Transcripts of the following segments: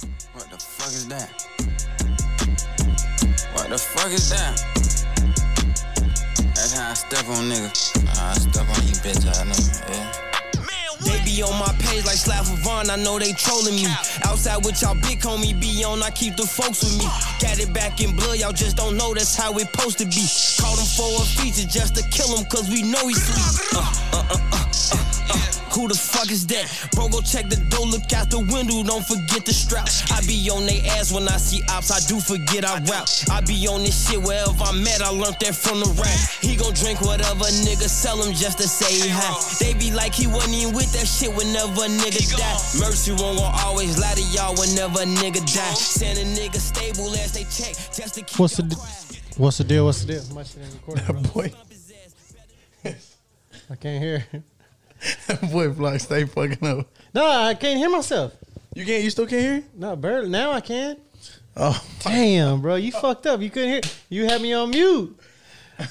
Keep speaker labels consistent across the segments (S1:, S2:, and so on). S1: the fuck is that? What the fuck is that? That's how I step on niggas. I step on you bitch, I nigga. Yeah.
S2: They be on my page like Slav Vaughn, I know they trolling me. Outside with y'all big homie be on, I keep the folks with me. Got it back in blood, y'all just don't know that's how it supposed to be. Call him for a feature just to kill him, cause we know he's sweet. Uh, uh, uh, uh, uh, uh. Who the fuck is that? Bro, go check the door, look out the window, don't forget the strap. I be on they ass when I see ops, I do forget I rap. I be on this shit wherever I'm at, I learned that from the rap. He gon' drink whatever nigga sell him just to say hi. They be like he wasn't even with that shit whenever a nigga die. Mercy won't gon' always lie to y'all whenever a nigga die. Send a nigga stable as they check just to keep
S3: What's the
S2: y'all
S3: d-
S2: quiet.
S3: What's the deal? What's the deal? My shit ain't recording, bro.
S4: That boy,
S3: I can't hear.
S4: that boy block stay fucking up.
S3: No, I can't hear myself.
S4: You can't. You still can't hear?
S3: No, barely. Now I can.
S4: Oh,
S3: Damn, bro, you fucked up. You couldn't hear. You had me on mute.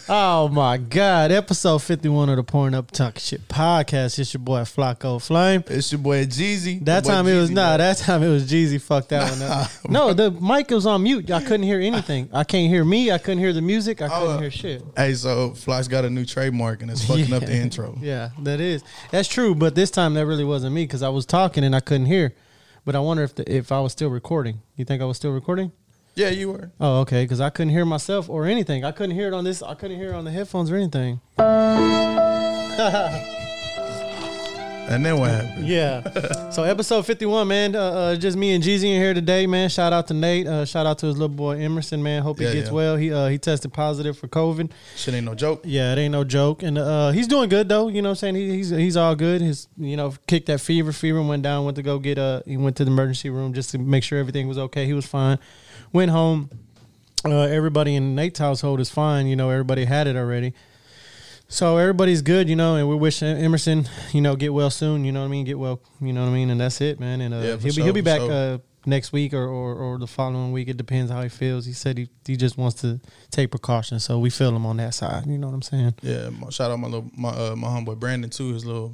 S3: Oh my god! Episode fifty-one of the Porn Up Talk Shit podcast. It's your boy Flocko Flame.
S4: it's your boy Jeezy.
S3: That
S4: Your boy
S3: time it was
S4: Jeezy,
S3: nah.
S4: bro.
S3: That time it was Jeezy. Fucked that one up. No, the mic was on mute. I couldn't hear anything. I can't hear me. I couldn't hear the music. I couldn't
S4: uh,
S3: hear shit.
S4: Hey, so Flock's got a new trademark and it's fucking up the intro.
S3: Yeah, that is. That's true. But this time that really wasn't me because I was talking and I couldn't hear. But I wonder if the, if I was still recording. You think I was still recording?
S4: Yeah, you were.
S3: Oh, okay. Because I couldn't hear myself or anything. I couldn't hear it on this. I couldn't hear it on the headphones or anything.
S4: And then what happened?
S3: Yeah. so episode fifty one, man. Uh, uh, just me and Jeezy in here today, man. Shout out to Nate. Uh, shout out to his little boy Emerson, man. Hope he
S4: Yeah,
S3: gets
S4: yeah.
S3: well. He uh, he tested positive for COVID.
S4: Shit ain't no joke.
S3: Yeah, it ain't no joke. And uh, he's doing good though. You know, what I'm saying he, he's he's all good. His you know kicked that fever. Fever went down. Went to go get uh he went to the emergency room just to make sure everything was okay. He was fine. Went home. Uh, everybody in Nate's household is fine. You know, everybody had it already. So everybody's good, you know, and we wish E- Emerson, you know, get well soon. You know what I mean? Get well, you know what I mean? And that's it, man. And uh,
S4: Yeah,
S3: he'll
S4: for
S3: be
S4: sure,
S3: he'll be
S4: for
S3: back
S4: sure.
S3: uh, next week or, or or the following week. It depends how he feels. He said he he just wants to take precautions, so we feel him on that side. You know what I'm saying?
S4: Yeah, my, shout out my little my uh, my homeboy Brandon too. His little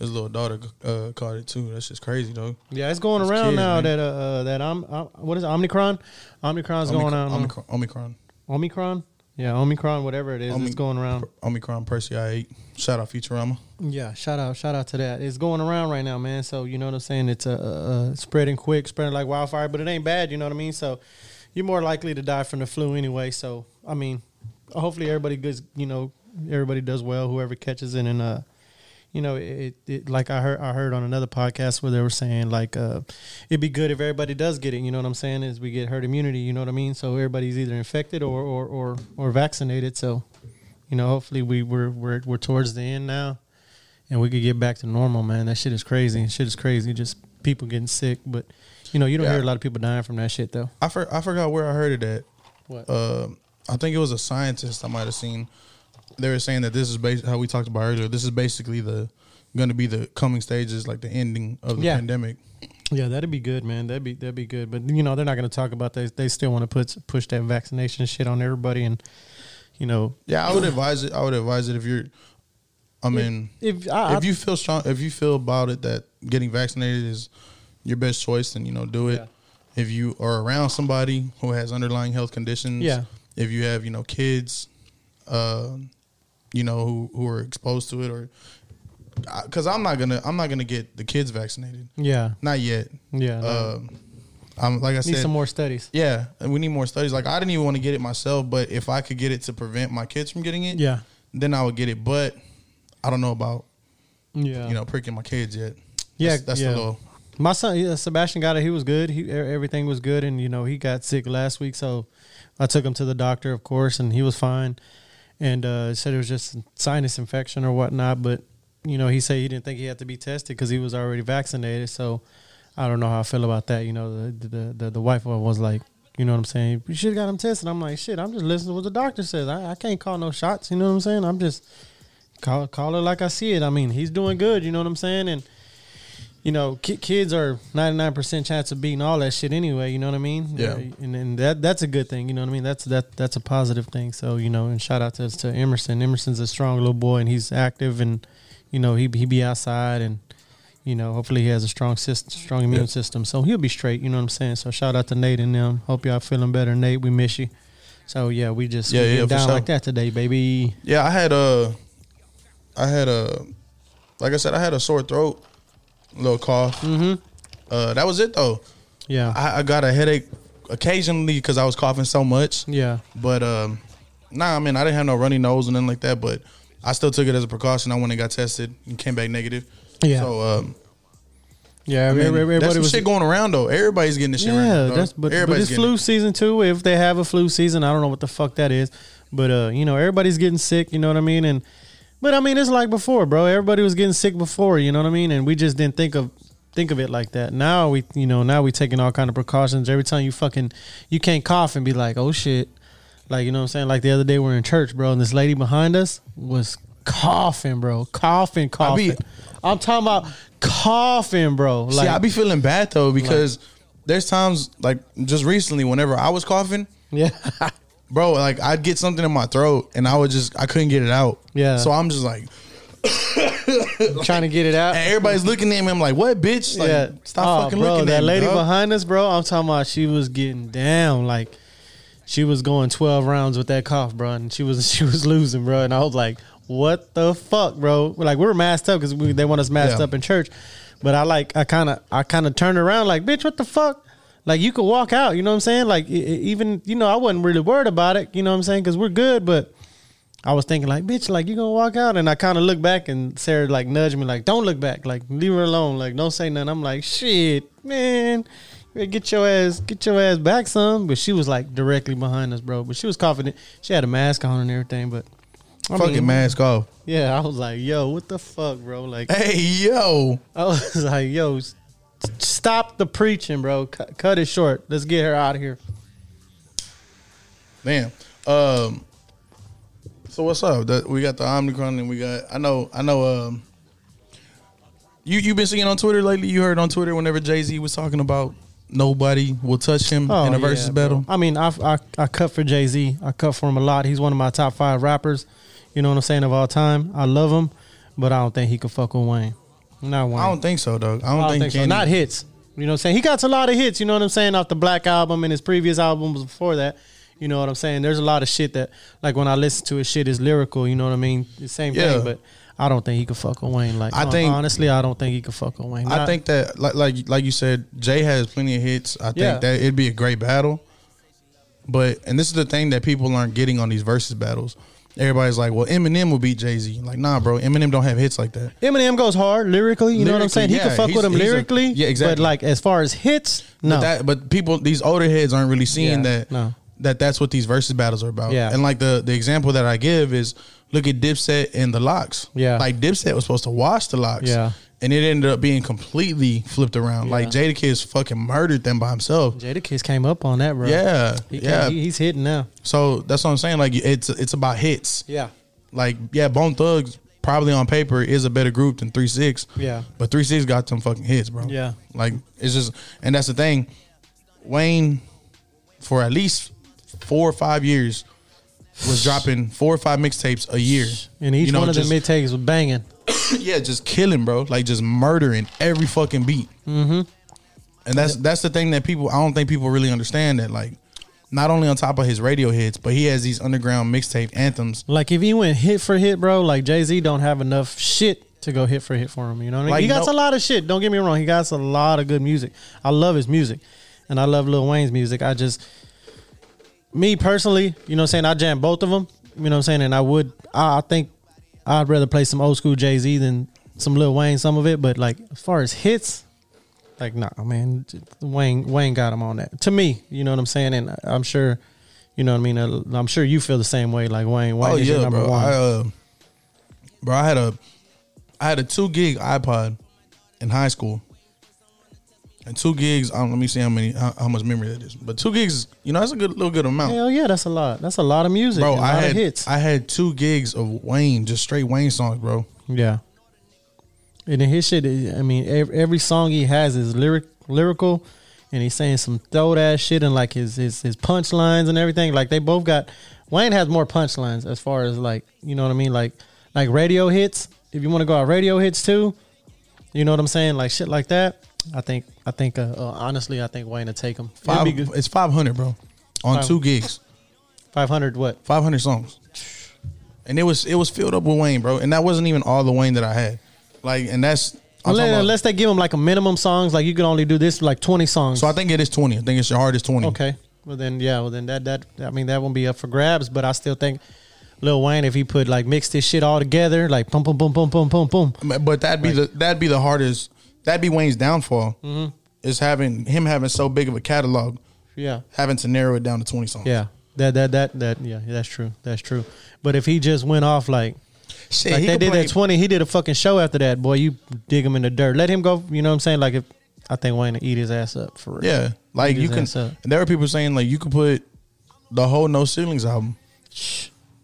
S4: his little daughter uh, caught it too. That's just crazy though.
S3: Yeah, it's going
S4: Those
S3: around
S4: kids,
S3: now
S4: man.
S3: that uh, uh that I'm, i what is it, Omicron? Omicron's going on. Omicron.
S4: Omicron, Omicron,
S3: Omicron? Yeah, Omicron, whatever it is,
S4: Omi-
S3: it's going around.
S4: Omicron, Percy I eight. Shout out Futurama.
S3: Yeah, shout out, shout out to that. It's going around right now, man. So you know what I'm saying? It's uh, uh, uh, spreading quick, spreading like wildfire, but it ain't bad. You know what I mean? So you're more likely to die from the flu anyway. So I mean, hopefully everybody gets, you know, everybody does well. Whoever catches it, and uh, you know, it, it like I heard I heard on another podcast where they were saying like uh, it'd be good if everybody does get it. You know what I'm saying? Is we get herd immunity. You know what I mean? So everybody's either infected or or or, or vaccinated. So you know, hopefully we we're, we're we're towards the end now, and we could get back to normal, man. That shit is crazy. Shit is crazy. Just people getting sick, but you know, you don't
S4: Yeah.
S3: hear a lot of people dying from that shit though.
S4: I for, I forgot where I heard it at.
S3: What?
S4: Um, I think it was a scientist I might have seen. They were saying that this is bas- how we talked about earlier. This is basically the going to be the coming stages, like the ending of the
S3: Yeah.
S4: pandemic.
S3: Yeah, that'd be good, man. That'd be that'd be good. But you know, they're not going to talk about that. They still want to put push that vaccination shit on everybody, and you know,
S4: Yeah, I would advise it. I would advise it if you're. I mean,
S3: if I,
S4: if you feel strong, if you feel about it that getting vaccinated is your best choice, then you know do it.
S3: Yeah.
S4: If you are around somebody who has underlying health conditions,
S3: Yeah.
S4: If you have you know kids, uh, you know who who are exposed to it, or because I'm not gonna I'm not gonna get the kids vaccinated,
S3: yeah,
S4: not yet.
S3: yeah, no.
S4: Um, I'm like I
S3: need
S4: said,
S3: some more studies.
S4: yeah, we need more studies. Like I didn't even want to get it myself, but if I could get it to prevent my kids from getting it,
S3: Yeah,
S4: then I would get it. But I don't know about
S3: yeah,
S4: you know, pricking my kids yet.
S3: Yeah,
S4: that's, that's
S3: yeah.
S4: the little.
S3: My son yeah, Sebastian got it. He was good. He e- everything was good, and you know he got sick last week, so I took him to the doctor, of course, and he was fine. And uh, said it was just sinus infection or whatnot, but you know he said he didn't think he had to be tested because he was already vaccinated. So I don't know how I feel about that. You know, the the the, the wife was like, you know what I'm saying? You should have got him tested. I'm like, shit, I'm just listening to what the doctor says. I, I can't call no shots. You know what I'm saying? I'm just call call it like I see it. I mean, he's doing good. You know what I'm saying? And you know, ki- kids are 99% chance of beating all that shit anyway, you know what I mean?
S4: Yeah.
S3: And, and that that's a good thing, you know what I mean? That's that that's a positive thing. So, you know, and shout out to to Emerson. Emerson's a strong little boy and he's active and you know, he he be outside and you know, hopefully he has a strong system, strong immune system, so he'll be straight. You know what I'm saying? So shout out to Nate and them. Hope y'all feeling better, Nate. We miss you. So yeah, we just
S4: Yeah,
S3: we
S4: yeah,
S3: getting
S4: for
S3: down
S4: sure.
S3: like that today, baby.
S4: Yeah, I had a, I had a, like I said, I had a sore throat, little cough. Mm-hmm. Uh, that was it though.
S3: Mm. Yeah,
S4: I, I got a headache occasionally because I was coughing so much.
S3: yeah,
S4: But um, nah, I mean, I didn't have no runny nose and nothing like that. But I still took it as a precaution. I went and got tested and came back negative.
S3: Yeah.
S4: So um,
S3: yeah.
S4: I mean,
S3: everybody
S4: that's some
S3: was
S4: shit going around though. Everybody's getting this shit. right now,
S3: Yeah,
S4: dog.
S3: that's but, but it's
S4: getting
S3: flu
S4: it.
S3: season too. If they have a flu season, I don't know what the fuck that is, but uh, you know, everybody's getting sick. You know what I mean? And but I mean, it's like before, bro. Everybody was getting sick before. You know what I mean? And we just didn't think of think of it like that. Now we, you know, now we taking all kind of precautions. Every time you fucking you can't cough and be like, oh shit, like you know what I'm saying? Like the other day we we're in church, bro, and this lady behind us was coughing, bro, coughing,
S4: I be-
S3: coughing. I'm talking about coughing, bro. Like,
S4: See, I be feeling bad though because there's times like just recently whenever I was coughing,
S3: yeah.
S4: bro, like I'd get something in my throat and I would just I couldn't get it out.
S3: Yeah.
S4: So I'm just like,
S3: trying to get it out.
S4: and everybody's looking at me. I'm like, what, bitch? Like,
S3: yeah,
S4: Stop
S3: Oh,
S4: fucking
S3: bro,
S4: looking
S3: that
S4: at me,
S3: lady
S4: dog.
S3: behind us, bro. I'm talking about she was getting down, like she was going 12 rounds with that cough, bro, and she was she was losing, bro. And I was like, what the fuck, bro? Like we were masked up because they want us masked
S4: Yeah.
S3: up in church, but I like I kind of I kind of turned around like, bitch, what the fuck. Like you could walk out, you know what I'm saying? Like e- e- even you know I wasn't really worried about it, you know what I'm saying? Because we're good, but I was thinking like, bitch, like you gonna walk out, and I kind of looked back, and Sarah like nudged me like, don't look back, like leave her alone, like don't say nothing. I'm like, shit, man, you better get your ass, get your ass back, son. But she was like directly behind us, bro. But she was confident. She had a mask on and everything, but I
S4: Fucking
S3: mean,
S4: mask off.
S3: Yeah, I was like, yo, what the fuck, bro? Like,
S4: Hey yo,
S3: I was like, yo, s- stop the preaching, bro. Cut, cut it short. Let's get her out of here.
S4: man. Um. So what's up? That- We got the Omicron and we got. I know. I know. Um. You you been seeing on Twitter lately? You heard on Twitter whenever Jay Z was talking about nobody will touch him in a
S3: Oh, yeah,
S4: versus
S3: bro.
S4: battle.
S3: I mean, I, I I cut for Jay Z. I cut for him a lot. He's one of my top five rappers. You know what I'm saying of all time. I love him, but I don't think he could fuck with Wayne. Not Wayne.
S4: I don't think so, dog. I don't,
S3: I don't
S4: think,
S3: think so.
S4: Kenny-
S3: Not hits. You know what I'm saying? He got a lot of hits, you know what I'm saying, off the Black album and his previous albums before that. You know what I'm saying? There's a lot of shit that, like, when I listen to his shit, is lyrical. You know what I mean? The same
S4: Yeah.
S3: thing, but I don't think he could fuck with Wayne. Like,
S4: I
S3: hon-
S4: think-
S3: honestly, I don't think he could fuck with Wayne.
S4: I
S3: Not-
S4: think that like like like you said, Jay has plenty of hits. I think
S3: Yeah.
S4: that it'd be a great battle. But and this is the thing that people aren't getting on these versus battles. Everybody's like, "Well, Eminem will beat Jay Z." Like, nah, bro. Eminem don't have hits like that.
S3: Eminem goes hard lyrically. You know what I'm
S4: Lyrically,
S3: saying? He
S4: yeah,
S3: could fuck
S4: he's-
S3: with him
S4: he's a-
S3: lyrically.
S4: yeah, exactly.
S3: But like as far as hits, no.
S4: But that but people these older heads aren't really seeing
S3: Yeah,
S4: that
S3: no.
S4: that that's what these versus battles are about.
S3: Yeah.
S4: And like the the example that I give is look at Dipset and the Locks.
S3: Yeah.
S4: Like Dipset was supposed to wash the Locks.
S3: Yeah.
S4: And it ended up being completely flipped around. Like
S3: Yeah.
S4: Jada Kiss fucking murdered them by himself.
S3: Jada Kiss came up on that, bro.
S4: Yeah,
S3: He came-
S4: yeah.
S3: he- he's hitting now.
S4: So that's what I'm saying. Like it's it's about hits.
S3: Yeah.
S4: Like yeah, Bone Thugs probably on paper is a better group than Three Six.
S3: Yeah.
S4: But Three Six got some fucking hits, bro.
S3: Yeah.
S4: Like it's just and that's the thing. Wayne, for at least four or five years, was dropping four or five mixtapes a year.
S3: And each
S4: You know,
S3: one of
S4: just-
S3: the mid takes was banging.
S4: yeah, just killing, bro. Like just murdering every fucking beat. Mm-hmm. And that's that's the thing that people I don't think people really understand that like not only on top of his radio hits, but he has these underground mixtape anthems.
S3: Like if he went hit for hit, bro, like Jay Z don't have enough shit to go hit for hit for him. You know what I mean?
S4: Like,
S3: he got
S4: no-
S3: a lot of shit. Don't get me wrong. He got a lot of good music. I love his music, and I love Lil Wayne's music. I just me personally, you know what I'm saying? I jam both of them. You know what I'm saying? And I would, I, I think I'd rather play some old school Jay Z than some Lil Wayne, some of it. But like as far as hits, like nah, man, j- Wayne Wayne got him on that. To me, you know what I'm saying? And I- I'm sure, you know what I mean. Uh, I'm sure you feel the same way. Like Wayne, Wayne
S4: Oh
S3: is your
S4: yeah,
S3: number
S4: bro.
S3: one.
S4: I, uh, bro, I had a I had a two gig iPod in high school. And two gigs, um, let me see how many how, how much memory that is. But two gigs, you know, that's a good little good amount.
S3: Hell yeah, that's a lot. That's a lot of music.
S4: bro,
S3: a lot
S4: I had
S3: of hits.
S4: I had two gigs of Wayne, just straight Wayne songs, bro.
S3: yeah. And then his shit, is- I mean, every, every song he has is lyric, lyrical, and he's saying some throat ass shit and like his his his punchlines and everything. Like they both got. Wayne has more punchlines as far as like you know what I mean, like like radio hits. If you want to go out radio hits too, You know what I'm saying? Like shit like that. I think I think uh, uh, honestly I think Wayne will take him.
S4: Five, it's five hundred, bro, on
S3: Five-
S4: two gigs,
S3: Five hundred what?
S4: five hundred songs, and it was it was filled up with Wayne, bro, and that wasn't even all the Wayne that I had, like, and that's I'm
S3: Unless,
S4: talking about-
S3: unless they give him like a minimum songs, like you can only do this like twenty songs.
S4: So I think it is twenty. I think it's your hardest twenty.
S3: Okay. Well then, yeah. Well then, that that I mean that won't be up for grabs. But I still think Lil Wayne, if he put like mix this shit all together, like boom, boom, boom, boom, boom, boom, boom.
S4: But that'd be the that'd be the hardest. That'd be Wayne's downfall.
S3: Mm-hmm.
S4: Is having him having so big of a catalog,
S3: Yeah,
S4: having to narrow it down to twenty songs.
S3: yeah. That that that that yeah. That's true. That's true. But if he just went off like
S4: Shit,
S3: like
S4: he
S3: they
S4: could
S3: did
S4: play-
S3: at twenty, he did a fucking show after that. Boy, you dig him in the dirt. Let him go. You know what I'm saying? Like if I think Wayne would eat his ass up for real.
S4: Yeah, like
S3: Beat
S4: you
S3: his
S4: can.
S3: ass up.
S4: There are people saying like you could put the whole No Ceilings album,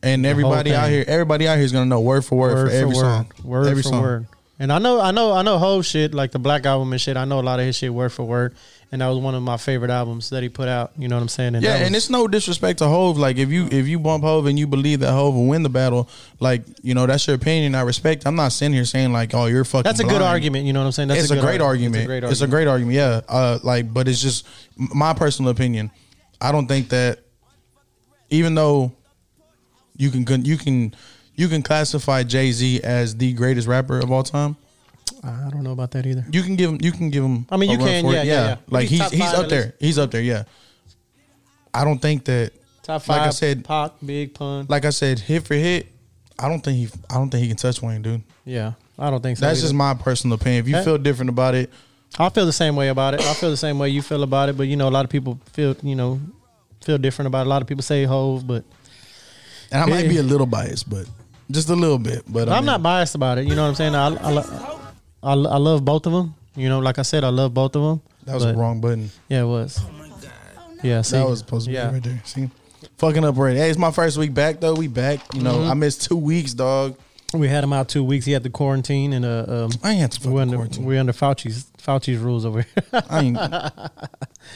S4: and everybody out
S3: thing.
S4: here, everybody out here is gonna know word for word, for every song,
S3: word, word
S4: every
S3: for
S4: song.
S3: word. And I know, I know, I know whole shit like the Black Album and shit. I know a lot of his shit word for word, and that was one of my favorite albums that he put out. You know what I'm saying?
S4: Yeah,
S3: that
S4: and
S3: was-
S4: it's no disrespect to Hove. Like if you if you bump Hove and you believe that Hove will win the battle, like you know that's your opinion. I respect. I'm not sitting here saying like, oh, you're fucking.
S3: that's a good
S4: blind.
S3: argument. You know what I'm saying? That's
S4: it's a,
S3: good
S4: great
S3: arg-
S4: argument. It's a great argument. Yeah. Uh, like, but it's just m- my personal opinion. I don't think that, even though you can con- you can you can classify Jay Z as the greatest rapper of all time,
S3: I don't know about that either.
S4: you can give him you can give him.
S3: I mean,
S4: a
S3: you
S4: run
S3: can,
S4: for it.
S3: yeah, yeah, yeah.
S4: Like
S3: He's
S4: he's
S3: top
S4: he's
S3: five
S4: up
S3: at
S4: there.
S3: least.
S4: He's up there. Yeah. I don't think that.
S3: Top five.
S4: Like I said.
S3: Pac, Big Pun.
S4: Like I said, hit for hit. I don't think he. I don't think he can touch Wayne, dude.
S3: yeah, I don't think so.
S4: That's
S3: either.
S4: just my personal opinion. If you
S3: That-
S4: feel different about it,
S3: I feel the same way about it. I feel the same way you feel about it. But you know, a lot of people feel you know feel different about it. A lot of people say Hove, but
S4: and I might
S3: Yeah.
S4: be a little biased, but just a little bit. But I
S3: I'm
S4: mean-
S3: not biased about it. You know what I'm saying? I I, lo- I, lo- I love both of them. You know, like I said, I love both of them.
S4: That was
S3: but-
S4: the wrong button.
S3: Yeah, it was. Yeah, see,
S4: that was supposed to be
S3: yeah.
S4: right there. See, fucking up already. Hey, it's my first week back though. We back. You know,
S3: Mm-hmm.
S4: I missed two weeks, dog.
S3: We had him out two weeks. He had the quarantine, and uh, um,
S4: I ain't had to fucking
S3: we're under
S4: quarantine.
S3: we're under Fauci's Fauci's rules over here.
S4: I ain't. I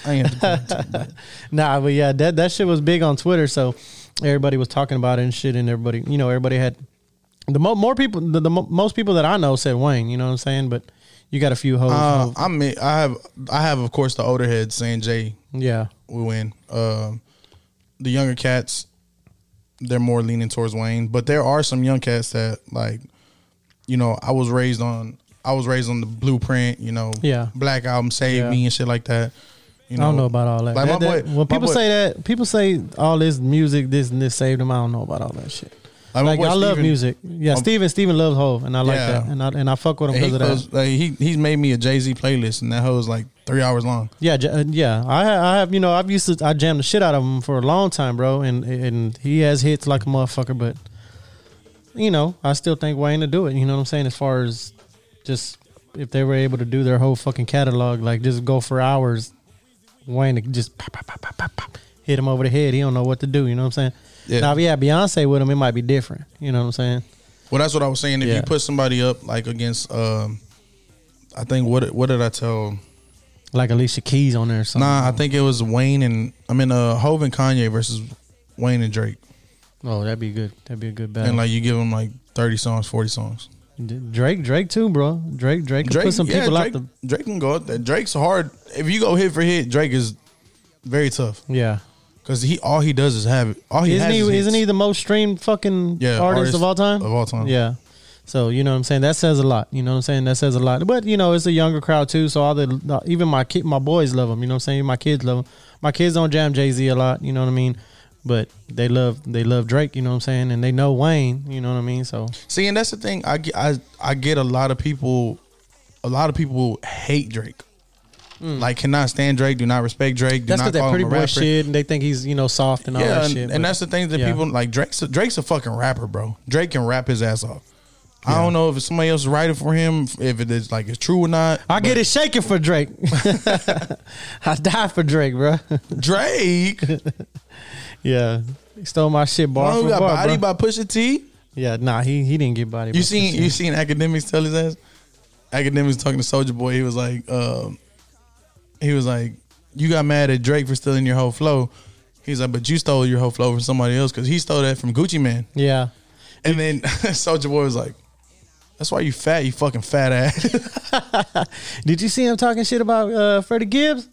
S4: ain't had to quarantine.
S3: nah, but yeah, that that shit was big on Twitter. So everybody was talking about it and shit, and everybody, you know, everybody had the mo- more people, the, the mo- most people that I know said Wayne. You know what I'm saying? But you got a few hoes.
S4: Uh,
S3: hoes.
S4: I mean, I have, I have, of course, the older heads saying Jay
S3: yeah,
S4: will win. Um, the younger cats, they're more leaning towards Wayne, but there are some young cats that like, you know, I was raised on. I was raised on the blueprint, you know,
S3: Yeah.
S4: Black Album, Save
S3: Yeah.
S4: Me, and shit like that. You know,
S3: I don't know about all that.
S4: Like
S3: That-
S4: my
S3: that-
S4: boy-
S3: when
S4: my
S3: people
S4: boy-
S3: say that, people say all this music, this and this saved them. I don't know about all that shit.
S4: Like, my
S3: Like,
S4: boy
S3: I love
S4: Steven-
S3: music. Yeah,
S4: my-
S3: Steven, Steven loves Hove, and I like
S4: Yeah.
S3: that, and I and I fuck with him
S4: And
S3: because
S4: he,
S3: of that.
S4: goes- like, he he's made me a Jay Z playlist, and that hoe is like three hours long.
S3: Yeah, J- uh, yeah. I ha- I have you know I've used to I jammed the shit out of him for a long time, bro, and and he has hits like a motherfucker, but you know I still think Wayne to do it. You know what I'm saying? As far as just if they were able to do their whole fucking catalog, like just go for hours, Wayne to just pop, pop, pop, pop, pop, pop, hit him over the head. He don't know what to do. You know what I'm saying?
S4: Yeah.
S3: Now if he had Beyonce with him, it might be different. You know what I'm saying?
S4: Well, that's what I was saying. If
S3: Yeah.
S4: you put somebody up like against, um, I think what what did I tell?
S3: Like Alicia Keys on there or something.
S4: Nah, I think it was Wayne and I mean uh, Hov and Kanye versus Wayne and Drake,
S3: Oh, that'd be good. That'd be a good battle.
S4: and like you give them like thirty songs, forty songs.
S3: D- Drake, Drake too, bro. Drake, Drake, could
S4: Drake,
S3: put some
S4: yeah,
S3: people
S4: Drake,
S3: out the
S4: Drake can go out there. Drake's hard. If you go hit for hit, Drake is very tough
S3: yeah.
S4: because he all he does is have it. All he
S3: Isn't
S4: has
S3: he?
S4: is hits.
S3: Isn't he the most streamed fucking
S4: Yeah,
S3: artist,
S4: artist
S3: of all time?
S4: of all time.
S3: Yeah. So you know what I'm saying. That says a lot. You know what I'm saying. That says a lot. But you know, it's a younger crowd too. So all the even my kid, my boys love him. You know what I'm saying. My kids love him. My kids don't jam Jay Z a lot. You know what I mean. But they love they love Drake. You know what I'm saying. And they know Wayne. You know what I mean. So
S4: See, and that's the thing. I get, I, I get a lot of people, a lot of people hate Drake. Like, cannot stand Drake. Do not respect Drake. Do
S3: Hmm. that's
S4: not
S3: because that
S4: call
S3: pretty
S4: him a
S3: boy
S4: rapper.
S3: shit, and they think he's you know soft and all
S4: Yeah,
S3: that
S4: and,
S3: shit.
S4: and
S3: but-
S4: that's the thing that
S3: yeah.
S4: people like. Drake's a, Drake's a fucking rapper, bro. Drake can rap his ass off. I don't know if it's somebody else writing for him, if it is like it's true or not.
S3: I get it shaking for Drake. I die for Drake, bro.
S4: Drake,
S3: yeah, he stole my shit bar
S4: bro,
S3: for
S4: got
S3: bar,
S4: body
S3: bro.
S4: by Pusha T.
S3: Yeah, nah, he he didn't get body. by
S4: You seen
S3: Pusha.
S4: you seen academics tell his ass. Academics talking to Soldier Boy. He was like, um, he was like, you got mad at Drake for stealing your whole flow. He's like, but you stole your whole flow from somebody else because he stole that from Gucci Man.
S3: Yeah,
S4: And then Soldier Boy was like, That's why you fat, you fucking fat ass.
S3: Did you see him talking shit about uh, Freddie Gibbs?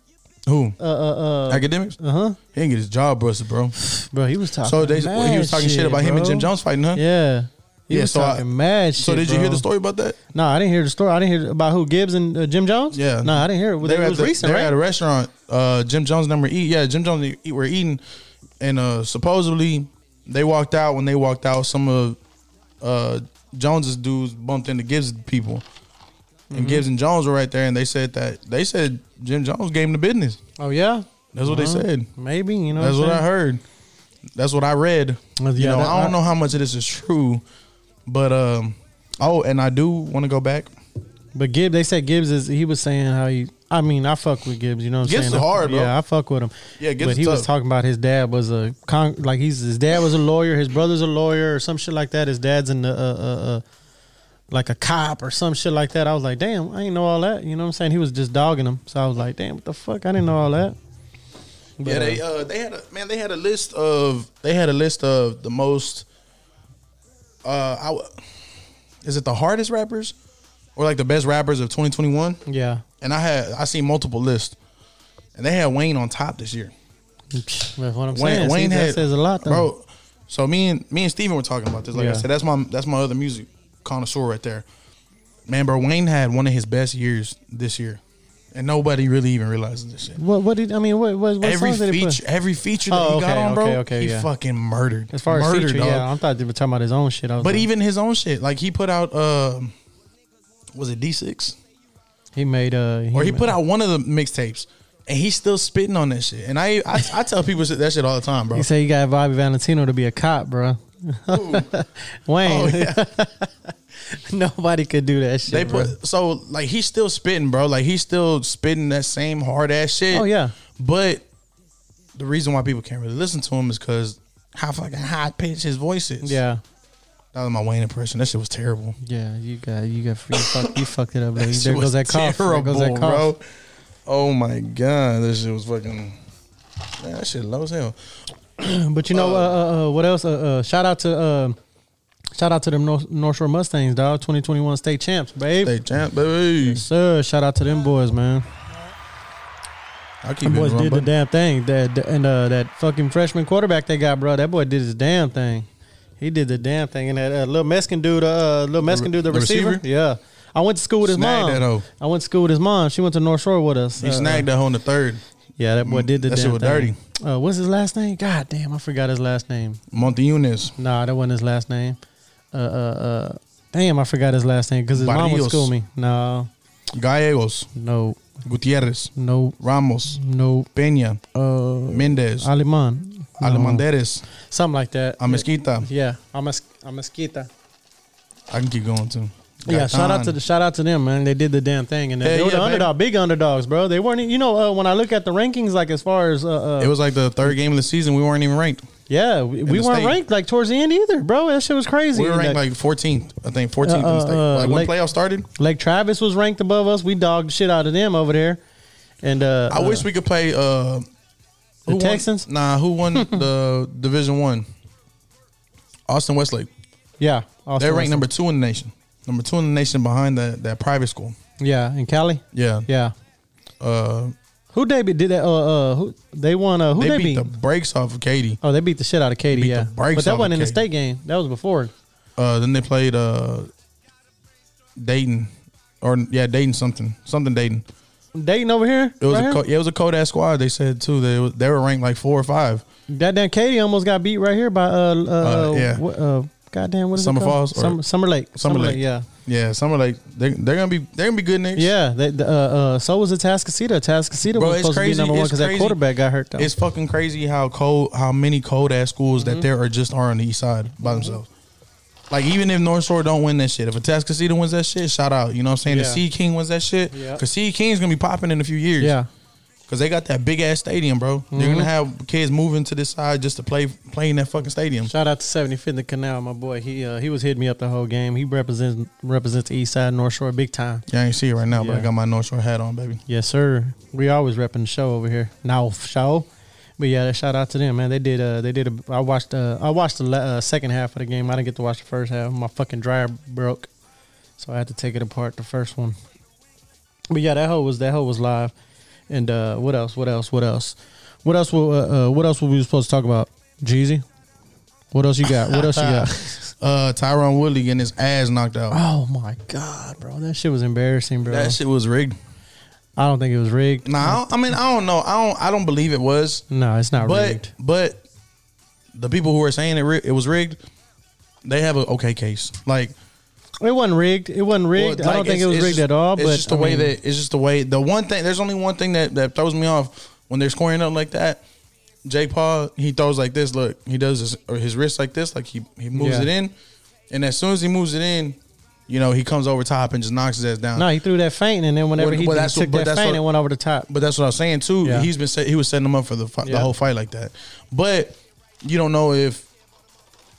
S4: Who?
S3: Uh, uh, uh,
S4: Academics?
S3: uh huh.
S4: He didn't get his job busted, bro.
S3: Bro, he was talking.
S4: So they, well, he was
S3: mad
S4: talking shit about him and
S3: bro.
S4: Jim Jones fighting, huh?
S3: Yeah. He
S4: Yeah,
S3: was
S4: so I-
S3: talking mad shit.
S4: So did you hear
S3: bro.
S4: the story about that?
S3: No, I didn't hear the story. I didn't hear about who Gibbs and uh, Jim Jones.
S4: Yeah.
S3: no, I didn't hear it. Well,
S4: they
S3: it
S4: were at
S3: was
S4: the,
S3: recent,
S4: they were at
S3: right?
S4: a restaurant. Uh, Jim Jones number eat. Yeah, Jim Jones and eat were eating, and uh, supposedly they walked out. When they walked out, some of uh, Jones's dudes bumped into Gibbs people,
S3: Mm-hmm.
S4: and Gibbs and Jones were right there, and they said that they said Jim Jones gave him the business.
S3: oh yeah,
S4: That's what
S3: Uh-huh.
S4: they said.
S3: Maybe you know.
S4: That's
S3: what,
S4: what I heard. That's what I read.
S3: Well,
S4: you
S3: yeah,
S4: know,
S3: that-
S4: I don't
S3: I-
S4: know how much of this is true, but um, oh, and I do want to go back.
S3: But Gibbs, they said Gibbs is. He was saying how he. I mean, I fuck with Gibbs. You know what I'm
S4: Gibbs
S3: saying?
S4: is hard, bro.
S3: Yeah, I fuck with him.
S4: Yeah, Gibbs
S3: But
S4: is
S3: he was
S4: tough.
S3: talking about his dad was a con- like he's his dad was a lawyer. His brother's a lawyer or some shit like that. His dad's in the uh, uh, uh like a cop or some shit like that. I was like, damn, I ain't know all that. You know what I'm saying? He was just dogging him. So I was like, damn, what the fuck? I didn't know all that. But,
S4: yeah, they
S3: uh,
S4: uh, they had a man. They had a list of they had a list of the most. Uh, I w is it the hardest rappers, or like the best rappers of 2021?
S3: yeah.
S4: And I had I seen multiple lists, and they had Wayne on top this year.
S3: That's what I'm
S4: Wayne,
S3: saying. See,
S4: Wayne
S3: that
S4: had,
S3: says a lot, though.
S4: bro. So me and me and Steven were talking about this. Like I
S3: Yeah.
S4: said, that's my that's my other music connoisseur right there. Man, bro, Wayne had one of his best years this year, and nobody really even realizes this shit.
S3: What? What did I mean? What? What, what
S4: every
S3: songs did he put?
S4: feature, every feature that
S3: Oh,
S4: he got
S3: okay,
S4: on, bro,
S3: okay, okay,
S4: he
S3: yeah.
S4: fucking murdered.
S3: As far as
S4: murdered,
S3: feature,
S4: dog.
S3: yeah, I thought they were talking about his own shit. I was
S4: But
S3: like,
S4: even his own shit, like he put out, uh, was it D six?
S3: he made uh,
S4: Or he
S3: made-
S4: put out one of the mixtapes, and he's still spitting on that shit. And I, I, I tell people shit- that shit all the time, bro.
S3: He said he got Bobby Valentino to be a cop, bro. Wayne,
S4: Oh, yeah.
S3: nobody could do that shit.
S4: They
S3: bro.
S4: put so like he's still spitting, bro. Like he's still spitting that same hard ass shit.
S3: Oh yeah,
S4: But the reason why people can't really listen to him is because how fucking high pitched his voice is.
S3: yeah,
S4: That was my Wayne impression. That shit was terrible.
S3: yeah. You got, you got, you, fuck, you fucked it up, bro.
S4: That shit
S3: There
S4: was
S3: goes that cough. There goes that
S4: terrible,
S3: cough.
S4: bro. Oh my god, that shit was fucking. Man, that shit low as hell.
S3: But you know uh, uh, uh, what else? Uh, uh, shout out to uh, shout out to them North, North Shore Mustangs, dog. Twenty twenty one state champs, babe.
S4: They champ, baby.
S3: Yes, sir. Shout out to them boys, man.
S4: I keep
S3: Them boys
S4: it
S3: did the
S4: did
S3: damn thing. That and uh, that fucking freshman quarterback they got, bro. That boy did his damn thing. He did the damn thing. And that uh, little Mexican dude, uh, little Mexican dude, the,
S4: the
S3: receiver.
S4: receiver?
S3: Yeah, I went to school with his
S4: Snagged that
S3: mom.
S4: hoe.
S3: I went to school with his mom. She went to North Shore with us.
S4: He
S3: Uh,
S4: snagged that hoe in the third.
S3: Yeah, that boy did the
S4: That shit
S3: damn
S4: was
S3: thing.
S4: dirty.
S3: Uh, what's his last name? God damn, I forgot his last name.
S4: Monte Eunice.
S3: Nah, that wasn't his last name. Uh, uh, uh, damn, I forgot his last name because his mom would
S4: Barrios.
S3: school me. No,
S4: Gallegos,
S3: no,
S4: Gutierrez,
S3: no,
S4: Ramos,
S3: no.
S4: Peña,
S3: Uh,
S4: Mendez,
S3: Aleman. No.
S4: Alamanderes,
S3: Something like that.
S4: Amezquita.
S3: Yeah, I'm a, I'm a skita.
S4: I can keep going too.
S3: Yeah, shout out to the shout out to them, man. They did the damn thing, and they,
S4: Hey,
S3: were
S4: yeah,
S3: the
S4: baby.
S3: underdog, big underdogs, bro. They weren't, you know, uh, when I look at the rankings, like as far as, uh, uh
S4: It was like the third game of the season. We weren't even ranked.
S3: yeah, we, we
S4: the
S3: weren't
S4: state.
S3: ranked like towards the end either, bro. That shit was crazy.
S4: We were
S3: And,
S4: ranked
S3: like,
S4: like 14th, I think 14th. in the
S3: Uh,
S4: state.
S3: uh,
S4: like when
S3: like-
S4: playoff started,
S3: like Travis was ranked above us. We dogged the shit out of them over there, and uh,
S4: I wish we could play uh, who won-
S3: Texans?
S4: Nah, who won the Division One? Austin Westlake.
S3: yeah, Austin
S4: They're ranked
S3: Wilson.
S4: number two in the nation. Number two in the nation behind that that private school.
S3: yeah, and Cali,
S4: Yeah.
S3: yeah.
S4: Uh,
S3: Who they beat? Did that? Uh, uh, who they won? Uh, who
S4: they,
S3: they,
S4: beat,
S3: beat?
S4: the brakes off of Katie.
S3: oh, they beat the shit out of Katie,
S4: Beat the
S3: yeah.
S4: brakes
S3: But that
S4: off of
S3: wasn't in the
S4: Katy.
S3: state game. That was before.
S4: Uh, then they played uh, Dayton, or yeah, Dayton something, something Dayton.
S3: Dayton over here.
S4: It was
S3: right
S4: a
S3: here?
S4: co- yeah, it was a cold ass squad. They said too. They was- they were ranked like four or five.
S3: Goddamn, Katie almost got beat right here by uh uh,
S4: Uh, yeah.
S3: what, uh goddamn what is
S4: Summer
S3: it called?
S4: Falls or-
S3: Summer Summer Lake
S4: Summer Lake.
S3: yeah
S4: Yeah, some are like they they're gonna be they're gonna be good next.
S3: yeah they, the, uh, uh so was Atascocita Atascocita
S4: Bro,
S3: was
S4: it's
S3: supposed
S4: crazy.
S3: to be number one
S4: It's
S3: because that
S4: crazy.
S3: quarterback got hurt though
S4: It's fucking crazy how cold, how many cold ass schools
S3: Mm-hmm.
S4: that there are just are on the east side by themselves. Like even if North Shore don't win that shit, if Atascocita wins that shit, shout out. You know what I'm saying? If
S3: Yeah.
S4: Sea King wins that shit,
S3: Yeah.
S4: because Sea King's gonna be popping in a few years.
S3: yeah
S4: because they got that big ass stadium, bro. They're gonna have kids moving to this side just to play play in that fucking stadium.
S3: shout out to 75th and Canal my boy he uh, he was hitting me up the whole game he represents represents the East Side North Shore big time
S4: Yeah, I ain't see it right now, but I
S3: Yeah.
S4: got my North Shore hat on, baby.
S3: yes sir we always repping the show over here now show. But yeah, that shout out to them, man. They did. Uh, they did. A, I watched. Uh, I watched the la- uh, second half of the game. I didn't get to watch the first half. My fucking dryer broke, So I had to take it apart the first one. But yeah, that hoe was that hoe was live. And uh, what else? What else? What else? What else? Will, uh, uh, what else were we supposed to talk about? Jeezy. What else you got? What else you got?
S4: Uh, Tyron Woodley getting his ass knocked out.
S3: oh my god, bro, that shit was embarrassing, bro.
S4: That shit was rigged.
S3: I don't think it was rigged.
S4: Nah, I, don't- I mean, I don't know. I don't. I don't believe it was.
S3: No, it's not
S4: But
S3: rigged.
S4: but the people who are saying it ri- it was rigged, they have a okay case. Like,
S3: It wasn't rigged. It wasn't
S4: well,
S3: rigged. I
S4: like,
S3: don't think
S4: it's-
S3: it was
S4: it's
S3: rigged
S4: just-
S3: at all.
S4: It's
S3: but
S4: just the
S3: I
S4: way
S3: mean,
S4: that it's just the way. The one thing there's only one thing that that throws me off when they're scoring up like that. Jake Paul he throws like this. Look, he does his or his wrist like this. Like he he moves
S3: Yeah.
S4: it in, and as soon as he moves it in, you know he comes over top and just knocks his ass down.
S3: No, he threw that feint, and then whenever
S4: Well,
S3: he
S4: well,
S3: did-
S4: that's what-
S3: took
S4: uh, but
S3: that
S4: that's
S3: feint,
S4: what-
S3: it went over the top.
S4: But that's what I was saying too.
S3: Yeah.
S4: He's been set, he was setting them up for the fi- the
S3: Yeah.
S4: whole fight like that. But you don't know if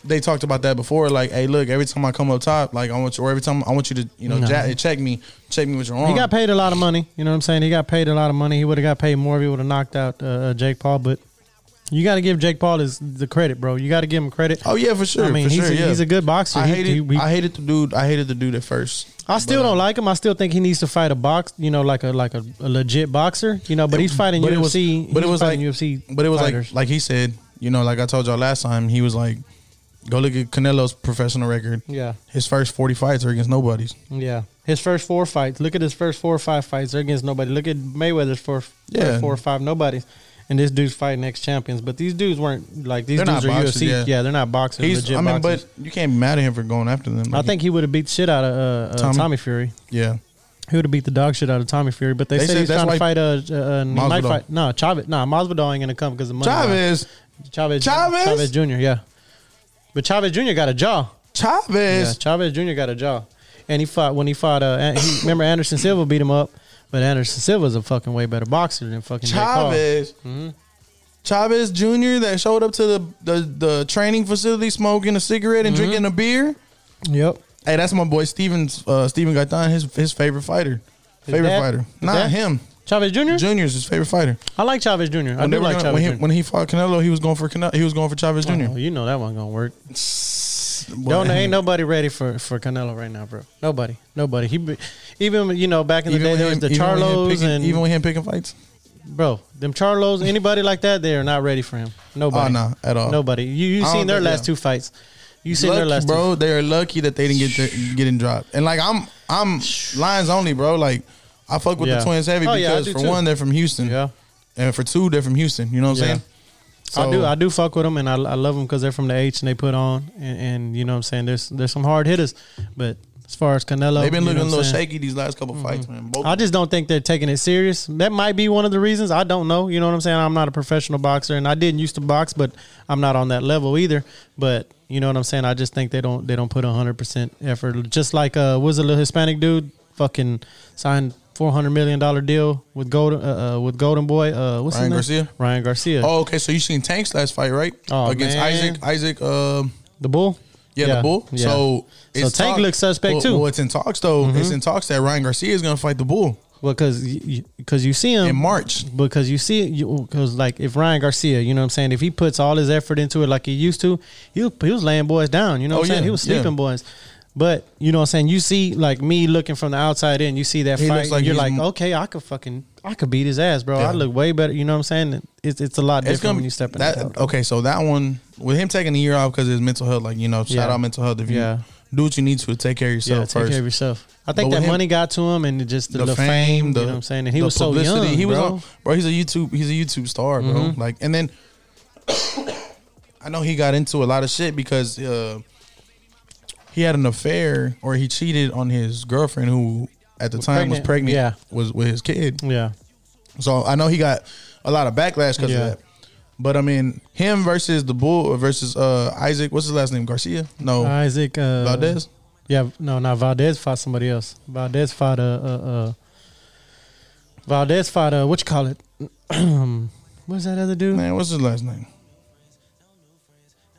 S4: they talked about that before. Like, hey, look, every time I come up top, like I want you, or every time I want you to, you know,
S3: No.
S4: ja- check me, check me with your arm.
S3: He got paid a lot of money. You know what I'm saying? He got paid a lot of money. He would have got paid more if he would have knocked out uh, uh, Jake Paul. But you got to give Jake Paul his the credit, bro. You got to give him credit.
S4: Oh yeah, for sure.
S3: I mean,
S4: for
S3: he's,
S4: sure,
S3: a,
S4: yeah.
S3: he's a good boxer.
S4: I
S3: He-
S4: hated,
S3: he- we-
S4: I hated the dude. I hated the dude at first.
S3: I still
S4: but, uh,
S3: don't like him. I still think he needs to fight a box, you know, like a like a, a legit boxer, you know. But he's fighting
S4: but
S3: UFC.
S4: it was, but
S3: he's
S4: it was like
S3: fighting UFC.
S4: But it was
S3: fighters.
S4: like, like he said, you know, like I told y'all last time, he was like, go look at Canelo's professional record.
S3: yeah,
S4: His first forty fights are against nobody's.
S3: yeah. His first four fights. Look at his first four or five fights. They're against nobody. Look at Mayweather's first,
S4: Yeah.
S3: first four or five nobodies. And this dude's fighting ex champions, but these dudes weren't like these
S4: They're not
S3: dudes are
S4: boxers,
S3: UFC.
S4: yeah.
S3: Yeah. they're not boxers.
S4: He's,
S3: legit
S4: I mean,
S3: boxers.
S4: but you can't be mad at him for going after them.
S3: I think he would have beat the shit out of uh, uh,
S4: Tommy?
S3: Tommy. Fury.
S4: yeah,
S3: He would have beat the dog shit out of Tommy Fury. But they,
S4: They
S3: said
S4: said
S3: he's trying
S4: that's why-
S3: to fight. Uh, uh, uh, he might
S4: Masvidal.
S3: fight. No, Chavez. No, Masvidal ain't gonna come because of money.
S4: Chavez,
S3: Chavez.
S4: Chavez?
S3: Chavez Jr. Yeah, but Chavez Jr. got a jaw. Yeah,
S4: Chavez.
S3: Chavez Jr. got a jaw, and he fought when he fought. Uh, An- he, remember Anderson Silva beat him up, but Anderson Silva's a fucking way better boxer than fucking Jake Paul.
S4: Chavez.
S3: Hmm?
S4: Chavez Jr. that showed up to the, the, the training facility smoking a cigarette
S3: Mm-hmm.
S4: and drinking a beer.
S3: Yep.
S4: Hey, that's my boy Steven's uh Steven Gaitan, his his favorite fighter.
S3: His
S4: favorite
S3: dad?
S4: fighter.
S3: His
S4: Not
S3: dad?
S4: him.
S3: Chavez Jr.
S4: Junior's his favorite fighter.
S3: I like Chavez Jr. I
S4: When,
S3: do
S4: they were
S3: like
S4: gonna-
S3: Chavez
S4: when,
S3: Jr.
S4: he, when he fought Canelo, he was going for Canelo, he was going for Chavez Jr.
S3: Oh, you know that one gonna work.
S4: Boy,
S3: Don't ain't nobody ready for for Canelo right now, bro. Nobody, nobody. He be- even you know back in the
S4: even
S3: day
S4: with
S3: there was
S4: him-
S3: the
S4: even with him
S3: Charlos
S4: picking-
S3: and
S4: even with him picking fights.
S3: bro them Charlos anybody like that they are not ready for him.
S4: Oh
S3: Nobody,
S4: no, at all.
S3: nobody. You you
S4: I don't
S3: seen their
S4: think-
S3: last
S4: yeah.
S3: two fights? You seen their
S4: Lucky,
S3: last
S4: bro. They are lucky that they didn't get their, getting dropped. And like I'm, I'm Lions only, bro. Like I fuck with
S3: Yeah.
S4: the Twins heavy
S3: Oh, yeah, I
S4: because
S3: do
S4: for
S3: too.
S4: one they're from Houston,
S3: Two? Yeah,
S4: and for two they're from Houston. You know what I'm
S3: Yeah.
S4: saying? So,
S3: I do. I do fuck with them, and I, I love them because they're from the H and they put on, and, and you know what I'm saying. There's there's some hard hitters, but as far as Canelo,
S4: They've been
S3: you know what
S4: looking a
S3: I'm
S4: little
S3: saying? Mm-hmm.
S4: shaky these last couple fights, man. Both,
S3: I just don't think they're taking it serious. That might be one of the reasons. I don't know. You know what I'm saying? I'm not a professional boxer, and I didn't used to box, but I'm not on that level either. But you know what I'm saying? I just think they don't they don't put 100 percent effort. Just like uh, was a little Hispanic dude fucking signed 400 million dollar deal with Golden uh, uh, with Golden Boy. Uh, what's his
S4: Ryan
S3: name?
S4: Garcia?
S3: Ryan Garcia.
S4: oh, okay. So you seen Tank's last fight, right?
S3: Oh,
S4: Against
S3: man.
S4: Isaac. Isaac. Um,
S3: the Bull.
S4: yeah, the bull.
S3: Yeah.
S4: So it's
S3: Tank
S4: talk-
S3: looks suspect,
S4: well-
S3: too. Mm-hmm.
S4: Well, it's in talks though. It's in talks that Ryan Garcia is gonna fight the bull
S3: well, because you, cause you see him
S4: in March.
S3: because you see it because like if Ryan Garcia, you know what I'm saying, if he puts all his effort into it like he used to, he was, he was laying boys down, you know what
S4: Oh,
S3: I'm saying?
S4: yeah,
S3: He was sleeping
S4: yeah.
S3: boys. But you know what I'm saying? You see like me looking from the outside in, you see that
S4: He
S3: fight
S4: looks like
S3: and you're
S4: he's
S3: like,
S4: m-
S3: "Okay, I could fucking I could beat his ass, bro.
S4: Yeah.
S3: I look way better." You know what I'm saying? It's it's a lot different
S4: It's gonna
S3: when
S4: be
S3: you step in
S4: that.
S3: the field.
S4: Okay, so that one with him taking a year off because his mental health, like you know, shout
S3: Yeah.
S4: out mental health. If you
S3: Yeah.
S4: do what you need to, take care of yourself
S3: Yeah, take
S4: first.
S3: care of yourself. I think that
S4: But with him-
S3: money got to him and just the, the fame, you know what I'm saying? And he
S4: the
S3: was so young.
S4: publicity. He was
S3: bro. Mm-hmm.
S4: on, bro. He's a YouTube. He's a YouTube star, bro. Like, and then I know he got into a lot of shit because uh, he had an affair or he cheated on his girlfriend who at the time was
S3: pregnant.
S4: pregnant.
S3: Yeah.
S4: was with his kid.
S3: Yeah.
S4: So I know he got a lot of backlash because
S3: Yeah.
S4: of that. But I mean, him versus the bull or versus uh, Isaac. What's his last name? Garcia? No,
S3: Isaac uh,
S4: Oh. Valdez.
S3: Yeah, no, not Valdez fought somebody else. Valdez fought uh, uh, uh Valdez fought uh, what you call it? What's that other dude?
S4: Man, what's his last name?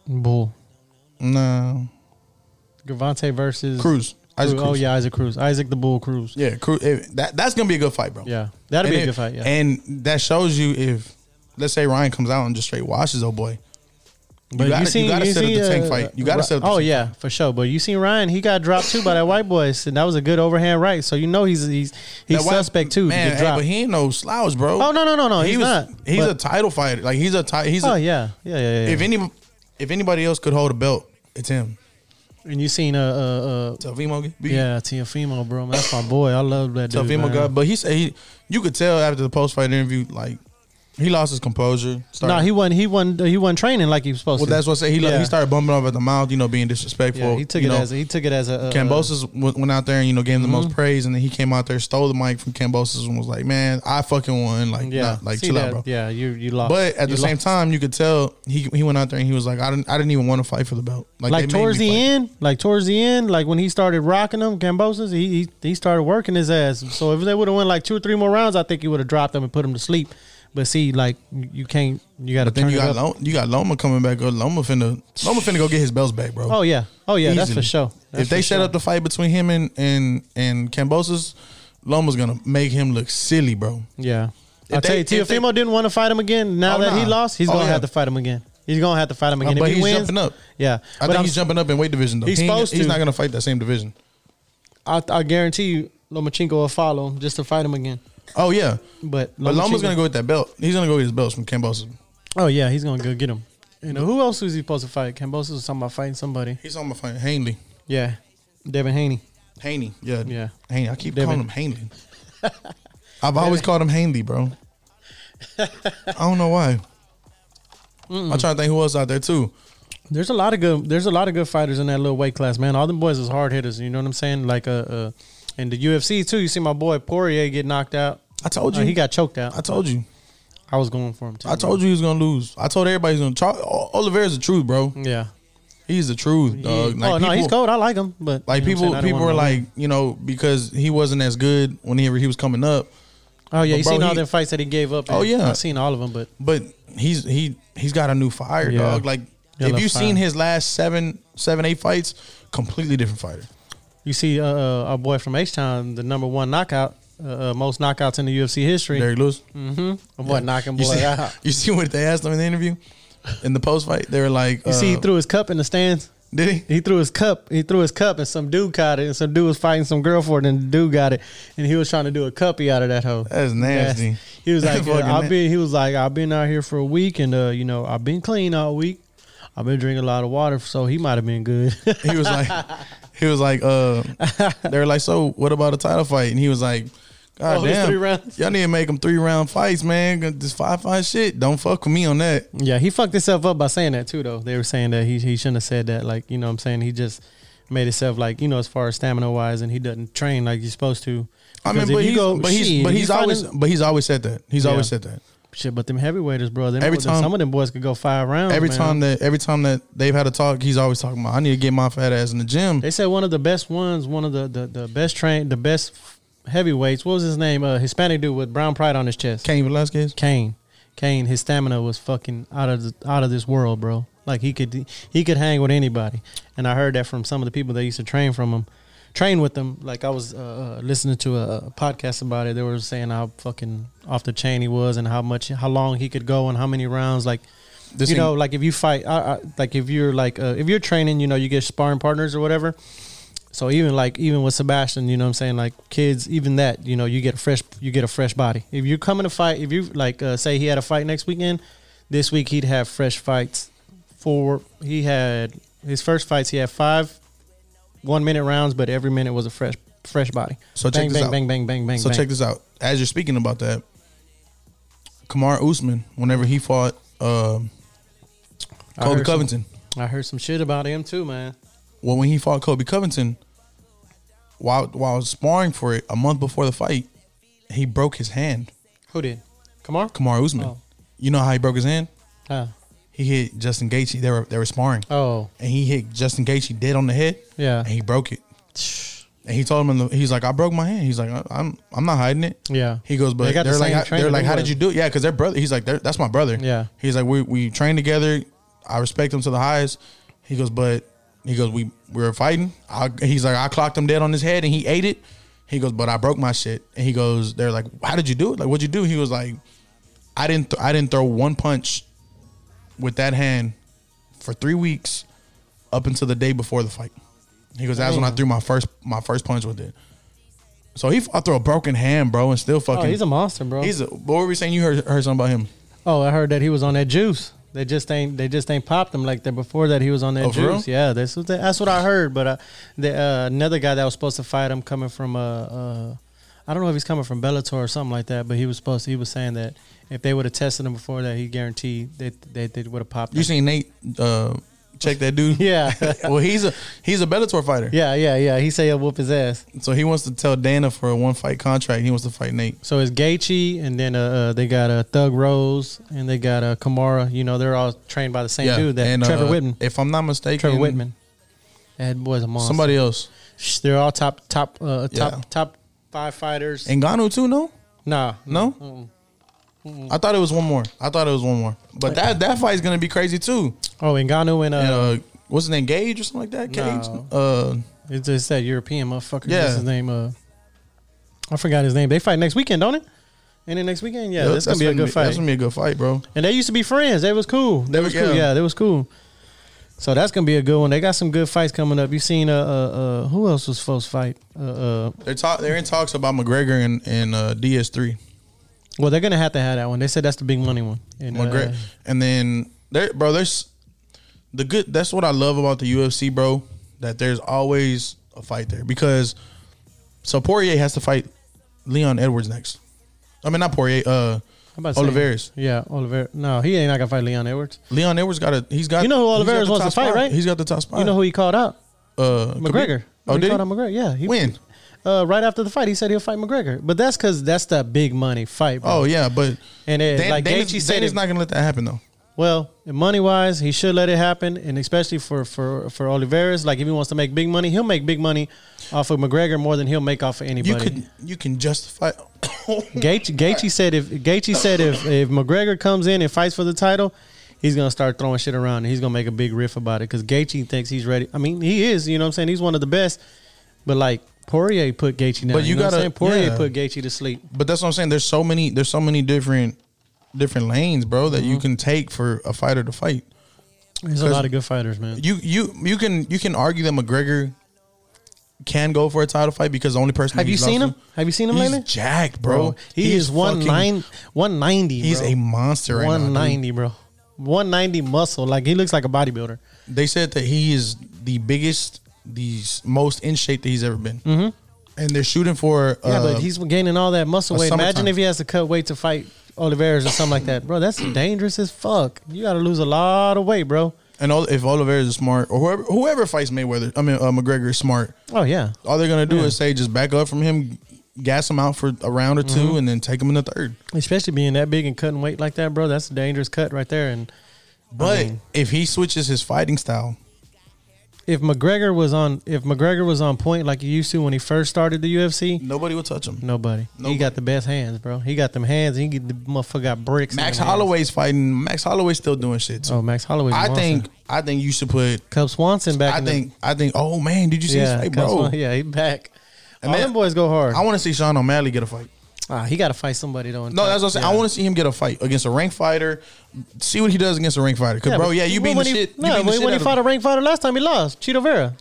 S3: Bull.
S4: No,
S3: Gavante versus
S4: Cruz. Isaac
S3: Cruz. Oh
S4: Cruz.
S3: yeah, Isaac Cruz. Isaac the Bull Cruz.
S4: Yeah, Cru- eh, that that's gonna be a good fight, bro.
S3: Yeah, that'd
S4: and
S3: be a
S4: it-
S3: good fight. Yeah,
S4: and that shows you if let's say Ryan comes out and just straight washes, oh boy,
S3: But
S4: gotta- you gotta set up the tank
S3: uh,
S4: fight. You gotta
S3: Ri-
S4: set up the
S3: Oh
S4: tank
S3: yeah, for sure. But you seen Ryan? He got dropped too by that white boy, and that was a good overhand right. So you know he's he's he's
S4: That white-
S3: suspect too. to
S4: Man,
S3: get
S4: hey,
S3: dropped.
S4: but he ain't no slouch, bro.
S3: Oh, no, no, no, no,
S4: He
S3: he's
S4: was.
S3: not.
S4: He's
S3: But-
S4: a title fighter. Like he's a ti- he's.
S3: oh
S4: a,
S3: yeah, yeah, yeah. yeah.
S4: If any, if anybody else could hold a belt, it's him.
S3: and you seen uh uh, uh
S4: Tavimo,
S3: yeah Tiafimo, bro. Man, that's my boy. I love that dude.
S4: Tavimo
S3: man.
S4: guy. But he said he. You could tell after the post fight interview, like he lost his composure. Started,
S3: No, he wasn't. He wasn't. He wasn't training like he was supposed
S4: Well,
S3: to.
S4: that's what I say. He
S3: Yeah.
S4: he started bumping off at the mouth, you know, being disrespectful.
S3: Yeah, he took it
S4: you know.
S3: as a, he took it as a uh, Mm-hmm.
S4: Cambosis w- went out there and you know gave him the most praise, and then he came out there, stole the mic from Cambosis, and was like, "Man, I fucking won!" Like,
S3: uh, Yeah,
S4: nah, like
S3: See
S4: chill
S3: that?
S4: out, bro.
S3: Yeah, you you lost.
S4: But at
S3: You
S4: the same
S3: lost.
S4: time, you could tell he he went out there and he was like, "I didn't, I didn't even want to fight for the belt."
S3: like
S4: they made
S3: towards
S4: me
S3: the
S4: fight.
S3: end, like towards the end, like when he started rocking him, Cambosis, he, he he started working his ass. So if they would have won like two or three more rounds, I think he would have dropped him and put him to sleep. But see, like you can't, you got to.
S4: But then you got Loma, you got Loma coming back up. Loma finna Loma finna go get his belts back, bro.
S3: Oh yeah, oh yeah, that's for
S4: Easily.
S3: sure. That's
S4: if they
S3: for
S4: set
S3: sure.
S4: up the fight between him and and and Cambosis, Loma's gonna make him look silly, bro.
S3: yeah.
S4: if
S3: I tell you,
S4: they- if they-
S3: Teofimo didn't want to fight him again. Now
S4: Oh,
S3: that he
S4: nah.
S3: lost, he's
S4: Oh,
S3: gonna
S4: yeah. Uh,
S3: have to fight him again. He's gonna have to fight him again.
S4: but
S3: if he
S4: he's
S3: wins,
S4: jumping up.
S3: Yeah,
S4: I think he's jumping up in weight division though.
S3: He's
S4: He ain't-
S3: supposed
S4: He's
S3: to.
S4: not gonna fight that same division.
S3: I, I guarantee you, Lomachenko will follow him just to fight him again.
S4: Oh yeah,
S3: But,
S4: but Loma's
S3: Lomachenko-
S4: gonna go with that belt. He's gonna go get his belts from Cambosis.
S3: Oh yeah, he's gonna go get him. You know who else was he supposed to fight? Cambosis was talking about fighting somebody.
S4: He's on my fight Hanley.
S3: Yeah, Devin Haney.
S4: Haney, yeah,
S3: Yeah.
S4: Haney. I keep
S3: Devin.
S4: calling him Hanley. I've always called him Hanley, bro. I don't know why. I'm trying to think who else out there too.
S3: There's a lot of good. There's a lot of good fighters in that little weight class, man. All them boys is hard hitters. You know what I'm saying? Like uh, uh and the UFC too. You see my boy Poirier get knocked out.
S4: I told you
S3: Uh, he got choked out.
S4: I told you.
S3: I was going for him too.
S4: I told you he was gonna lose. I told everybody he's gonna. Char- O- Oliveira's the truth, bro.
S3: Yeah.
S4: He's the truth, dog.
S3: oh no, he's cold. I like him, but
S4: Like
S3: you know what I'm saying?
S4: people,
S3: I didn't
S4: people
S3: want
S4: were
S3: him to
S4: like, you know, because he wasn't as good whenever he was coming up.
S3: win. oh yeah,
S4: but
S3: you
S4: bro,
S3: seen all
S4: he-
S3: them fights that he gave up.
S4: Oh,
S3: and
S4: yeah.
S3: I seen all of them, but
S4: But he's he he's got a new fire,
S3: Yeah.
S4: dog. Like
S3: Yeah,
S4: if
S3: that
S4: you've seen
S3: fire.
S4: his last seven, seven, eight fights, completely different fighter.
S3: you see uh, uh, our boy from H Town, the number one knockout, uh, uh, most knockouts in the UFC history.
S4: Derrick Lewis.
S3: My boy Mm. knocking
S4: You
S3: boy
S4: see,
S3: out.
S4: you see what they asked him in the interview, in the post fight. They were like,
S3: You see, he
S4: uh,
S3: threw his cup in the stands.
S4: did he?
S3: He threw his cup. He threw his cup, and some dude caught it. And some dude was fighting some girl for it, and the dude got it. And he was trying to do a cuppy out of that hoe.
S4: That's nasty.
S3: Yes. He was like,
S4: Fucking
S3: yeah,
S4: na-
S3: I've been. He was like, I've been out here for a week, and uh, you know, I've been clean all week. I've been drinking a lot of water, so he might have been good.
S4: he was like, he was like, uh, they were like, so what about a title fight? And he was like, God
S3: Oh, it was
S4: damn,
S3: three rounds?
S4: y'all need to make them three round fights, man. This five fight shit, don't fuck with me on that.
S3: yeah, he fucked himself up by saying that too, though. They were saying that he he shouldn't have said that. Like, you know, what I'm saying he just made himself like you know as far as stamina wise, and he doesn't train like you're supposed to.
S4: I mean,
S3: Because if
S4: but
S3: you
S4: he's,
S3: go-
S4: but he's,
S3: shit,
S4: but
S3: you
S4: he's
S3: fighting-
S4: always, but he's always said that. He's always
S3: Yeah.
S4: said that.
S3: Shit, but them heavyweighers, bro. Them
S4: Every
S3: boys-
S4: time-
S3: some of them boys could go five rounds.
S4: Every
S3: Oh, man.
S4: time that, every time that they've had a talk, he's always talking about, I need to get my fat ass in the gym.
S3: they said one of the best ones, one of the the, the best train, the best heavyweights. What was his name? Uh, Hispanic dude with brown pride on his chest.
S4: Cain Velasquez.
S3: Kane. Kane. His stamina was fucking out of the, out of this world, bro. Like he could he could hang with anybody, and I heard that from some of the people that used to train from him, train with him. Like I was uh, uh, listening to a, a podcast about it. They were saying how fucking off the chain he was, and how much how long he could go, and how many rounds. Like
S4: This
S3: you
S4: thing-
S3: know, like if you fight, I, I, like if you're like uh, if you're training, you know, you get sparring partners or whatever. So even like even with Sebastian, you know what I'm saying, like kids, even that, you know, you get a fresh you get a fresh body. If you're coming to fight, if you like uh, say he had a fight next weekend, this week he'd have fresh fights. For he had his first fights, he had five one minute rounds, but every minute was a fresh fresh body.
S4: So check
S3: bang
S4: this
S3: bang,
S4: out.
S3: bang bang bang bang
S4: So
S3: bang.
S4: check this out. As you're speaking about that, Kamar Usman, whenever he fought um,
S3: I
S4: Kobe
S3: heard some-
S4: Covington.
S3: I heard some shit about him too, man.
S4: Well, when he fought Kobe Covington, while while sparring for it a month before the fight, he broke his hand.
S3: Who did? Kamar?
S4: Kamar Usman.
S3: Oh.
S4: You know how he broke his hand?
S3: Ah.
S4: He hit Justin Gaethje. They were they were sparring,
S3: Oh.
S4: and he hit Justin Gaethje dead on the head.
S3: Yeah.
S4: and he broke it. And he told him, in the, he's like, I broke my hand. He's like, I- I'm I'm not hiding it.
S3: Yeah.
S4: He goes, but
S3: They
S4: they
S3: got the
S4: are
S3: same
S4: like,
S3: trainer,
S4: they're like,
S3: they
S4: how
S3: were."
S4: did you do it? Yeah, because they're brother. He's like, "They're- that's my brother.
S3: Yeah.
S4: He's like, we we trained together. I respect him to the highest. He goes, but he goes, we we were fighting. I, he's like, I clocked him dead on his head and he ate it. He goes, but I broke my shit. And he goes, they're like, how did you do it? Like, what'd you do? He was like, I didn't th- I didn't throw one punch with that hand for three weeks up until the day before the fight. He goes, that's when I
S3: Damn.
S4: threw my first my first punch with it. So he fought through a broken hand, bro, and still fucking.
S3: Oh, he's a monster, bro.
S4: He's a. What were we saying? You heard heard something about him?
S3: oh, I heard that he was on that juice. They just ain't they just ain't popped him like that before that he was on that
S4: Oh, for real?
S3: juice. Yeah, that's what that's what I heard. But uh, the uh, another guy that was supposed to fight him coming from uh, uh I don't know if he's coming from Bellator or something like that, but he was supposed to, he was saying that if they would have tested him before that, he guaranteed that they, they, would have popped.
S4: You
S3: Him.
S4: seen Nate? Uh, check that dude.
S3: Yeah.
S4: well, he's a he's a Bellator fighter.
S3: Yeah, yeah, yeah. He said he'll whoop his ass.
S4: So he wants to tell Dana for a one fight contract. He wants to fight Nate.
S3: So it's Gaethje, and then uh, uh, they got uh, Thug Rose, and they got uh, Kamara. You know, they're all trained by the same dude. That
S4: and,
S3: Trevor
S4: uh,
S3: Whitman.
S4: If I'm not mistaken,
S3: Trevor Whitman. That boy's a monster.
S4: Somebody else.
S3: Shh, They're all top top uh, top
S4: Yeah.
S3: top five fighters.
S4: Ngannou too? No,
S3: nah,
S4: no.
S3: Mm.
S4: I thought it was one more. I thought it was one more. But that that fight's gonna be crazy too.
S3: Oh, Ngannou and uh,
S4: And, uh, what's his name? Gage or something like that. Cage.
S3: No.
S4: Uh,
S3: it's, it's that European motherfucker.
S4: Yeah.
S3: What's his name? Uh, I forgot his name. They fight next weekend, don't it? And then next weekend, yeah,
S4: yep,
S3: that's gonna be a good
S4: That's
S3: fight.
S4: gonna be a good fight, bro.
S3: And they used to be friends. They was cool. They
S4: There
S3: was
S4: we go.
S3: cool. Yeah, they was cool. So that's gonna be a good one. They got some good fights coming up. You seen uh uh, uh who else was supposed to fight? Uh, uh
S4: They're talk. They're in talks about McGregor and and uh, DS3.
S3: well they're gonna have to have that one. They said that's the big money one. And, uh,
S4: McGregor, and then there, bro. There's the good. That's what I love about the UFC, bro. That there's always a fight there because so Poirier has to fight Leon Edwards next. I mean, not Poirier. Uh,
S3: I'm about to say-
S4: Oliveira's.
S3: Yeah, Oliveira. No, he ain't not gonna fight Leon Edwards.
S4: Leon Edwards got a. He's got.
S3: You know who
S4: he's got
S3: Oliveira's
S4: the
S3: wants to
S4: top
S3: fight,
S4: spot.
S3: right?
S4: He's got the top spot.
S3: You know who he called out?
S4: Uh,
S3: McGregor.
S4: Oh,
S3: he
S4: did he?
S3: called out McGregor. Yeah, he
S4: When?
S3: Uh, right after the fight, he said he'll fight McGregor, but that's because that's the big money fight. Bro.
S4: Oh yeah, but
S3: and it,
S4: Dan,
S3: like
S4: Dana's,
S3: Gaethje said,
S4: Dana's
S3: it,
S4: not gonna let that happen though.
S3: Well, money wise, he should let it happen, and especially for for for Oliveras. Like if he wants to make big money, he'll make big money off of McGregor more than he'll make off of
S4: You
S3: anybody.
S4: could you can justify.
S3: Gaethje, Gaethje said if Gaethje said if if McGregor comes in and fights for the title, he's gonna start throwing shit around. and He's gonna make a big riff about it because Gaethje thinks he's ready. I mean, he is. You know what I'm saying? He's one of the best. But like Poirier put Gaethje down.
S4: But you
S3: know what I'm
S4: gotta-
S3: saying? Poirier
S4: yeah.
S3: put Gaethje to sleep.
S4: But that's what I'm saying. There's so many. There's so many different different lanes, bro, that
S3: Mm-hmm.
S4: you can take for a fighter to fight.
S3: There's a lot of good fighters, man.
S4: You you you can you can argue that McGregor can go for a title fight because the only person
S3: Have you
S4: he's
S3: seen him?
S4: lost to-
S3: Have you seen him
S4: he's
S3: lately?
S4: jacked, bro.
S3: He, is one
S4: fucking-
S3: nine, one ninety.
S4: He's
S3: bro.
S4: a monster. Right
S3: one
S4: now, dude.
S3: ninety, bro. One ninety muscle. Like he looks like a bodybuilder.
S4: They said that he is the biggest, the s- most in shape that he's ever been. Mm-hmm. And they're shooting for.
S3: Yeah,
S4: uh,
S3: but he's gaining all that muscle
S4: a
S3: weight. Imagine
S4: summertime.
S3: if he has to cut weight to fight Oliveras or something like that, bro. That's dangerous as fuck. You got to lose a lot of weight, bro.
S4: and all, if Oliveira is smart or whoever whoever fights Mayweather, I mean uh, McGregor is smart.
S3: Oh yeah,
S4: All they're gonna do is say just back up from him, gas him out for a round or 2
S3: Mm-hmm.
S4: and then take him in the third.
S3: especially being that big and cutting weight like that, bro. That's a dangerous cut right there. And
S4: But
S3: mean-
S4: if he switches his fighting style,
S3: if McGregor was on, if McGregor was on point like he used to when he first started the UFC,
S4: nobody will touch him.
S3: nobody. He
S4: Nobody.
S3: got the best hands, bro. He got them hands. And he get the motherfucker got bricks. in
S4: Max
S3: them hands.
S4: Holloway's fighting. Max Holloway's still doing shit. too.
S3: Oh, Max Holloway.
S4: I think. I think you should put.
S3: Cub Swanson back.
S4: I
S3: in the-
S4: think. I think. Oh man, did you see
S3: yeah,
S4: his fight,
S3: Cub
S4: bro?
S3: Swan- yeah, he back.
S4: And
S3: All
S4: then-
S3: them boys go hard.
S4: I want to see Sean O'Malley get a fight.
S3: Ah, he got to fight somebody though.
S4: No, that's what I'm saying. I want to see him get a fight against a ranked fighter. See what he does against a ranked fighter. Cause bro, yeah, you beat the
S3: he,
S4: shit. you
S3: No, when,
S4: beating the shit
S3: when he
S4: out of-
S3: fought a ranked fighter last time, he lost. Cheeto Vera.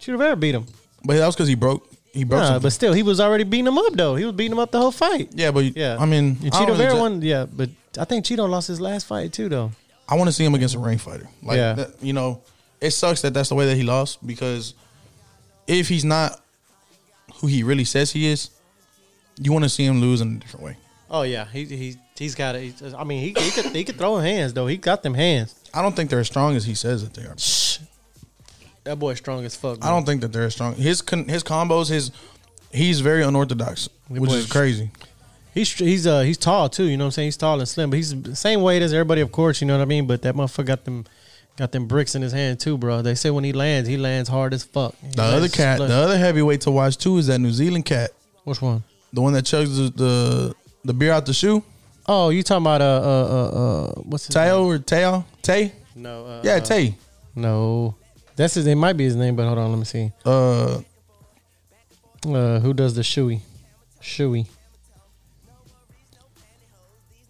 S3: Cheeto Vera beat him.
S4: but that was because he broke. He broke.
S3: No,
S4: something.
S3: but still, he was already beating him up though. He was beating him up the whole fight.
S4: yeah, but
S3: Yeah,
S4: yeah. I mean,
S3: and
S4: I don't
S3: Cheeto
S4: really
S3: Vera
S4: ju-
S3: won. Yeah, but I think Cheeto lost his last fight too though.
S4: I want to see him against a ranked fighter. Like,
S3: Yeah.
S4: that, you know, it sucks that that's the way that he lost because if he's not who he really says he is, you want to see him lose in a different way.
S3: Oh yeah, he he he's got it. I mean, he he could, he could throw hands though. He got them hands.
S4: I don't think they're as strong as he says that they are.
S3: That boy's strong as fuck.
S4: I don't think that they're as strong. His con- his combos, his he's very unorthodox, which
S3: boy-
S4: is crazy.
S3: He's he's uh he's tall too. You know what I'm saying? He's tall and slim, but he's the same weight as everybody, of course. You know what I mean? But that motherfucker got them got them bricks in his hand too, bro. They say when he lands, he lands hard as fuck. He
S4: The other
S3: lands-
S4: cat, the other heavyweight to watch too is that New Zealand cat,
S3: Which one?
S4: the one that chugs the the, the beer out the shoe.
S3: Oh, you talking about uh uh uh, uh what's his
S4: Tao or Tao Tay?
S3: name? No. Uh,
S4: Yeah,
S3: uh,
S4: Tay.
S3: no. That's his. It might be his name, but hold on, let me see.
S4: Uh,
S3: Uh, who does the shoey? Shoey.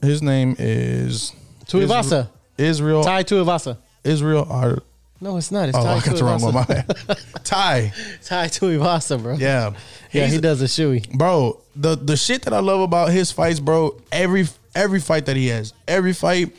S4: his name is Isra-
S3: Tuivasa.
S4: Israel
S3: Ty Tuivasa.
S4: Israel or
S3: No, it's not. It's
S4: oh,
S3: tied
S4: I
S3: to
S4: got the wrong one. My
S3: Ivasa.
S4: bad. Ty.
S3: Tied to Ivasa, bro.
S4: Yeah.
S3: yeah, he
S4: He's-
S3: does a shoey.
S4: bro. The the shit that I love about his fights, bro. Every every fight that he has, every fight,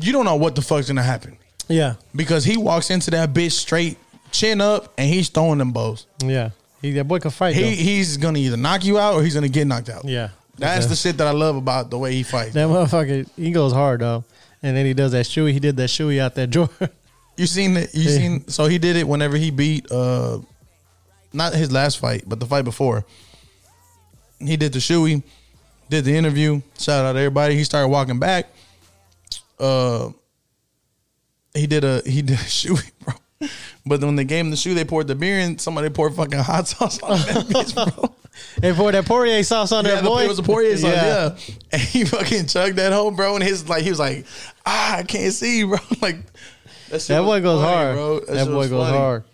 S4: you don't know what the fuck's gonna happen
S3: Yeah,
S4: because he walks into that bitch straight, chin up, and he's throwing them bows.
S3: yeah. He, that boy can fight.
S4: He
S3: though.
S4: he's gonna either knock you out or he's gonna get knocked out.
S3: Yeah.
S4: that's
S3: Okay.
S4: the shit that I love about the way he fights.
S3: That motherfucker, he goes hard though. And then he does that shoey. He did that shoey out that drawer.
S4: You seen that? You
S3: Yeah.
S4: seen? So he did it whenever he beat, uh not his last fight, but the fight before. He did the shoey, did the interview. Shout out to everybody. He started walking back. Uh, he did a he did a shoey, bro. But when they gave him the shoe, they poured the beer in. Somebody poured fucking hot sauce on that bitch, bro.
S3: and for that Poirier sauce on
S4: Yeah,
S3: that
S4: the,
S3: boy,
S4: it was a Poirier sauce, yeah. And he fucking chugged that home, bro. And his like he was like, ah, I can't see, bro. Like that, shit
S3: That
S4: was
S3: boy goes
S4: funny,
S3: hard.
S4: bro.
S3: That,
S4: shit
S3: boy
S4: was
S3: goes
S4: funny.
S3: hard.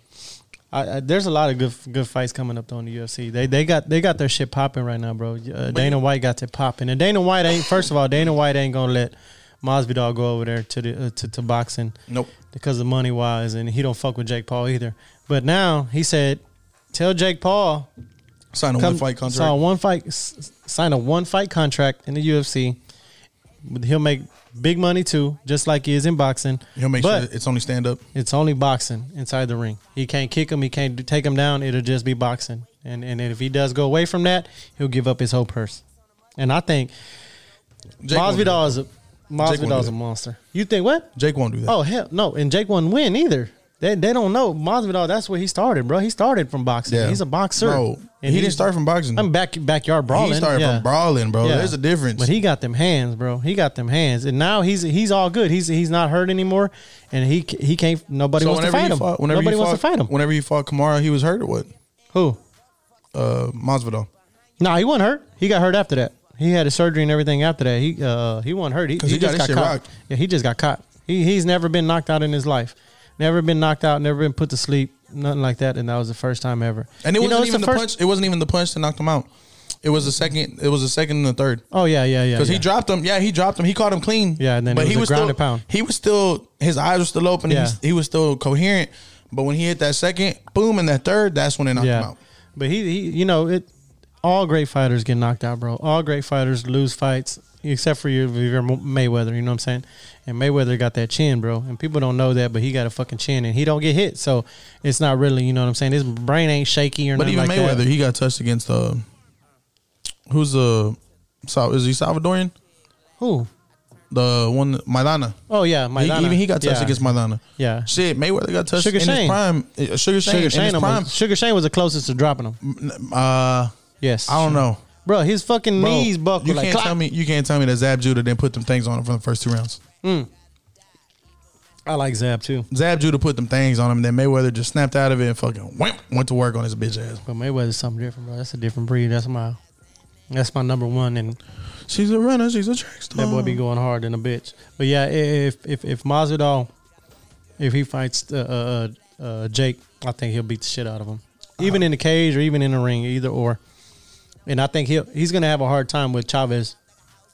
S3: I, I, there's a lot of good good fights coming up on the UFC. They they got they got their shit popping right now, bro. Uh, Dana White got it popping, and Dana White ain't. First of all, Dana White ain't gonna let Masvidal go over there to the uh, to, to boxing
S4: Nope.
S3: because of money wise, and he don't fuck with Jake Paul either. But now he said, tell Jake Paul
S4: Sign a
S3: come
S4: one fight contract.
S3: sign a one fight s- s- sign a one fight contract in the UFC. He'll make big money too, just like he is in boxing.
S4: He'll make
S3: but
S4: sure it's only stand up.
S3: It's only boxing inside the ring. He can't kick him. He can't do- take him down. It'll just be boxing. And and if he does go away from that, he'll give up his whole purse. And I think Masvidal is a
S4: won't do
S3: Masvidal is
S4: that.
S3: a monster. You think what?
S4: Jake won't do that.
S3: Oh hell no! And Jake won't win either. They, they don't know Masvidal. That's where he started, bro. He started from boxing. He's a boxer.
S4: Bro,
S3: And
S4: he
S3: he's-
S4: didn't start from boxing.
S3: I'm back backyard brawling.
S4: he started
S3: yeah.
S4: from brawling, bro.
S3: Yeah.
S4: There's a difference.
S3: But he got them hands, bro. He got them hands, and now he's he's all good. He's he's not hurt anymore, and he c- he can't. Nobody wants to
S4: whenever
S3: fight
S4: he
S3: him.
S4: fought, whenever
S3: nobody
S4: he
S3: wants to
S4: fought-
S3: fight him.
S4: Whenever he fought Kamara, he was hurt or what?
S3: Who?
S4: Uh, Masvidal.
S3: Nah, he wasn't hurt. He got hurt after that. He had his surgery and everything after that. He uh he wasn't hurt. He,
S4: 'Cause he
S3: just got,
S4: got his shit
S3: caught.
S4: rocked.
S3: Yeah, he just got caught. He he's never been knocked out in his life. Never been knocked out. Never been put to sleep. Nothing like that. And that was the first time ever.
S4: And it
S3: You
S4: wasn't
S3: know, it's
S4: even the,
S3: first-
S4: punch. It wasn't even the punch that knocked him out. It was the second. It was the second and the third.
S3: Oh yeah, yeah, yeah.
S4: Because
S3: yeah.
S4: he dropped him. Yeah, he dropped him. He caught him clean.
S3: Yeah, and then it was a ground
S4: still,
S3: and pound.
S4: He was still his eyes were still open. He,
S3: Yeah.
S4: was, he was still coherent. But when he hit that second, boom, and that third, that's when they knocked him out.
S3: But he, he, you know, it. All great fighters get knocked out, bro. All great fighters lose fights, except for your, your Mayweather. You know what I'm saying? And Mayweather got that chin, bro. And people don't know that, but he got a fucking chin, and he don't get hit, so it's not really. You know what I'm saying? His brain ain't shaky or
S4: But
S3: nothing
S4: even
S3: like
S4: Mayweather,
S3: that.
S4: he got touched against uh, who's the Sal- is he Salvadorian?
S3: Who?
S4: The one Maidana.
S3: Oh yeah,
S4: He,
S3: Maidana.
S4: even he got touched
S3: yeah.
S4: against Maidana.
S3: Yeah.
S4: Shit, Mayweather got touched
S3: Sugar
S4: in
S3: Shane.
S4: his prime. Uh, Sugar Shane,
S3: Sugar
S4: in
S3: Shane,
S4: his prime.
S3: almost, Sugar Shane was the closest to dropping him.
S4: Uh, I
S3: Yes,
S4: don't know.
S3: bro. His fucking
S4: Bro,
S3: knees buckled.
S4: You
S3: like,
S4: can't
S3: clock.
S4: tell me. You can't tell me that Zab Judah didn't put them things on him from the first two rounds.
S3: I like Zab too,
S4: Zab Judah put them things on him. Then Mayweather just snapped out of it and fucking went went to work on his bitch ass.
S3: but Mayweather's something different, bro. That's a different breed. That's my, that's my number one and.
S4: She's a runner. She's a track star.
S3: That boy be going hard in a bitch. But yeah, i- if if if Masvidal, if he fights uh, uh, uh, Jake, I think he'll beat the shit out of him,
S4: Uh-huh.
S3: even in the cage or even in the ring, either or. And I think he'll he's gonna have a hard time with Chavez.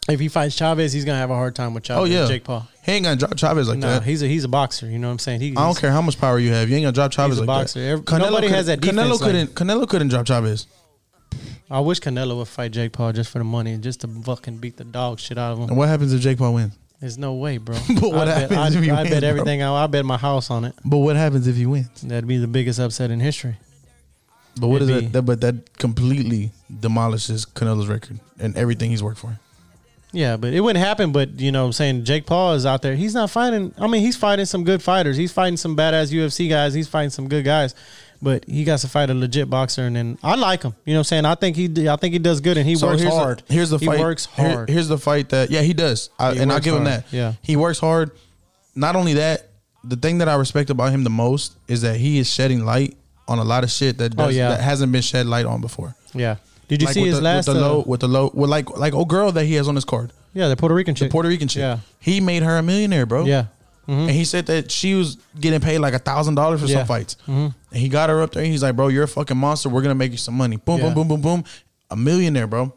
S3: If he fights Chavez, he's gonna have a hard time with Chavez.
S4: Oh yeah,
S3: Jake Paul.
S4: He ain't gonna drop Chavez like
S3: No,
S4: that.
S3: he's a he's a boxer. You know what I'm saying? He,
S4: I don't
S3: he's-
S4: care how much power you have. You ain't gonna drop Chavez
S3: He's a
S4: like
S3: boxer.
S4: that.
S3: Every- nobody has
S4: couldn't-
S3: that defense
S4: Canelo
S3: like-
S4: couldn't. Canelo couldn't drop Chavez.
S3: I wish Canelo would fight Jake Paul just for the money and just to fucking beat the dog shit out of him.
S4: And what happens if Jake Paul wins?
S3: There's no way, bro.
S4: But what
S3: I bet,
S4: happens
S3: I,
S4: if he
S3: I
S4: wins,
S3: bet
S4: bro?
S3: everything. I, I bet my house on it.
S4: But what happens if he wins?
S3: That'd be the biggest upset in history.
S4: But what is
S3: It'd
S4: that, that? But that completely demolishes Canelo's record and everything he's worked for.
S3: Yeah, but it wouldn't happen. But you know, what I'm saying Jake Paul is out there. He's not fighting. I mean, he's fighting some good fighters. He's fighting some badass UFC guys. He's fighting some good guys. But he got to fight a legit boxer, and then I like him. You know, what I'm saying I think he, I think he does good, and he works
S4: here's
S3: hard.
S4: The, here's the
S3: he
S4: fight.
S3: works
S4: here-
S3: hard.
S4: here's the fight that yeah he does, I,
S3: He
S4: and I'll
S3: works
S4: give him
S3: hard.
S4: that.
S3: Yeah.
S4: he works hard. Not only that, the thing that I respect about him the most is that he is shedding light on a lot of shit that does,
S3: Oh, yeah.
S4: that hasn't been shed light on before.
S3: yeah. Did you
S4: like
S3: see
S4: with
S3: his
S4: the,
S3: last?
S4: with the
S3: uh,
S4: low with the low with like like old girl that he has on his card,
S3: yeah, the Puerto Rican chick.
S4: Puerto Rican chick.
S3: Yeah,
S4: he made her a millionaire, bro.
S3: yeah. Mm-hmm.
S4: And he said that she was getting paid like a thousand dollars for
S3: Yeah. Mm-hmm.
S4: some fights. And he got her up there. And he's like, "Bro, you're a fucking monster. We're gonna make you some money. Boom,
S3: Yeah.
S4: boom, boom, boom, boom. A millionaire, bro.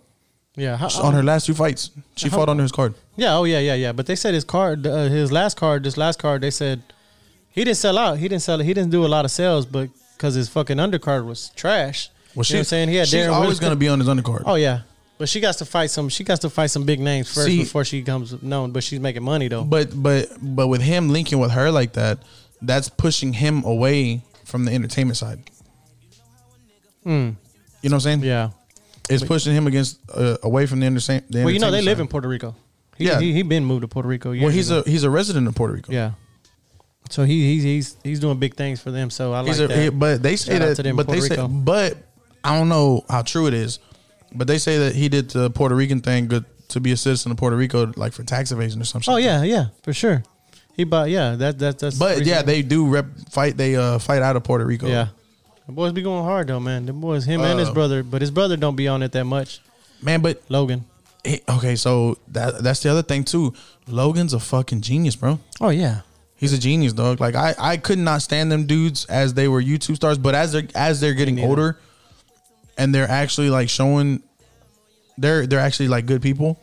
S3: Yeah, How-
S4: on her last two fights.
S3: Uh-huh.
S4: She fought under his card.
S3: Yeah, oh yeah, yeah, yeah. But they said his card, uh, his last card, this last card, they said He didn't sell out. He didn't sell it. He didn't do a lot of sales, but because his fucking undercard was trash.
S4: Well,
S3: you know what I'm saying? He had
S4: she's
S3: Darren
S4: always
S3: Willis-
S4: going to be on his undercard.
S3: Oh yeah, but she got to fight some. She got to fight some big names first
S4: See-
S3: before she becomes known. But she's making money though.
S4: But but but with him linking with her like that, that's pushing him away from the entertainment side. You know what I'm saying?
S3: Hmm. yeah.
S4: it's pushing him against uh, away from the, entertain, the
S3: Well, you know
S4: entertainment
S3: they live
S4: side.
S3: in Puerto Rico. He,
S4: Yeah.
S3: He he been moved to Puerto Rico.
S4: Well,
S3: years
S4: he's
S3: ago.
S4: a he's a resident of Puerto Rico.
S3: yeah. So he he's he's he's doing big things for them. So I like
S4: He's a,
S3: that.
S4: he- but they say
S3: Shout out
S4: that.
S3: to them,
S4: but they
S3: Puerto
S4: say,
S3: Rico.
S4: but I don't know how true it is. But they say that he did the Puerto Rican thing good to be a citizen of Puerto Rico, like for tax evasion or something.
S3: oh yeah, yeah, for sure. He bought yeah. That that that's.
S4: But yeah,
S3: reason-
S4: they do rep fight. They uh fight out of Puerto Rico.
S3: yeah. The boys be going hard though, man. The boys, him and his
S4: Uh,
S3: brother, but his brother don't be on it that much.
S4: man. But
S3: Logan.
S4: he- okay, so that that's the other thing too. Logan's a fucking genius, bro.
S3: Oh yeah.
S4: He's a genius, dog. Like I, I could not stand them dudes as they were YouTube stars, but as they're as they're getting
S3: neither.
S4: older, and they're actually like showing, they're they're actually like good people.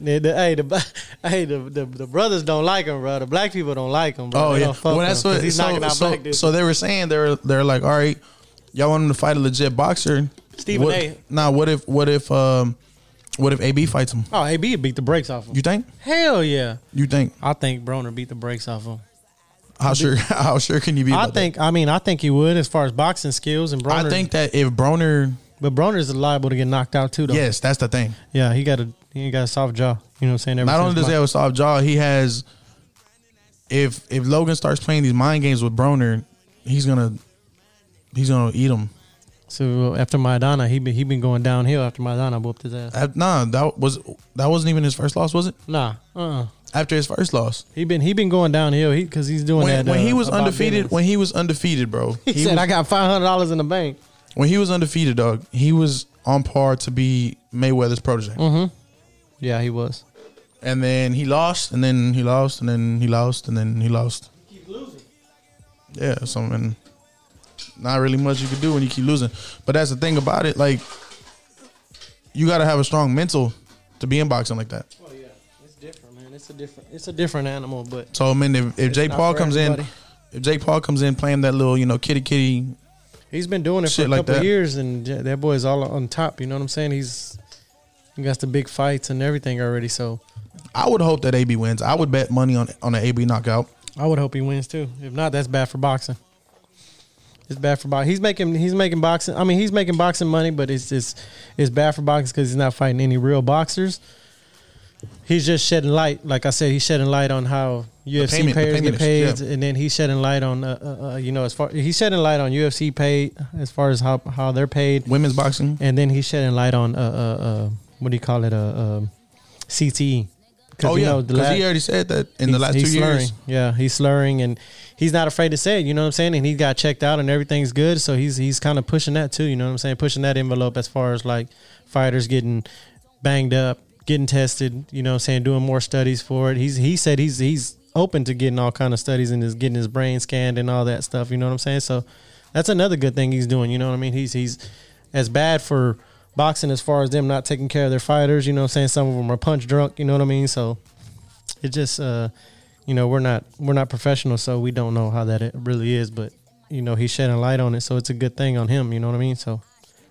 S3: Yeah, the, hey, the hey, the, the the brothers don't like him, bro. The black people don't like him, bro.
S4: Oh
S3: They
S4: yeah,
S3: don't fuck
S4: well
S3: with
S4: that's
S3: him
S4: what
S3: 'cause he's
S4: so,
S3: knocking out
S4: so,
S3: black dudes.
S4: so they were saying they're they're like, all right, y'all want him to fight a legit boxer?
S3: Stephen
S4: what,
S3: A.
S4: Nah, what if what if um, what if AB fights him?
S3: oh, AB beat the brakes off him.
S4: You think?
S3: Hell yeah,
S4: You think?
S3: I think Broner beat the brakes off him.
S4: How sure? How sure can you be?
S3: I
S4: about that?
S3: think. I mean, I think he would as far as boxing skills and Broner.
S4: I think that if Broner,
S3: but Broner's liable to get knocked out too, though.
S4: yes, that's the thing.
S3: yeah, he got a he ain't got a soft jaw. You know what I'm saying? Ever
S4: Not only
S3: since
S4: does he
S3: my-
S4: have a soft jaw, he has. If if Logan starts playing these mind games with Broner, he's gonna he's gonna eat him.
S3: so after Maidana, he been he been going downhill after Maidana whooped his ass.
S4: Uh, Nah, that was that wasn't even his first loss, was it?
S3: Nah, uh, uh
S4: After his first loss,
S3: he been he been going downhill. He because he's doing
S4: when,
S3: that
S4: when
S3: uh,
S4: he was
S3: about
S4: undefeated,
S3: business.
S4: when he was undefeated, bro,
S3: he, said,
S4: was,
S3: "I got five hundred dollars in the bank."
S4: when he was undefeated, dog, he was on par to be Mayweather's protege.
S3: Yeah, he was.
S4: And then he lost, and then he lost, and then he lost, and then he lost. Yeah, so I mean, not really much you can do when you keep losing. But that's the thing about it, like you got to have a strong mental to be in boxing like that.
S3: Oh yeah, it's different, man. It's a different, it's a different animal. But
S4: So I mean, if, if Jake
S3: not
S4: Paul
S3: for
S4: comes in,
S3: everybody.
S4: if Jake Paul comes in playing that little, you know, kitty kitty,
S3: he's been doing it
S4: Shit
S3: for a
S4: like
S3: couple
S4: that.
S3: years, and j- that boy's all on top. You know what I'm saying? He's he got the big fights and everything already. So
S4: I would hope that AB wins. I would bet money on on an AB knockout.
S3: I would hope he wins too. If not, that's bad for boxing. It's bad for boxing. He's making he's making boxing. I mean, he's making boxing money, but it's just it's bad for boxing because he's not fighting any real boxers. He's just shedding light. Like I said, he's shedding light on how UFC payers
S4: payment- the
S3: get
S4: payment
S3: paid,
S4: is- yeah.
S3: and then he's shedding light on uh, uh, uh, you know as far he's shedding light on UFC paid as far as how how they're paid,
S4: Women's boxing.
S3: and then he's shedding light on uh, uh, uh what do you call it uh, uh CTE. E. 'Cause,
S4: Oh
S3: you
S4: yeah,
S3: know, the
S4: because
S3: la-
S4: he already said that in the
S3: He's-
S4: last two
S3: he's slurring.
S4: years.
S3: Yeah, he's slurring and he's not afraid to say it, you know what I'm saying? And he got checked out and everything's good. So he's he's kind of pushing that too, you know what I'm saying? Pushing that envelope as far as like fighters getting banged up, getting tested, you know what I'm saying, doing more studies for it. He's he said he's he's open to getting all kind of studies and just getting his brain scanned and all that stuff, you know what I'm saying? So that's another good thing he's doing, you know what I mean? He's he's as bad for boxing as far as them not taking care of their fighters, you know what I'm saying? Some of them are punch drunk, you know what I mean? So it just uh you know we're not we're not professional so we don't know how that it really is but you know he's shedding light on it so it's a good thing on him you know what i mean so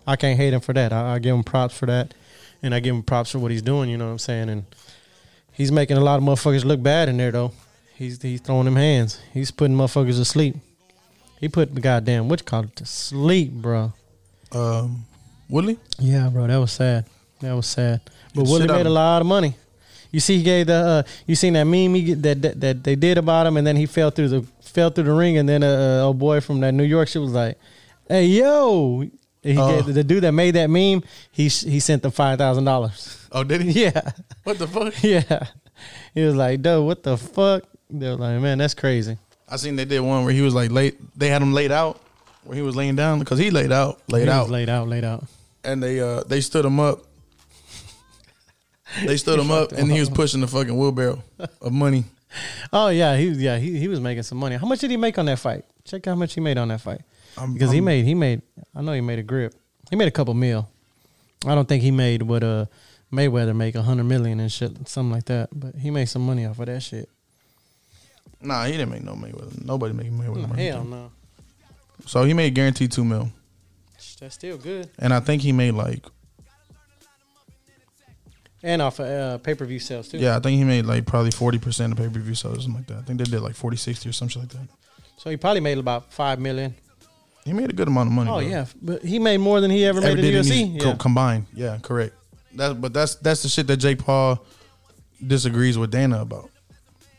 S3: i can't hate him for that i, I give him props for that and i give him props for what he's doing you know what i'm saying and he's making a lot of motherfuckers look bad in there though he's he's throwing them hands he's putting motherfuckers to sleep he put the goddamn what you call it to sleep bro
S4: Um, Woodley.
S3: yeah, bro, that was sad. That was sad. But
S4: Shit
S3: Willie
S4: out of
S3: made a
S4: him.
S3: lot of money. You see, he gave the uh, you seen that meme he, get- that, that that they did about him, and then he fell through the fell through the ring, and then a uh, old boy from that New York shit was like, "Hey, yo." He
S4: Oh.
S3: gave, the dude that made that meme, he s- he sent them five thousand dollars.
S4: Oh, did he?
S3: Yeah,
S4: What the fuck?
S3: yeah. He was like, "Dude, what the fuck?" They were like, "Man, that's crazy."
S4: I seen they did one where he was like late. They had him laid out where he was laying down because he laid out, laid
S3: He was
S4: out,
S3: laid out, laid out.
S4: and they uh they stood him up. They stood him up, and he was pushing the fucking wheelbarrow of money.
S3: Oh yeah, he was yeah he, he was making some money. How much did he make on that fight? Check how much he made on that fight.
S4: I'm-
S3: because he
S4: I'm-
S3: made he made I know he made a grip. He made a couple mil. I don't think he made what uh Mayweather make a hundred million and shit something like that. But he made some money off of that shit.
S4: Nah, he didn't make no Mayweather. Nobody made Mayweather. money.
S3: Oh, Hell no.
S4: So he made guaranteed two mil,
S3: That's still good.
S4: and I think he made like
S3: And off of uh, pay per view sales too.
S4: yeah, I think he made like probably forty percent of pay per view sales, something like that. I think they did like 40, 60 or something like that.
S3: So he probably made about five million.
S4: He made a good amount of money.
S3: Oh
S4: bro.
S3: yeah, but he made more than he ever,
S4: ever
S3: made in
S4: did
S3: UFC.
S4: any co-
S3: yeah.
S4: combined. Yeah, correct. That, but that's that's the shit that Jake Paul disagrees with Dana about.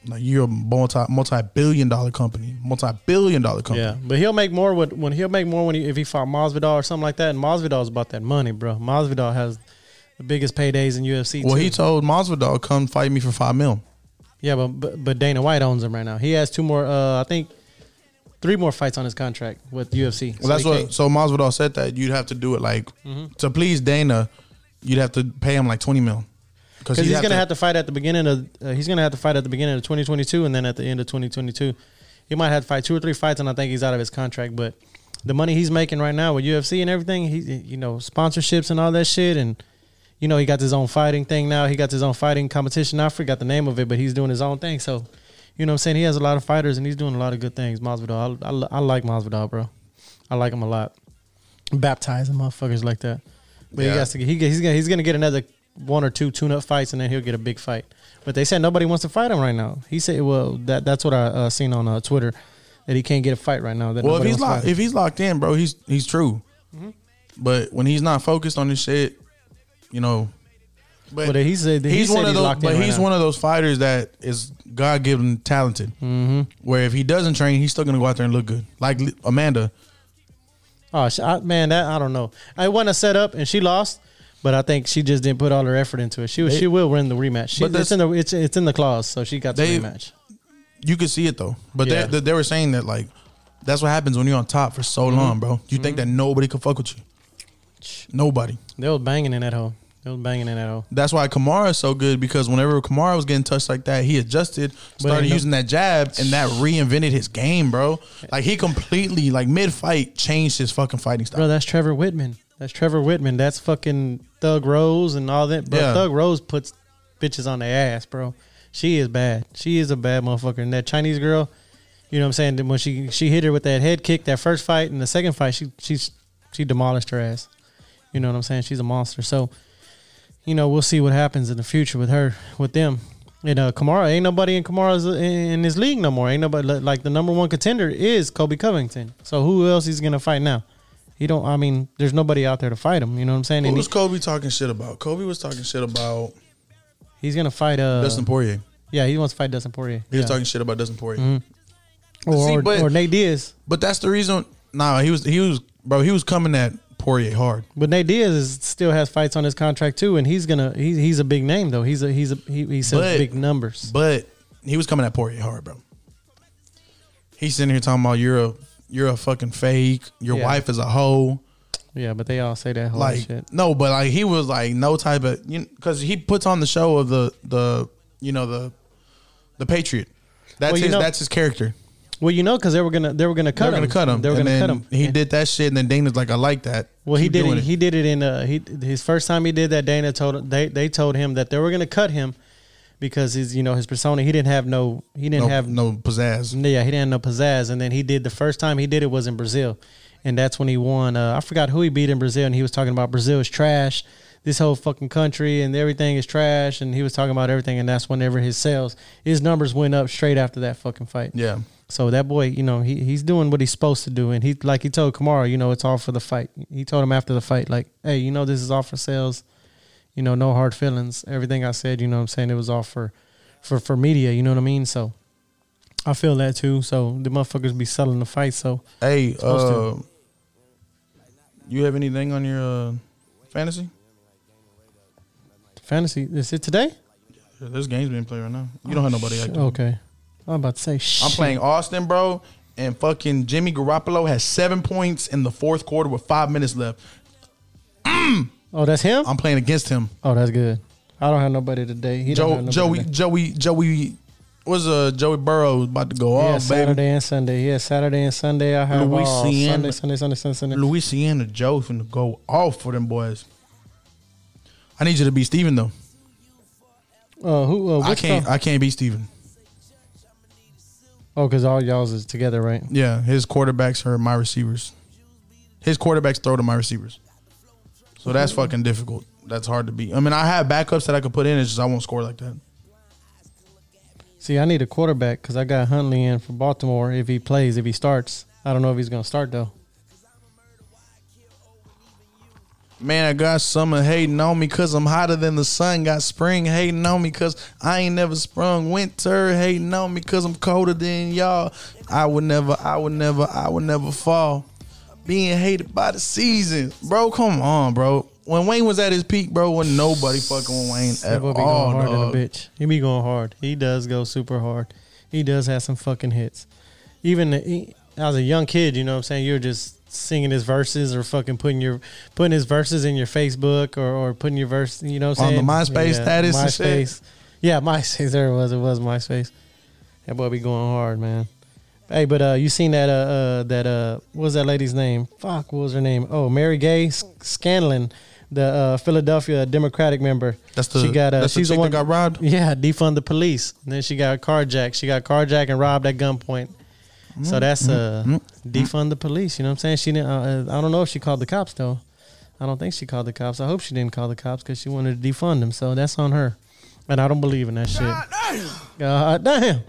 S4: Like you're a multi multi billion dollar company, multi billion dollar company.
S3: Yeah, but he'll make more with, when he'll make more when he, if he fought Masvidal or something like that. And Masvidal's about that money, bro. Masvidal has the biggest paydays in UFC.
S4: Well,
S3: too.
S4: he told Masvidal, "Come fight me for five mil."
S3: yeah, but, but but Dana White owns him right now. He has two more, uh, I think, three more fights on his contract with UFC.
S4: Well, that's
S3: he
S4: what.
S3: can't- Mm-hmm.
S4: So Masvidal said that you'd have to do it like to please Dana, you'd have to pay him like twenty mil because
S3: Because he's gonna have to fight at the beginning of uh, he's gonna have to fight at the beginning of 2022 and then at the end of 2022, he might have to fight two or three fights and I think he's out of his contract. But the money he's making right now with UFC and everything, he you know sponsorships and all that shit, and you know he got his own fighting thing now. He got his own fighting competition. I forgot the name of it, but he's doing his own thing. So you know what I'm saying he has a lot of fighters and he's doing a lot of good things. Masvidal, I, I, I like Masvidal, bro. I like him a lot. Baptizing motherfuckers like that. But
S4: Yeah.
S3: he has to. He, he's gonna. He's gonna get another one or two tune-up fights, and then he'll get a big fight. But they said nobody wants to fight him right now. He said, "Well, that that's what I uh, seen on uh, Twitter that he can't get a fight right now." That
S4: Well, if
S3: nobody Mm-hmm. wants
S4: he's
S3: to
S4: locked,
S3: fight him.
S4: if he's locked in, bro, he's he's true. But when he's not focused on this shit, you know. But,
S3: But he said- he
S4: he's
S3: said
S4: one of
S3: he's
S4: those.
S3: locked in
S4: But
S3: right
S4: he's
S3: now.
S4: one of those fighters that is God given talented.
S3: Mm-hmm.
S4: Where if he doesn't train, he's still gonna go out there and look good. Like Li- Amanda,
S3: oh sh- I, man, that I don't know. I won a setup and she lost, but I think she just didn't put all her effort into it. She was-
S4: They-
S3: she will win the rematch. She,
S4: But
S3: it's
S4: that's-
S3: in the it's, it's in the clause, so she got the
S4: They-
S3: rematch.
S4: you could see it though. But
S3: Yeah.
S4: they, they they were saying that like that's what happens when you're on top for so
S3: Mm-hmm.
S4: long, bro. You think that nobody could fuck with you. Nobody.
S3: They was banging in that hole. They was banging in that hole.
S4: That's why Kamara is so good because whenever Kamara was getting touched like that, he adjusted, started
S3: ain't no-
S4: using that jab, and that reinvented his game, bro. Like he completely, like mid fight, changed his fucking fighting style.
S3: Bro, that's Trevor Whitman. That's Trevor Whitman. That's fucking Thug Rose and all that. Bro,
S4: Yeah.
S3: Thug Rose puts bitches on their ass, bro. She is bad. She is a bad motherfucker. And that Chinese girl, you know what I'm saying? Then When she she hit her with that head kick, that first fight and the second fight, she she's she demolished her ass. You know what I'm saying? She's a monster. So, you know, we'll see what happens in the future with her, with them. And uh, Kamara, ain't nobody in Kamara's in his league no more. Ain't nobody like the number one contender is Kobe Covington. So who else he's gonna fight now? He don't. I mean, there's nobody out there to fight him. You know what I'm saying?
S4: Who
S3: And
S4: was Kobe talking shit about? Kobe was talking shit about
S3: he- he's gonna fight. Uh,
S4: Dustin Poirier.
S3: yeah, he wants to fight Dustin Poirier.
S4: He was
S3: Yeah. Mm-hmm.
S4: talking shit about Dustin Poirier.
S3: or,
S4: See,
S3: or-
S4: but-
S3: or Nate Diaz.
S4: But that's the reason. Nah, he was he was bro. He was coming at Poirier hard.
S3: But Nate Diaz is, still has fights on his contract too, and he's gonna. He's he's a big name though. He's a he's a he, he sells
S4: But-
S3: big numbers.
S4: But he was coming at Poirier hard, bro. He's sitting here talking about you're a you're a fucking fake. Your
S3: Yeah.
S4: wife is a hoe.
S3: yeah, but they all say that whole
S4: like
S3: shit.
S4: no, but like he was like no type of you because he puts on the show of the the you know the the patriot. That's
S3: Well, you
S4: his
S3: know-
S4: that's his character.
S3: Well, you know, because they were gonna they were gonna cut
S4: They're
S3: him.
S4: gonna cut him.
S3: They were
S4: and
S3: gonna
S4: then
S3: cut him.
S4: He
S3: And-
S4: did that shit, and then Dana's like, I like that.
S3: Well, he
S4: Keep
S3: did
S4: doing
S3: it. He did it in uh he his first time he did that. Dana told they they told him that they were gonna cut him because his you know his persona he didn't have no he didn't
S4: no,
S3: have
S4: no pizzazz.
S3: yeah he didn't have no pizzazz and then he did the first time he did it was in Brazil, and that's when he won. Uh, I forgot who he beat in Brazil and he was talking about Brazil is trash, this whole fucking country and everything is trash and he was talking about everything and that's whenever his sales his numbers went up straight after that fucking fight.
S4: Yeah,
S3: So that boy, you know, he, he's doing what he's supposed to do, and he like he told Kamara, you know, it's all for the fight. He told him after the fight, like, hey, you know, this is all for sales. You know, no hard feelings. Everything I said, you know, what I'm saying it was all for, for for media. You know what I mean? So, I feel that too. So the motherfuckers be selling the fight. So
S4: Hey, uh,
S3: Supposed
S4: you have anything on your uh, fantasy?
S3: fantasy is it today?
S4: This game's being played right now. You don't have nobody. active.
S3: Okay, I'm about to say shit.
S4: I'm playing Austin, bro, and fucking Jimmy Garoppolo has seven points in the fourth quarter with five minutes left.
S3: Oh, that's him.
S4: I'm playing against him.
S3: oh, that's good. I don't have nobody today. He don't
S4: Joe,
S3: have nobody
S4: Joey,
S3: today.
S4: Joey, Joey, was uh Joey Burrow about to go
S3: Yeah,
S4: off,
S3: Saturday
S4: baby.
S3: and Sunday. Yeah, Saturday and Sunday. I have all.
S4: Louisiana.
S3: Sunday, Sunday, Sunday, Sunday, Sunday.
S4: Louisiana Joe finna go off for them boys. I need you to be Steven though.
S3: Uh, who? Uh,
S4: I
S3: what's
S4: can't.
S3: the-
S4: I can't be Steven.
S3: Oh, because all y'all's is together, right?
S4: Yeah, his quarterbacks are my receivers. His quarterbacks throw to my receivers. So that's fucking difficult. That's hard to beat. I mean, I have backups that I could put in. It's just I won't score like that.
S3: See, I need a quarterback because I got Huntley in for Baltimore. If he plays, if he starts, I don't know if he's gonna start though.
S4: Man, I got summer hating on me because I'm hotter than the sun. Got spring hating on me because I ain't never sprung. Winter hating on me because I'm colder than y'all. I would never, I would never, I would never fall. Being hated by the seasons. Bro, come on, bro. When Wayne was at his peak, bro, when nobody fucking with Wayne
S3: That
S4: at
S3: boy be
S4: all.
S3: going hard
S4: dog.
S3: than a bitch. He be going hard. He does go super hard. He does have some fucking hits. Even the, he, as a young kid, you know what I'm saying? You're just singing his verses or fucking putting your putting his verses in your Facebook or, or putting your verse, you know what I'm
S4: On the
S3: saying?
S4: MySpace status and shit.
S3: Yeah, MySpace. There it was. It was MySpace. That boy be going hard, man. Hey, but uh, you seen that uh, uh that uh what was that lady's name? Fuck, what was her name? Oh, Mary Gay S- Scanlon, the uh, Philadelphia Democratic member.
S4: That's the
S3: she got uh,
S4: that's
S3: she's
S4: the,
S3: the,
S4: chick
S3: one
S4: that got robbed.
S3: Yeah, defund the police. And then she got carjacked. She got carjacked and robbed at gunpoint. So that's uh defund the police. You know what I'm saying? She didn't. Uh, uh, I don't know if she called the cops though. I don't think she called the cops. I hope she didn't call the cops because she wanted to defund them. So that's on her. And I don't believe in that shit. God damn.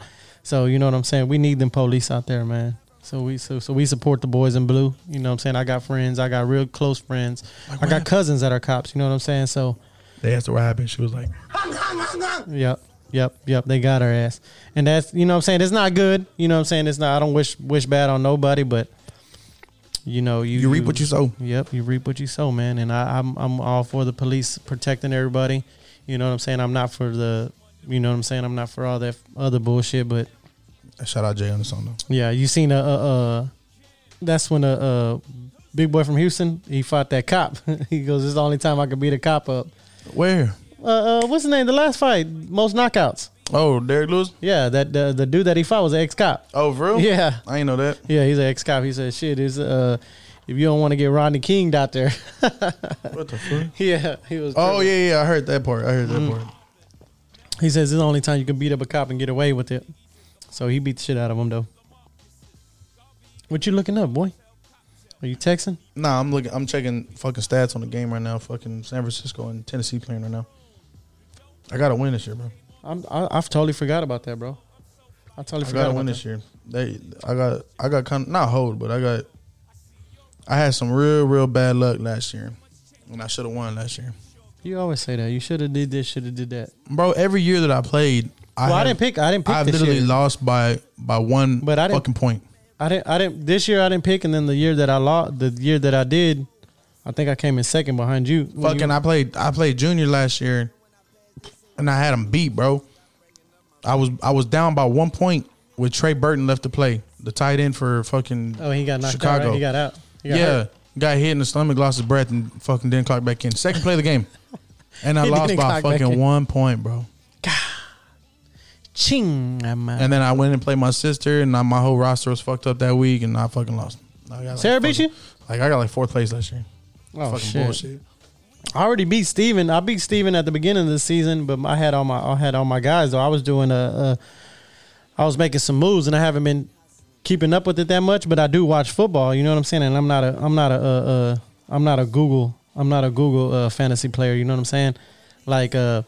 S3: So you know what I'm saying? We need them police out there, man. So we so so we support the boys in blue. You know what I'm saying? I got friends. I got real close friends. I got cousins that are cops. You know what I'm saying? So
S4: They asked her what happened. She was like,
S3: Yep. Yep. Yep. They got her ass. And that's you know what I'm saying, it's not good. You know what I'm saying? It's not I don't wish wish bad on nobody, but you know, you,
S4: You reap what you sow.
S3: Yep, you reap what you sow, man. And I, I'm I'm all for the police protecting everybody. You know what I'm saying? I'm not for the you know what I'm saying? I'm not for all that other bullshit, but
S4: "Shout out Jay on the song though."
S3: yeah, you seen a, a, a that's when a, a big boy from Houston, he fought that cop. he goes, "This is the only time I could beat a cop up."
S4: Where?
S3: Uh, uh what's the name? The last fight, most knockouts.
S4: Oh, Derek Lewis.
S3: Yeah, that the, the dude that he fought was an ex cop.
S4: Oh, for real?
S3: Yeah,
S4: I ain't know that.
S3: yeah, he's an ex cop. He said, "Shit, is uh, if you don't want to get Rodney King out there,
S4: What the fuck?
S3: yeah, he was.
S4: Oh
S3: tripping.
S4: yeah, yeah. I heard that part. I heard that
S3: Mm.
S4: part.
S3: he says it's the only time you can beat up a cop and get away with it. So he beat the shit out of him though. What you looking up, boy? Are you texting?
S4: Nah, I'm looking. I'm checking fucking stats on the game right now. Fucking San Francisco and Tennessee playing right now. I gotta win this year, bro.
S3: I'm, I, I've totally forgot about that, bro. I totally
S4: I
S3: forgot
S4: gotta
S3: about
S4: win
S3: that.
S4: this year. They, I got, I got kind of not hold, but I got. I had some real, real bad luck last year, and I should have won last year,
S3: You always say that. You should have did this. Should have did that.
S4: bro. Every year that I played, I,
S3: Well, I,
S4: have-
S3: didn't pick. I didn't pick
S4: I've
S3: this
S4: literally
S3: year.
S4: lost by by one
S3: But I didn't-
S4: fucking point.
S3: I didn't. I didn't. This year I didn't pick, and then the year that I lost, the year that I did, I think I came in second behind you. When
S4: Fucking,
S3: you-
S4: I played I played junior last year, and I had him beat, bro. I was I was down by one point with Trey Burton left to play, the tight end for fucking
S3: oh, he got knocked out.
S4: Chicago.
S3: Right? He got out. He got
S4: yeah,
S3: hurt.
S4: got hit in the stomach, lost his breath, and fucking didn't clock back in. Second play of the game, and I
S3: He
S4: lost
S3: didn't
S4: by
S3: clock back
S4: fucking
S3: in.
S4: one point, bro.
S3: Ching. I'm out.
S4: And then I went and played my sister, and I, my whole roster was fucked up that week, and I fucking lost. I got like
S3: Sarah beat
S4: fucking-
S3: you?
S4: Like I got like fourth place last year.
S3: Oh
S4: fucking
S3: shit!
S4: bullshit.
S3: I already beat Steven. I beat Steven at the beginning of the season, but I had all my I had all my guys. Though I was doing a, a I was making some moves, and I haven't been keeping up with it that much. But I do watch football. You know what I'm saying? And I'm not a I'm not a uh, uh, I'm not a Google I'm not a Google uh, fantasy player. You know what I'm saying? Like uh,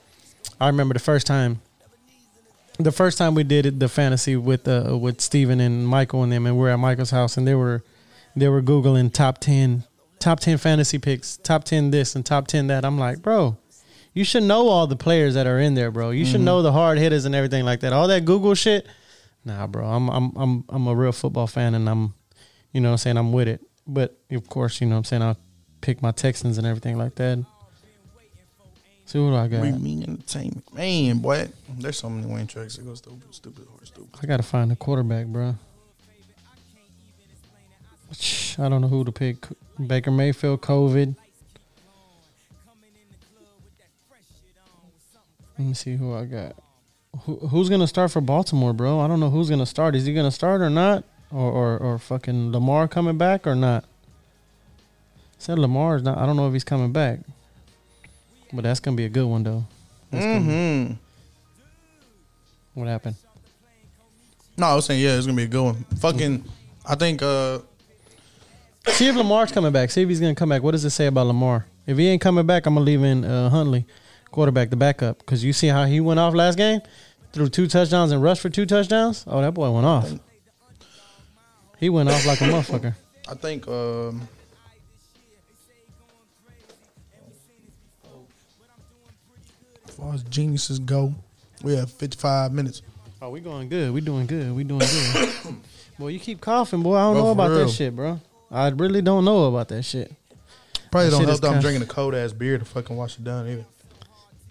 S3: I remember the first time the first time we did it, the fantasy with uh, with Steven and Michael and them, and we are at Michael's house, and they were they were googling top ten, top ten fantasy picks, top ten this and top ten that. I'm like, bro, you should know all the players that are in there, bro. You should know the hard hitters and everything like that. All that Google shit, nah, bro. I'm I'm I'm I'm a real football fan, and I'm, you know, what I'm saying I'm with it. But of course, you know, what I'm saying I'll pick my Texans and everything like that. See what do I got.
S4: We mean entertainment, man, boy. There's so many Wayne tracks that go stupid, stupid, hard, stupid.
S3: I gotta find a quarterback, bro. I don't know who to pick. Baker Mayfield, COVID. Let me see who I got. Who, who's gonna start for Baltimore, bro? I don't know who's gonna start. Is he gonna start or not? Or or, or fucking Lamar coming back or not? Said Lamar's not. I don't know if he's coming back. But that's gonna be a good one though. That's gonna be-
S4: Mm-hmm.
S3: what happened?
S4: No, I was saying yeah, it's gonna be a good one. Fucking, I think uh,
S3: See if Lamar's coming back. See if he's going to come back. What does it say about Lamar? If he ain't coming back, I'm going to leave in uh, Huntley, quarterback, the backup. Because you see how he went off last game? Threw two touchdowns and rushed for two touchdowns? Oh, that boy went off. He went off like a motherfucker.
S4: I think um, as far as geniuses go, we have fifty five minutes.
S3: Oh, we going good. We doing good. We doing good. boy, you keep coughing, boy. I don't
S4: Bro,
S3: know
S4: for
S3: about
S4: real.
S3: that shit, bro. I really don't know about that shit.
S4: Probably
S3: That
S4: don't
S3: shit
S4: help
S3: is
S4: that I'm
S3: kinda-
S4: drinking a cold ass beer to fucking wash it down either.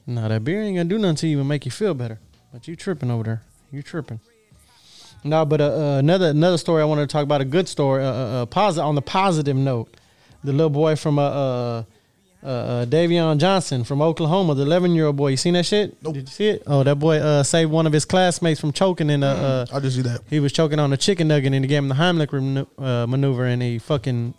S3: Nah, that beer ain't gonna do nothing to you and make you feel better. But you tripping over there. You tripping. No, but uh, uh, another another story I wanted to talk about. A good story. Uh, uh, uh, positive on the positive note. The little boy from uh, uh, uh, uh, Davion Johnson from Oklahoma, the 11 year old boy. You seen that shit?
S4: Nope.
S3: Did you see it? Oh, that boy uh, saved one of his classmates from choking in a. Uh,
S4: I just see that.
S3: he was choking on a chicken nugget and he gave him the Heimlich manu- uh, maneuver and he fucking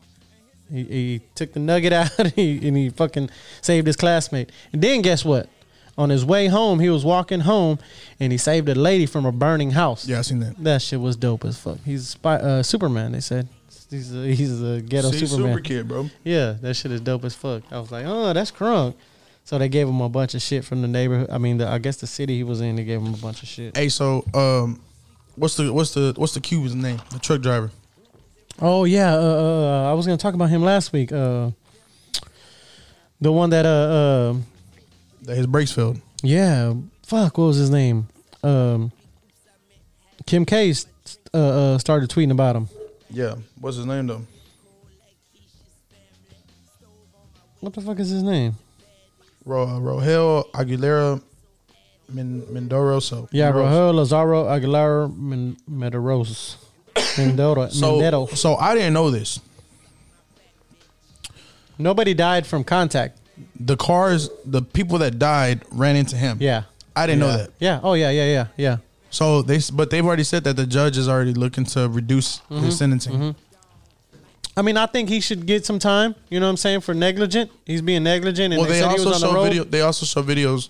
S3: he, he took the nugget out and he, and he fucking saved his classmate. And then guess what? On his way home, he was walking home and he saved a lady from a burning house.
S4: Yeah, I seen that.
S3: That shit was dope as fuck. He's spy, uh, Superman. They said he's a, he's a ghetto
S4: See,
S3: Superman.
S4: super kid, bro.
S3: Yeah, that shit is dope as fuck. I was like, oh, that's crunk. So they gave him a bunch of shit from the neighborhood. I mean, the, I guess the city he was in, they gave him a bunch of shit.
S4: Hey, so um, what's the what's the what's the Cuban's name? The truck driver.
S3: Oh yeah, uh, uh, I was gonna talk about him last week. Uh, the one that, uh, uh,
S4: That his brakes failed.
S3: yeah, fuck, what was his name? Um, Kim K s- uh, uh, started tweeting about him.
S4: Yeah. What's his name though?
S3: What the fuck is his name?
S4: Ro- uh, Rohel Aguilera Min- Mendoroso.
S3: Yeah,
S4: Mendoza.
S3: Rahel Lazaro Aguilar Men- Medeiros. Mendoro,
S4: So,
S3: Mendero.
S4: so I didn't know this.
S3: Nobody died from contact.
S4: The cars, the people that died ran into him.
S3: Yeah.
S4: I didn't know
S3: Yeah.
S4: that.
S3: Yeah. Oh yeah. Yeah. Yeah. Yeah.
S4: So they, s- but they've already said that the judge is already looking to reduce
S3: Mm-hmm.
S4: his sentencing.
S3: I mean, I think he should get some time. You know what I'm saying for negligent. He's being negligent, and
S4: Well,
S3: they,
S4: they
S3: said he
S4: also
S3: was on the
S4: show
S3: road.
S4: video. They also show videos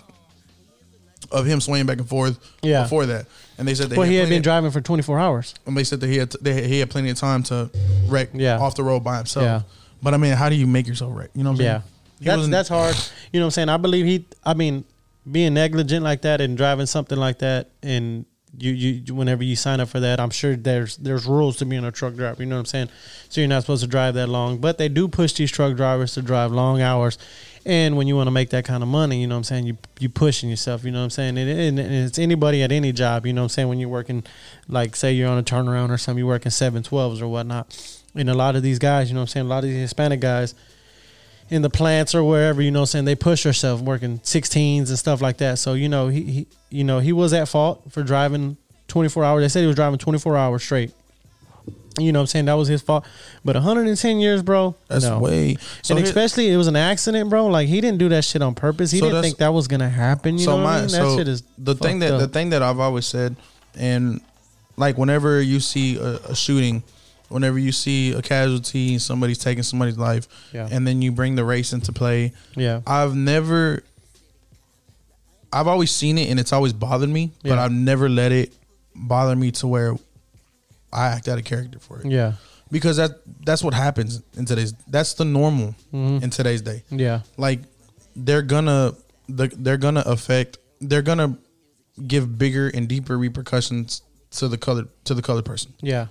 S4: of him swaying back and forth.
S3: Yeah.
S4: Before that, and they said that
S3: Well, he had
S4: plenty-
S3: been driving for 24 hours.
S4: And they said that he had they had, he had plenty of time to wreck
S3: Yeah.
S4: off the road by himself.
S3: Yeah.
S4: But I mean, how do you make yourself wreck? You know what I'm
S3: Yeah.
S4: saying? He
S3: That's,
S4: wasn't-
S3: that's hard. You know what I'm saying? I believe he, I mean, being negligent like that and driving something like that and you, you whenever you sign up for that, I'm sure there's there's rules to being a truck driver. You know what I'm saying? So you're not supposed to drive that long. But they do push these truck drivers to drive long hours. And when you want to make that kind of money, you know what I'm saying? You you pushing yourself, you know what I'm saying? And, and, and it's anybody at any job, you know what I'm saying? When you're working, like say you're on a turnaround or something, you're working 712s or whatnot. And a lot of these guys, you know what I'm saying? A lot of these Hispanic guys, in the plants or wherever, you know what I'm saying? They push herself working 16s and stuff like that. So, you know, he, he you know, he was at fault for driving 24 hours. They said he was driving 24 hours straight. You know what I'm saying? That was his fault. But 110 years, bro.
S4: That's
S3: no.
S4: way. So
S3: and
S4: here-
S3: especially it was an accident, bro. Like he didn't do that shit on purpose. He
S4: So
S3: didn't
S4: that's-
S3: think that was gonna happen. You
S4: so
S3: know what
S4: my
S3: I mean? That
S4: so
S3: shit is
S4: the thing
S3: fucked
S4: that the
S3: up.
S4: thing that I've always said, and like whenever you see a, a shooting, whenever you see a casualty, somebody's taking somebody's life,
S3: Yeah.
S4: and then you bring the race into play.
S3: Yeah.
S4: I've never. I've always seen it, and it's always bothered me, but
S3: Yeah.
S4: I've never let it bother me to where I act out of character for it.
S3: Yeah.
S4: because that that's what happens in today's. That's the normal
S3: Mm-hmm.
S4: in today's day
S3: Yeah.
S4: like they're gonna the, they're gonna affect they're gonna give bigger and deeper repercussions to the colored to the colored person
S3: Yeah.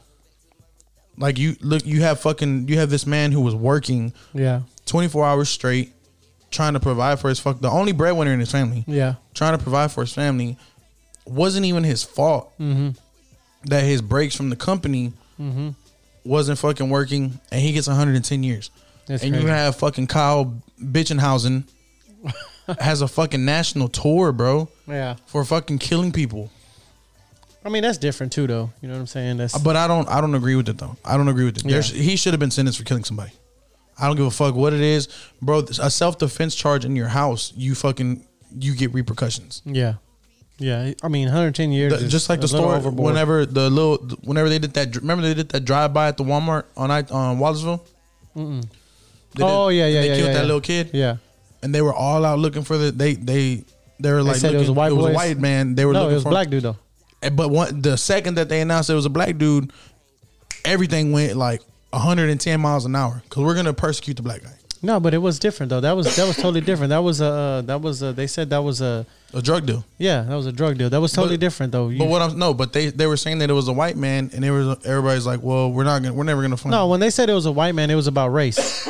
S4: like you look you have fucking you have this man who was working
S3: Yeah.
S4: 24 hours straight trying to provide for his fuck the only breadwinner in his family
S3: Yeah.
S4: trying to provide for his family wasn't even his fault
S3: Mm-hmm.
S4: that his breaks from the company wasn't fucking working and he gets 110 years
S3: That's
S4: and you
S3: crazy.
S4: have fucking kyle bitchenhausen has a fucking national tour bro
S3: Yeah.
S4: for fucking killing people
S3: I mean that's different too though. You know what I'm saying? That's
S4: but i don't i don't agree with it though i don't agree with it
S3: Yeah.
S4: There's he should have been sentenced for killing somebody i don't give a fuck what it is bro a self-defense charge in your house you fucking you get repercussions
S3: yeah. Yeah. I mean 110 years.
S4: The-
S3: is
S4: just like
S3: a
S4: the
S3: little
S4: story.
S3: overboard.
S4: Whenever the little, whenever they did that, remember they did that drive by at the Walmart on I on Waltersville. They did-
S3: Oh yeah, yeah,
S4: and They
S3: yeah,
S4: killed
S3: yeah,
S4: that
S3: yeah.
S4: little kid.
S3: Yeah,
S4: and they were all out looking for the. They they they were like
S3: said it was
S4: looking-
S3: a white
S4: it was a
S3: boy.
S4: white man. They were
S3: no,
S4: looking
S3: it was
S4: for
S3: black dude though.
S4: And- But one, the second that they announced it was a black dude, everything went like 110 miles an hour because we're gonna persecute the black guy.
S3: No, but it was different though. That was that was totally different. That was a uh, that was a, they said that was a
S4: A drug deal.
S3: yeah that was a drug deal. That was totally
S4: But-
S3: different though. You-
S4: But what I'm no, but they they were saying that it was a white man, and it was everybody's like, well, we're not gonna, we're never gonna find.
S3: no, when they said it was a white man, it was about race.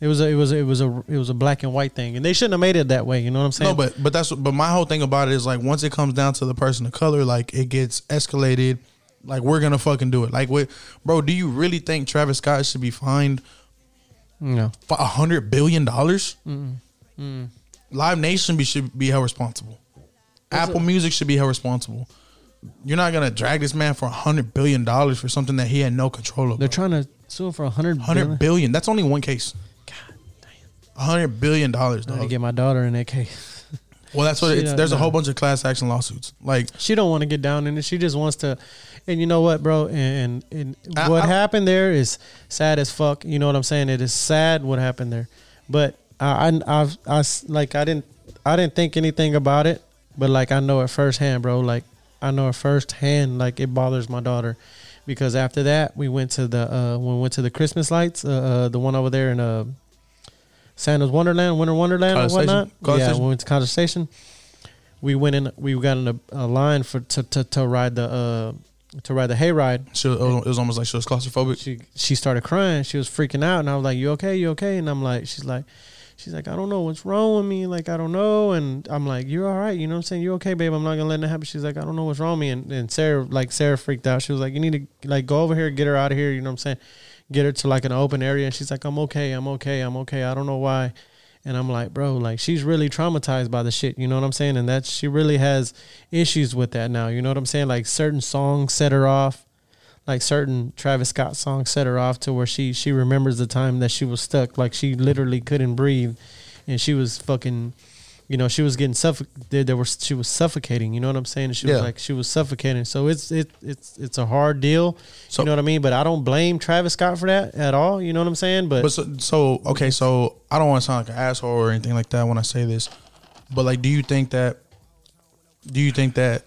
S3: It was a, it was a, it was a it was a black and white thing, and they shouldn't have made it that way. You know what I'm saying?
S4: No, but but that's but my whole thing about it is like once it comes down to the person of color, like it gets escalated. Like we're gonna fucking do it. Like what, bro? Do you really think Travis Scott should be fined
S3: no,
S4: for a hundred billion dollars?
S3: Mm-hmm.
S4: Live Nation be, should be held responsible. Apple Music should be held responsible. You're not gonna drag this man for a hundred billion dollars for something that he had no control over.
S3: they're trying to sue him for a hundred
S4: Hundred
S3: billion.
S4: billion. That's only one case. God hundred billion dollars.
S3: I had to
S4: dog.
S3: get my daughter in that case.
S4: Well, that's what
S3: She
S4: it's,
S3: don't
S4: there's a
S3: know.
S4: whole bunch of class action lawsuits. Like
S3: She don't want to get down in it. She just wants to. And you know what, bro? And and, and
S4: I-
S3: what
S4: I-
S3: happened there is sad as fuck. You know what I'm saying? It is sad what happened there. But I I I've, I s- like I didn't I didn't think anything about it. But like I know it firsthand, bro. Like I know it firsthand. Like it bothers my daughter because after that we went to the uh we went to the Christmas lights uh, uh the one over there in uh Santa's Wonderland, Winter Wonderland, or
S4: College Station?
S3: whatnot.
S4: College
S3: yeah,
S4: Station?
S3: we went to College Station. We went in. We got in a, a line for to, to, to ride the uh, to ride the hayride.
S4: she was, it was almost like she was claustrophobic.
S3: She she started crying. She was freaking out, and I was like, "You okay? You okay?" And I'm like, "She's like, she's like, I don't know what's wrong with me. Like I don't know." And I'm like, "You're all right. You know what I'm saying? You okay, babe? I'm not gonna let that happen." She's like, "I don't know what's wrong with me." And, and Sarah like Sarah freaked out. She was like, "You need to like go over here, get her out of here." You know what I'm saying? Get her to like an open area, and she's like, "I'm okay. I'm okay. I'm okay. I don't know why." And I'm like, bro, like she's really traumatized by the shit. You know what I'm saying? And that she really has issues with that now. You know what I'm saying? Like certain songs set her off like certain Travis Scott songs set her off to where she she remembers the time that she was stuck, like she literally couldn't breathe, and she was fucking, you know, she was getting suffo- there, there was she was suffocating. You know what I'm saying? She
S4: Yeah.
S3: was like she was suffocating. So it's it it's it's a hard deal.
S4: So-
S3: you know what I mean? But I don't blame Travis Scott for that at all. You know what I'm saying? But,
S4: But so, so okay, so I don't want to sound like an asshole or anything like that when I say this, but like, do you think that? Do you think that?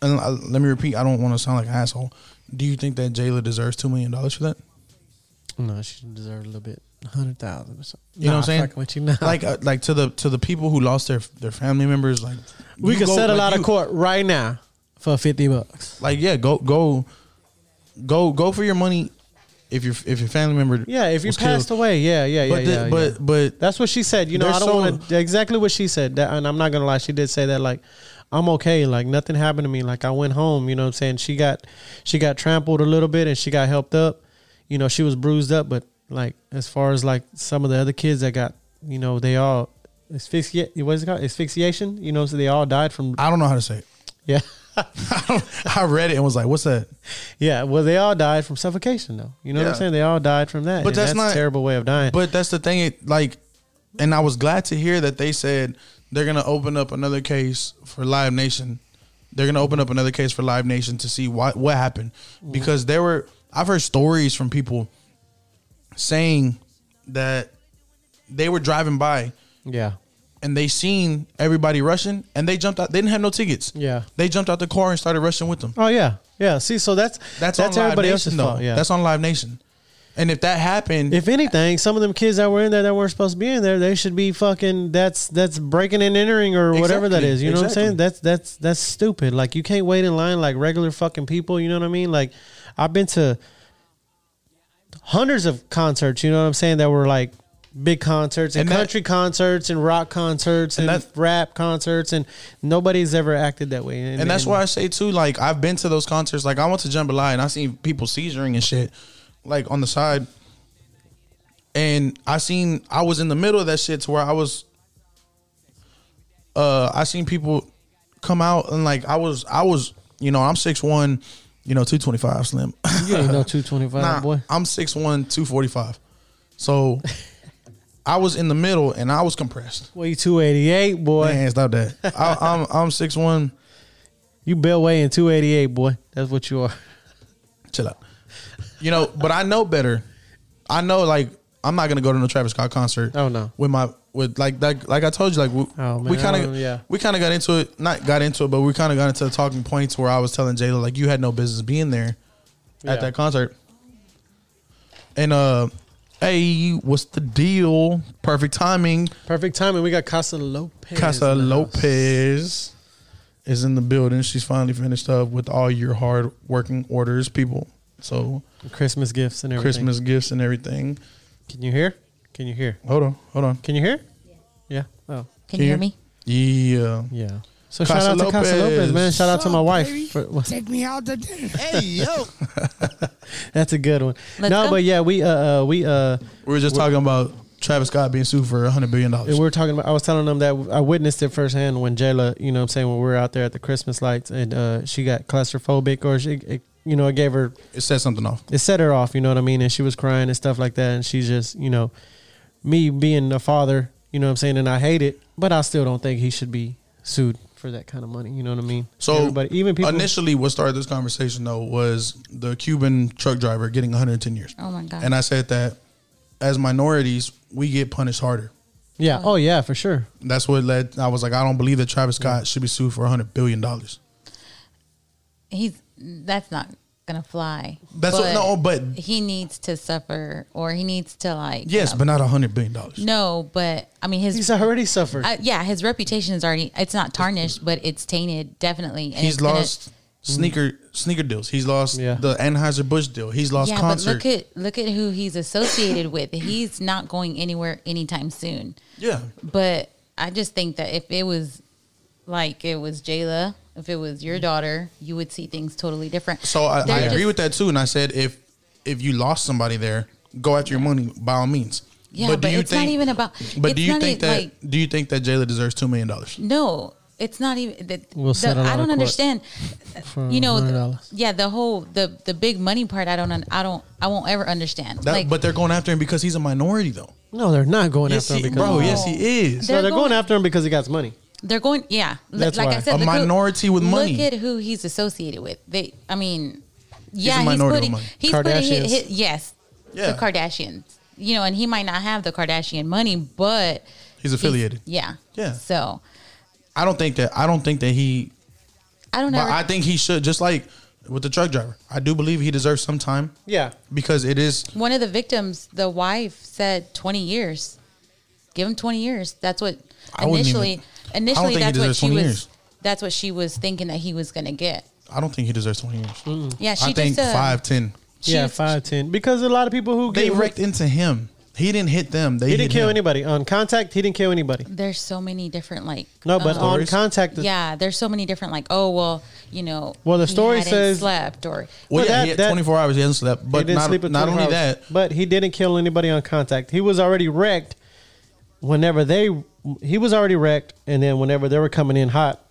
S4: And I, let me repeat. I don't want to sound like an asshole. Do you think that Jayla deserves two million dollars for that?
S3: no, she deserved a little bit, hundred thousand or something.
S4: You know what I'm
S3: Nah,
S4: saying?
S3: fucking With you now.
S4: Like, uh, like to the to the people who lost their their family members. Like,
S3: we
S4: you
S3: could
S4: go-
S3: settle
S4: like,
S3: out
S4: you-
S3: of court right now for fifty bucks.
S4: Like, yeah, go go go go for your money. If your if your family member
S3: Yeah, if you
S4: was
S3: passed
S4: killed.
S3: away, yeah, yeah, yeah,
S4: but the-
S3: yeah, yeah.
S4: but but
S3: That's what she said. You know,
S4: They're
S3: I don't
S4: so-
S3: want to exactly what she said. That, and I'm not gonna lie, she did say that. Like, I'm okay. Like nothing happened to me. Like I went home. You know what I'm saying? She got she got trampled a little bit and she got helped up. You know, she was bruised up, but like as far as like some of the other kids that got, you know, they all asphyxiate. What is it called? Asphyxiation. You know, so they all died from.
S4: I don't know how to say it.
S3: Yeah,
S4: I, don't, I read it and was like, "What's that?"
S3: yeah. Well, they all died from suffocation, though. You know what
S4: Yeah.
S3: I'm saying? They all died from that.
S4: But
S3: and
S4: that's not-
S3: a terrible way of dying.
S4: But that's the thing, it, like, and I was glad to hear that they said they're gonna open up another case for Live Nation. They're gonna open up another case for Live Nation to see what what happened
S3: Mm.
S4: because there were I've heard stories from people saying that they were driving by
S3: yeah,
S4: and they seen everybody rushing and they jumped out. They didn't have no tickets.
S3: yeah.
S4: They jumped out the car and started rushing with them.
S3: Oh yeah, yeah. See, so that's
S4: That's,
S3: that's, that's
S4: on
S3: everybody
S4: Live
S3: else's
S4: Nation, though.
S3: fault. Yeah.
S4: That's on Live Nation. And if that happened,
S3: if anything, some of them kids that were in there that weren't supposed to be in there, they should be fucking. That's that's breaking and entering or whatever that
S4: Exactly,
S3: is. You know
S4: exactly.
S3: what I'm saying? That's that's that's stupid. Like you can't wait in line like regular fucking people. You know what I mean? Like I've been to hundreds of concerts. You know what I'm saying? That were like big concerts and,
S4: And that-
S3: country concerts and rock concerts
S4: And
S3: and,
S4: that-
S3: rap concerts and nobody's ever acted that way.
S4: and that's why I say too. Like I've been to those concerts. Like I went to Jambalaya and I seen people seizuring and shit, like on the side. And I seen I was in the middle of that shit to where I was. Uh, I seen people come out and like I was I was you know I'm six one, you know two twenty five slim.
S3: you ain't no two twenty five
S4: Nah,
S3: boy.
S4: I'm 6'1", 245. So I was in the middle and I was compressed.
S3: Well, you two eighty eight boy.
S4: Man, stop that. I, I'm I'm six one.
S3: You bill weighing two eighty eight, boy. That's what you are.
S4: chill out. You know, but I know better. I know like I'm not gonna go to no Travis Scott concert.
S3: Oh, no.
S4: with my with with like like like I told you like we,
S3: Oh, man,
S4: we kind
S3: I don't-
S4: of
S3: yeah.
S4: we kind of got into it not got into it but we kind of got into the talking points where I was telling Jayla like you had no business being there
S3: Yeah.
S4: at that concert and uh hey what's the deal perfect timing
S3: Perfect timing. We got Casa Lopez.
S4: Casa
S3: in the house.
S4: Lopez is in the building she's finally finished up with all your hard working orders people so
S3: Christmas gifts and everything.
S4: Christmas gifts and everything
S3: Can you hear? Can you hear?
S4: hold on hold on
S3: Can you hear? Yeah. Oh,
S5: Can you hear me?
S4: yeah
S3: yeah. So
S4: Casa
S3: shout out to Casa
S4: Lopez.
S3: Lopez, man. Shout out to my
S6: baby?
S3: wife. For, what-
S6: Take me out to dinner.
S2: Hey yo,
S3: that's a good one.
S5: Let's
S3: no,
S5: go.
S3: but yeah, we uh, uh we uh
S4: We were just talking about Travis Scott being sued for hundred billion
S3: And
S4: dollars.
S3: we were talking about. I was telling them that I witnessed it firsthand when Jayla, you know, what I'm saying when we were out there at the Christmas lights, and uh, she got claustrophobic, or she, it, you know, it gave her,
S4: It said something off.
S3: it set her off. You know what I mean? And she was crying and stuff like that. And she's just, you know, me being a father, you know what I'm saying, and I hate it, but I still don't think he should be sued for that kind of money. You know what I mean?
S4: So,
S3: but even people,
S4: initially, what started this conversation though was the Cuban truck driver getting 110 years.
S5: Oh my God.
S4: And I said that as minorities, we get punished harder.
S3: yeah, oh yeah, for sure.
S4: That's what led. I was like, I don't believe that Travis Scott should be sued for 100 billion dollars.
S5: He's that's not gonna fly.
S4: That's what- no, but-
S5: he needs to suffer, or he needs to like
S4: Yes, but not 100 billion dollars.
S5: no, but I mean his
S3: He's already suffered.
S5: uh, yeah, his reputation is already it's not tarnished, but it's tainted definitely. And
S4: He's
S5: it's gonna-
S4: lost sneaker sneaker deals. He's lost
S3: Yeah.
S4: the Anheuser Busch deal. He's lost
S5: yeah,
S4: concert.
S5: but look at look at who he's associated with. He's not going anywhere anytime soon.
S4: yeah,
S5: But I just think that if it was like it was Jayla, if it was your daughter, you would see things totally different.
S4: So I,
S5: They're
S4: I agree
S5: just-
S4: with that too. And I said if if you lost somebody there, go after your money by all means.
S5: Yeah, but it's not even about-
S4: But
S5: it's
S4: do you
S5: not
S4: think
S5: even,
S4: that
S5: like-
S4: do you think that Jayla deserves two million dollars?
S5: No, it's not even that.
S3: We'll
S5: the,
S3: settle out
S5: I
S3: of
S5: don't
S3: court Hmm,
S5: understand.
S3: for
S5: You know, the,
S3: $100.
S5: yeah, the whole the the big money part. I don't. un- I don't. I won't ever understand.
S4: That,
S5: like,
S4: but they're going after him because he's a minority though.
S3: no, they're not going
S4: Yes,
S3: after him
S4: he-
S3: because
S4: bro,
S3: of-
S4: yes he is.
S5: They're
S3: No, they're going
S5: going-
S3: after him because he got money.
S5: they're going. Yeah, li-
S3: That's
S5: like
S3: why.
S5: I said,
S4: A
S5: look who-
S4: minority with money.
S5: Look at who he's associated with. They. I mean, yeah, he's,
S4: minority with
S5: putting.
S4: money.
S5: He's putting.
S3: Kardashians.
S5: His, his, yes,
S4: Yeah.
S5: the Kardashians. You know, and he might not have the Kardashian money, but
S4: He's affiliated.
S5: yeah,
S4: Yeah.
S5: So
S4: I don't think that I don't think that he
S5: I don't know.
S4: but I think he should just like with the truck driver. I do believe he deserves some time
S3: Yeah,
S4: because it is
S5: One of the victims, the wife said 20 years. Give him 20 years. That's what
S4: I wouldn't
S5: initially
S4: even- I don't
S5: initially
S4: think he
S5: that's what
S4: deserves
S5: she
S4: 20
S5: was
S4: years.
S5: that's what she was thinking that he was going to get.
S4: I don't think he deserves twenty years.
S5: Yeah, she
S4: I think
S5: just uh,
S4: five, ten.
S5: she-
S3: yeah, five ten. Because a lot of people who
S4: They
S3: get
S4: wrecked into him. He didn't hit them. They
S3: He didn't
S4: hit
S3: kill
S4: him.
S3: anybody on contact. He didn't kill anybody.
S5: There's so many different like
S3: No, but
S5: um,
S3: on
S4: Stories?
S3: contact, the-
S5: yeah, there's so many different like oh well, you know,
S3: Well, the
S5: he
S3: story
S5: hadn't
S3: says-
S5: slept or
S3: Well,
S4: Well, yeah,
S3: that-
S4: he had
S3: that-
S4: 24 hours. He hasn't slept.
S3: he
S4: But
S3: didn't
S4: not,
S3: sleep in
S4: not
S3: 24
S4: only
S3: hours.
S4: that,
S3: but he didn't kill anybody on contact. He was already wrecked. Whenever they, he was already wrecked, and then whenever they were coming in hot,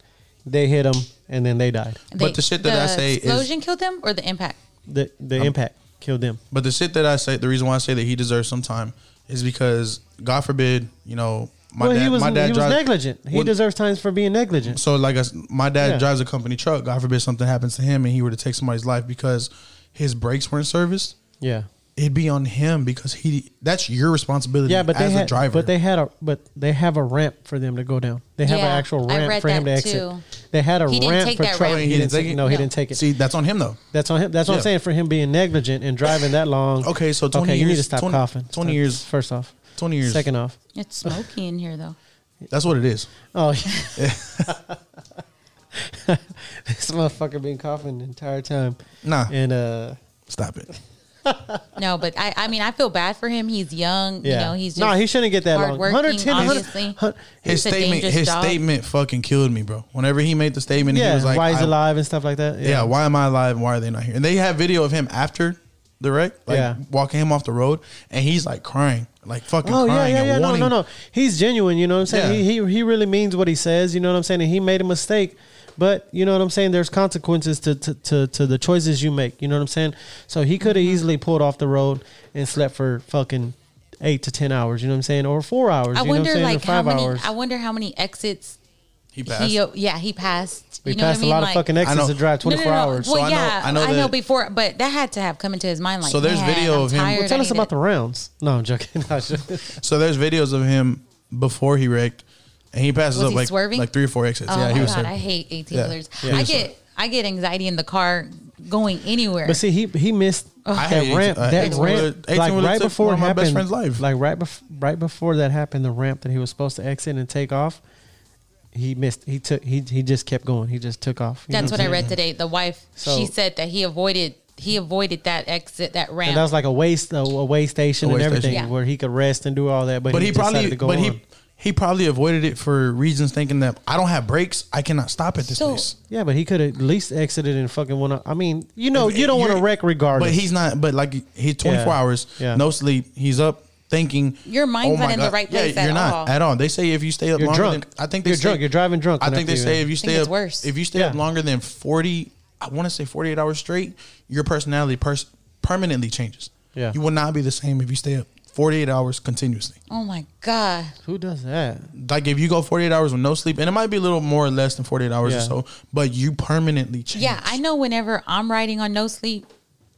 S3: they hit him, and then they died.
S4: But the shit that I say is-
S5: explosion killed them or the impact.
S3: The the
S4: Um,
S3: impact killed them.
S4: but the shit that I say, the reason why I say that he deserves some time is because God forbid, you know, my
S3: well,
S4: dad,
S3: he was
S4: my dad
S3: he was
S4: drives,
S3: negligent. He
S4: Well,
S3: deserves times for being negligent.
S4: So like, I s my dad
S3: Yeah.
S4: drives a company truck. God forbid something happens to him and he were to take somebody's life because his brakes weren't serviced.
S3: Yeah,
S4: It'd be on him because he. That's your responsibility.
S3: yeah, but
S4: as
S3: they had
S4: a driver.
S3: but they had a but they have a ramp for them to go down. They have an
S5: Yeah,
S3: actual
S5: I
S3: ramp
S5: read
S3: for him to
S5: that
S3: exit.
S5: too.
S3: They had a
S5: He didn't
S3: ramp
S5: take
S3: for
S5: that
S3: truck.
S5: ramp.
S4: He didn't take it?
S3: No, he
S5: No.
S3: didn't take it.
S4: see that's on him though.
S3: That's on him. That's what
S4: Yeah.
S3: I'm saying for him being negligent and driving that long.
S4: Okay, so 20
S3: you need
S4: years-
S3: to stop
S4: 20
S3: coughing.
S4: 20
S3: That's
S4: years.
S3: First off,
S4: 20 years.
S3: Second off,
S5: It's smoky in here though.
S4: That's what it is.
S3: oh, yeah. this motherfucker been coughing the entire time.
S4: Nah,
S3: And uh,
S4: stop it.
S5: No, but I, I mean, I feel bad for him. He's young.
S3: yeah,
S5: You know, he's just
S3: no, he shouldn't get that long.
S5: hardworking,
S3: 110, 100
S5: obviously.
S3: hun-
S4: His
S5: It's a
S4: statement,
S5: dangerous
S4: his
S5: job.
S4: statement, fucking killed me, bro. Whenever he made the statement, and he
S3: yeah,
S4: was like,
S3: why he's
S4: I-
S3: alive and stuff like that.
S4: yeah, why am I alive and why are they not here? And they have video of him after the wreck, like
S3: Yeah.
S4: walking him off the road, and he's like crying, like fucking
S3: Oh yeah,
S4: crying
S3: yeah,
S4: and
S3: yeah. No,
S4: wanting.
S3: no, no. He's genuine. You know what I'm saying?
S4: Yeah.
S3: He, he he really means what he says. You know what I'm saying? And he made a mistake, but you know what I'm saying? There's consequences to to, to, to the choices you make. You know what I'm saying? So he could have
S4: Mm-hmm.
S3: easily pulled off the road and slept for fucking eight to ten hours. You know what I'm saying? Or four hours.
S5: I
S3: you know what
S5: wonder
S3: I'm saying?
S5: like
S3: or five
S5: how many.
S3: hours.
S5: I wonder how many exits
S4: He passed.
S5: he. uh, Yeah, he passed.
S3: we
S5: you know
S3: passed
S5: what I mean?
S3: a lot
S5: like,
S3: of fucking
S4: I know.
S3: exits to drive
S5: No, no,
S3: 24
S5: no, no.
S3: hours.
S5: Well,
S4: I know-
S5: yeah,
S4: I
S5: I
S4: know
S5: know,
S4: that-
S5: before, but that had to have come into his mind. Like,
S4: So there's
S5: "Man,
S4: video
S5: I'm
S4: of him- Well,
S5: tired,
S3: Tell
S5: I
S3: us
S5: need
S3: about
S5: to-"
S3: the rounds. No, I'm joking. No, I'm joking.
S4: So there's videos of him before he wrecked, and he passes
S5: Was
S4: up
S5: he
S4: like
S5: swerving?
S4: like three or four exits.
S5: Oh
S4: yeah,
S5: my
S4: he
S5: god,
S4: was.
S5: I
S4: Swerving.
S5: hate eighteen
S4: Yeah.
S5: wheelers.
S4: Yeah,
S5: I
S4: he was
S5: get I get anxiety in the car going anywhere.
S3: But see, he he missed
S4: I
S3: that
S4: hate
S3: ramp.
S4: 18
S3: that
S4: 18 wheeler-
S3: ramp,
S4: 18
S3: like
S4: wheeler
S3: right
S4: took
S3: before it
S4: one of my
S3: happened.
S4: best friend's life.
S3: Like right bef- right before that happened, the ramp that he was supposed to exit and take off, he missed. He took. He he just kept going. He just took off. You know
S5: That's what I
S3: I'm
S5: read
S3: saying?
S5: today. The wife
S3: Mm-hmm. So-
S5: she said that he avoided he avoided that exit that ramp.
S3: And that was like a waste, a, a way station
S4: A
S3: and
S4: way
S3: everything,
S4: station.
S5: Yeah.
S3: where he could rest and do all that. But,
S4: But
S3: he,
S4: he probably,
S3: decided to go
S4: but
S3: on.
S4: he he probably avoided it for reasons thinking that I don't have brakes, I cannot stop at this
S5: So-
S4: place.
S3: yeah, but he could at least exited and fucking want to. I mean, you know, you don't want to
S4: You're-
S3: wreck regardless.
S4: But he's not. But like he's twenty four
S3: Yeah.
S4: hours,
S3: Yeah.
S4: no sleep. He's up thinking. oh
S5: Your mind's
S4: my
S5: not in the
S4: God."
S5: right place
S4: Yeah,
S5: at
S4: you're not
S5: all.
S4: at all. They say if you stay up
S3: You're
S4: longer,
S3: drunk.
S4: Than, I think they
S3: You're
S4: say-
S3: drunk. You're driving drunk
S4: I
S3: when
S4: think
S3: I
S4: they
S3: do
S4: say
S3: that.
S4: if you
S5: think
S4: stay
S5: it's
S4: up,
S5: worse.
S4: if you stay up
S3: Yeah.
S4: longer than forty, I want to say forty eight hours straight, your personality pers- permanently changes.
S3: Yeah.
S4: you will not be the same if you stay up forty eight hours continuously.
S5: oh my god.
S3: Who does that?
S4: Like if you go forty eight hours with no sleep, and it might be a little more or less than forty eight hours or
S3: Yeah.
S4: so, but you permanently change.
S5: Yeah, I know whenever I'm riding on no sleep,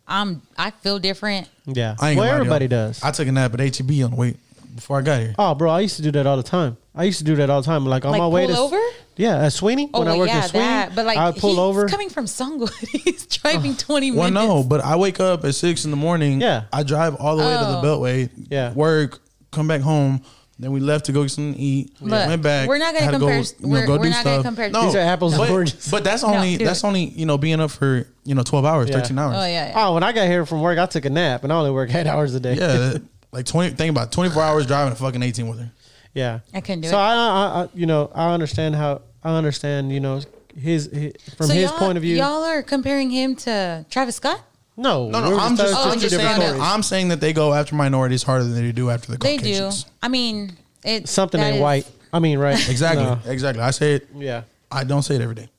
S5: I'm I feel different.
S3: Yeah,
S4: I ain't
S3: well,
S4: gonna lie to y'all.
S3: everybody does.
S4: I took a nap at ATB on the way before I got here.
S3: Oh, bro, I used to do that all the time. I used to do that all the time. Like on
S5: Like,
S3: my way
S5: pull
S3: to
S5: over?
S3: Yeah, at Sweeney
S5: Oh
S3: when I
S5: well,
S3: worked
S5: yeah,
S3: at Sweeney,
S5: that. But like
S3: I would pull
S5: he's
S3: over. Oh,
S5: coming from Songwood. he's driving twenty
S4: Well,
S5: minutes.
S4: no, but I wake up at six in the morning.
S3: Yeah.
S4: I drive all the way
S5: Oh.
S4: to the Beltway.
S3: Yeah.
S4: work, come back home. Then we left to go get something to eat.
S5: Look,
S4: Went back.
S5: we're not gonna
S4: had to
S5: compare-
S4: you know,
S5: we're-
S4: go
S5: we're
S4: do
S5: not gonna
S4: stuff.
S5: compare-
S4: No,
S5: These
S3: are apples and
S4: but,
S3: oranges.
S4: But that's only
S5: dude.
S4: that's only you know being up for you know twelve hours,
S3: Yeah.
S4: thirteen hours.
S5: Oh yeah. yeah.
S3: Oh, when I got here from work, I took a nap and I only work eight hours a day.
S4: Yeah, that- like twenty. Think about twenty four hours driving a fucking eighteen wheeler.
S3: yeah.
S5: I couldn't do
S3: so
S5: it.
S3: I, I, I, you know, I understand how I understand. You know, his, his from
S5: So
S3: his
S5: y'all-
S3: point of view.
S5: y'all are comparing him to Travis Scott.
S3: No,
S4: No, no,
S3: we're
S4: I'm just,
S3: talking
S5: oh,
S4: I'm
S3: two
S4: just
S3: different
S4: saying that
S3: stories.
S4: I'm saying that they go after minorities harder than they do after the
S5: They do.
S4: Caucasians.
S5: I mean, it
S3: something
S5: that
S3: ain't
S5: is-
S3: white. I mean, right?
S4: Exactly,
S3: No.
S4: exactly. I say it.
S3: Yeah.
S4: I don't say it every day.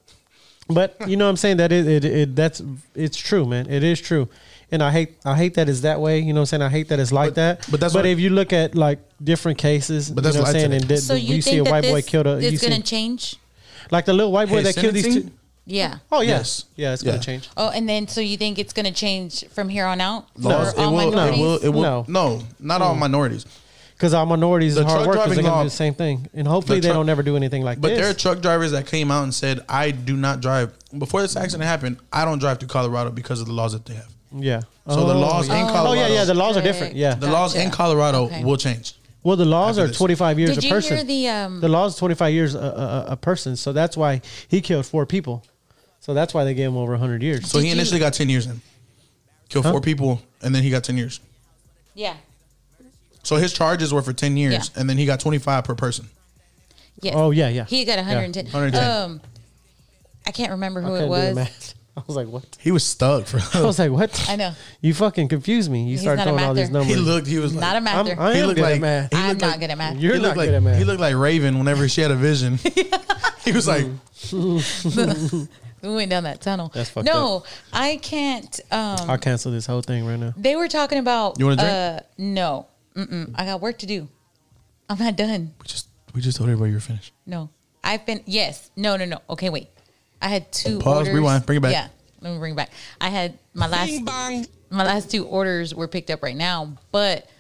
S3: But you know what I'm saying that it, it, it that's it's true, man. It is true. And I hate I hate that it's that way. You know what I'm saying? I hate that it's like that.
S4: but that's
S3: but
S4: what-
S3: if you look at like different cases,
S4: But that's
S3: you know what
S4: what
S3: I'm
S4: I
S3: saying, and
S4: took.
S3: did,
S5: So you,
S3: you, see
S5: think
S3: a white
S5: that
S3: boy
S5: this
S3: killed a you
S5: is going
S3: see,
S5: to change?
S3: like the little white boy
S4: Hey,
S3: that killed these two.
S4: sentencing?
S5: Yeah.
S3: Oh yeah.
S4: Yes.
S3: Yeah, it's
S4: Yeah.
S3: gonna change.
S5: Oh, and then so you think it's going to change from here on out for
S4: laws.
S5: all
S4: it, will, it
S5: minorities?
S4: will. It will.
S3: No.
S4: No, not all minorities.
S3: Because our minorities
S4: The
S3: and hard
S4: truck
S3: workers are
S4: driving
S3: gonna
S4: law-
S3: do the same thing. And hopefully they
S4: The truck-
S3: don't ever do anything like
S4: But
S3: this.
S4: there are truck drivers that came out and said, "I do not drive." Before this accident happened, I don't drive to Colorado because of the laws that they have.
S3: yeah.
S4: So the laws in
S3: Oh yeah,
S4: Colorado-
S3: yeah. The laws are different. Yeah.
S4: The laws in
S5: Gotcha.
S4: Colorado
S5: Okay.
S4: will change.
S3: Well, the laws
S4: After
S3: are
S4: this.
S3: 25 years
S5: Did
S3: a
S5: you
S3: person.
S5: hear the, um,
S3: the laws 25 years a, a, a- a person, so that's why he killed four people. So that's why they gave him over 100 years.
S4: So
S5: Did
S4: he
S5: you-
S4: initially got ten years in, killed
S3: Huh?
S4: four people, and then he got ten years.
S5: Yeah.
S4: So his charges were for ten years,
S5: Yeah.
S4: and then he got twenty five per person.
S5: Yes.
S3: Oh, yeah, yeah.
S5: He got
S3: Yeah.
S5: 110.
S4: 110.
S5: Um, I can't remember who
S3: I couldn't
S5: it
S3: do the
S5: was.
S3: math. I was like, what?
S4: He was stuck for.
S3: I was like, what?
S5: I know.
S3: You fucking confused me. You
S5: He's
S3: started
S5: not a
S3: throwing all these
S5: mather.
S4: he
S3: numbers.
S4: looked. He was
S5: Not a
S4: like,
S5: mather.
S3: I'm- I
S4: He
S3: am
S4: looked
S3: good at
S4: like-
S3: math.
S4: he
S5: I'm
S4: looked
S5: not
S4: like-
S5: good at math.
S3: You're
S4: he
S3: not
S4: looked
S3: good
S4: like
S3: at math.
S4: he looked like Raven whenever she had a vision. he was like,
S5: we went down that tunnel.
S3: That's fucked
S5: no, I can't. Um,
S3: I'll cancel this whole thing right now.
S5: they were talking about.
S4: You want a drink?
S5: Uh, no. Mm-mm. I got work to do. I'm not done.
S4: "We just we just told everybody you were finished."
S5: No. I've been yes. No, no, no. Okay, wait. I had two
S4: Pause,
S5: orders.
S4: rewind, bring it back.
S5: Yeah. Let me bring it back. I had my last my last two orders were picked up right now, but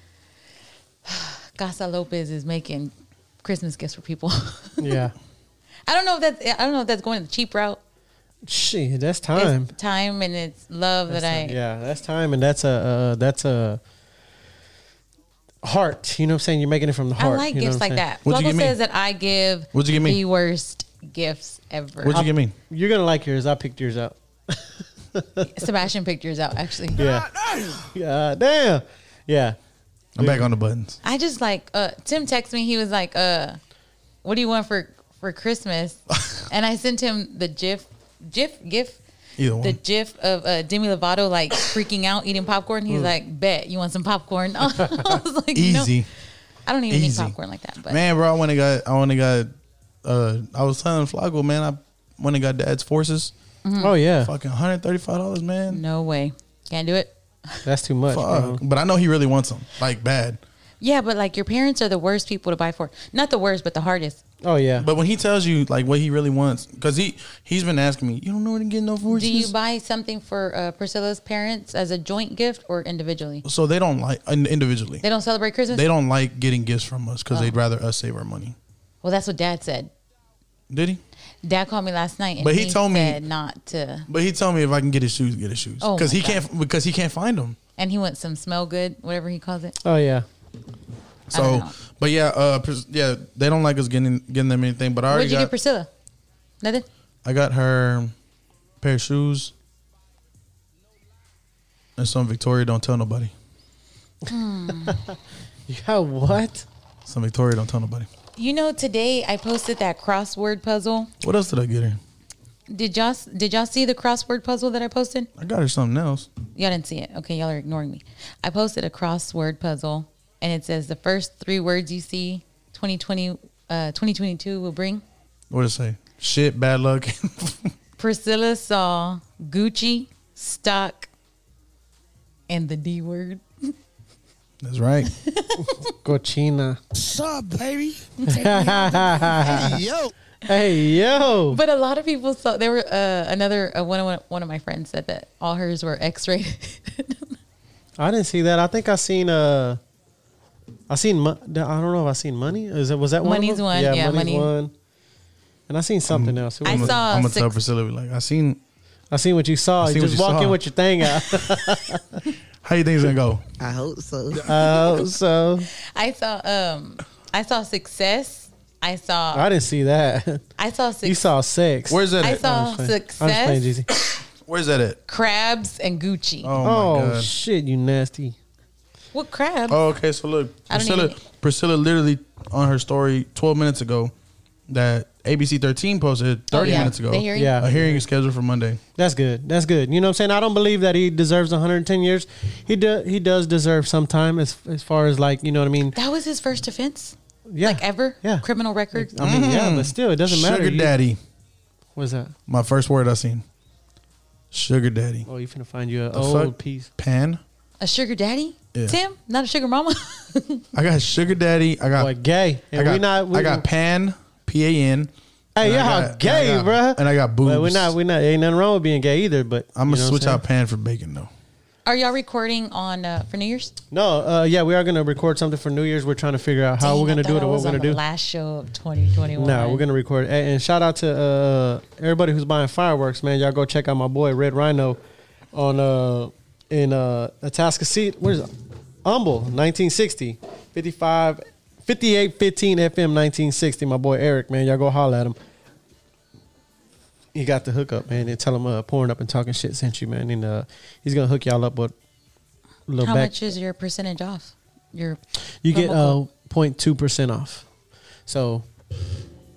S5: Casa Lopez is making Christmas gifts for people.
S3: Yeah.
S5: I don't know if that's I don't know if that's going the cheap route.
S3: Shit, that's
S5: It's
S3: time.
S5: time and it's love
S3: That's
S5: that I
S3: time. yeah, that's time and that's a uh, that's a heart. You know what I'm saying? You're making it from the
S5: I
S3: heart.
S5: like
S3: you know
S5: gifts
S3: what I'm
S5: like
S3: saying?
S5: that.
S4: What'd you
S5: Flubble
S4: give me?
S5: says that I give
S4: What'd you give me?
S5: the worst gifts ever.
S4: What'd you give me?
S3: You're gonna like yours. I picked yours out.
S5: Sebastian picked yours out actually.
S3: Yeah. Yeah. Damn. Yeah.
S4: I'm back on the buttons.
S5: I just like uh Tim texted me, he was like, uh, what do you want for for Christmas? and I sent him the GIF GIF GIF
S4: Either
S5: the
S4: one.
S5: GIF of uh Demi Lovato like freaking out eating popcorn. He's like, Bet you want some popcorn? I was like, no.
S4: Mm. Easy.
S5: I don't even
S4: Easy.
S5: eat popcorn like that. But
S4: Man, bro, I went and got I went and got uh I was telling Flago, man, I went and got dad's forces.
S5: Mm-hmm.
S3: Oh yeah.
S4: Fucking hundred thirty five dollars, man.
S5: no way. Can't do it.
S3: That's too much.
S4: Fuck.
S3: Bro.
S4: But I know he really wants them. Like bad.
S5: Yeah, but like your parents are the worst people to buy for. Not the worst, but the hardest.
S3: Oh yeah.
S4: But when he tells you like what he really wants, because he he's been asking me, you don't know where to get no forces.
S5: Do you buy something for uh, Priscilla's parents as a joint gift or individually?
S4: so they don't like and individually.
S5: They don't Oh. celebrate Christmas?
S4: They don't like getting gifts from us because they'd rather us save our money.
S5: Well, that's what dad said.
S4: Did he?
S5: Dad called me last night and
S4: But he told me-
S5: said not to.
S4: But he told me if I can get his shoes, get his shoes.
S5: Oh,
S4: Because
S5: my
S4: he can't because he can't find them.
S5: And he wants some smell good, whatever he calls it.
S3: Oh yeah.
S5: don't
S4: So,
S5: know.
S4: but yeah, uh, pres- yeah, they don't like us getting getting them anything. But I already
S5: What'd you
S4: got
S5: get Priscilla? Nothing?
S4: I got her a pair of shoes and some Victoria. Don't tell nobody.
S3: Yeah. What?
S4: Some Victoria. Don't tell nobody.
S5: You know, today I posted that crossword puzzle.
S4: What else did I get her?
S5: Did y'all did y'all see the crossword puzzle that I posted?
S4: I got her something else.
S5: Y'all didn't see it. Okay, y'all are ignoring me. I posted a crossword puzzle and it says the first three words you see 2020 uh 2022 will bring.
S4: What did it say? Shit, bad luck.
S5: Priscilla saw Gucci, stock, and the D word.
S4: That's right.
S3: Cochina.
S1: Sup, baby? yo.
S3: Hey yo.
S5: But a lot of people saw there were uh, another uh, one of one of my friends said that all hers were X rated.
S3: I didn't see that. I think I seen uh I seen mo- I don't know if I seen money. Is it was that one? of
S5: Money's
S3: them?
S5: one. Yeah,
S3: money's
S5: money.
S3: one. And I seen something
S4: Mm.
S3: else. Who
S5: I
S3: was it?
S5: saw
S4: I'm gonna tell
S5: uh, six-
S4: Priscilla we like I seen
S3: I seen what you saw.
S4: I
S3: You
S4: seen what
S3: just
S4: you
S3: walk in
S4: saw.
S3: with your thing out.
S4: how you think it's gonna go.
S6: I hope so.
S3: Oh, so
S5: I saw um I saw success. I saw
S3: I didn't see that.
S5: I saw six
S3: You saw sex.
S4: Where's that?
S5: I
S4: at?
S5: saw
S3: I'm just playing- I'm
S5: success,
S3: just playing, Jeezy.
S4: Where's that at?
S5: crabs, and Gucci.
S4: Oh, my
S3: Oh,
S4: god.
S3: shit, you nasty.
S5: What crabs?
S4: Oh, okay. So look,
S5: I don't
S4: Priscilla,
S5: even-
S4: Priscilla literally on her story 12 minutes ago that ABC 13 posted 30
S5: Oh, yeah.
S4: minutes ago.
S5: The hearing?
S3: Yeah.
S4: A hearing is scheduled for Monday.
S3: That's good. That's good. You know what I'm saying? I don't believe that he deserves 110 years. He do, he does deserve some time as as far as like, you know what I mean?
S5: That was his first offense,
S3: Yeah.
S5: like Mm-hmm. ever.
S3: Yeah.
S5: Criminal record.
S3: I mean, yeah,
S4: Mm.
S3: but still it doesn't matter.
S4: Sugar
S3: You-
S4: daddy.
S3: What's that?
S4: My first word I seen. Sugar daddy.
S3: Oh, you finna find you an
S4: The
S3: old
S4: fuck?
S3: piece.
S4: Pan.
S5: A sugar daddy?
S4: Yeah.
S5: Tim, not a sugar mama.
S4: I got sugar daddy. I got.
S3: But gay. And
S4: I got.
S3: we not we,
S4: I got pan. P A N.
S3: Hey,
S4: and I
S3: y'all
S4: got-
S3: gay,
S4: and I
S3: bruh.
S4: got- and I got boobs.
S3: But we're not we're not ain't nothing wrong with being gay either, but
S4: I'm
S3: you
S4: gonna
S3: know what
S4: switch
S3: saying?
S4: out pan for bacon though.
S5: Are y'all recording on uh, for New Year's?
S3: No, uh, yeah, we are gonna record something for New Year's. We're trying to figure out how
S5: Dang,
S3: we're gonna
S5: I
S3: do
S5: thought
S3: it
S5: I
S3: or what
S5: was
S3: we're gonna
S5: on the
S3: do.
S5: Last show of 2021.
S3: No, we're gonna record. And, and shout out to uh, everybody who's buying fireworks, man. Y'all go check out my boy Red Rhino on uh, in uh, Atascocita. Where's it? Humble 1960 55 5815 FM 1960. My boy Eric, man. Y'all go holler at him. He got the hookup, man. And tell him uh, pouring up and talking shit sent you, man. And uh, he's gonna hook y'all up with a little
S5: How
S3: back.
S5: much is your percentage off? Your
S3: You get
S5: promo
S3: uh 02 percent off. So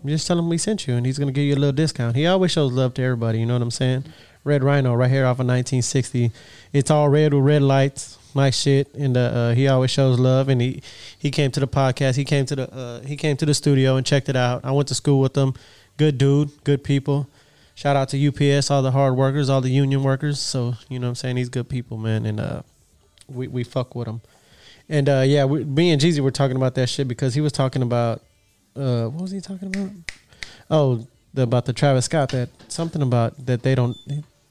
S3: just tell him we sent you, and he's gonna give you a little discount. He always shows love to everybody. You know what I'm saying? Red Rhino right here off of 1960. It's all red with red lights. Nice shit, and uh, uh, he always shows love. And he he came to the podcast. He came to the uh, he came to the studio and checked it out. I went to school with him. Good dude. Good people. Shout out to UPS, all the hard workers, all the union workers. So you know what I'm saying. These good people, man, and uh, we we fuck with them. And uh, yeah, we, me and Jeezy were talking about that shit because he was talking about uh, what was he talking about? Oh, the, about the Travis Scott that something about that they don't.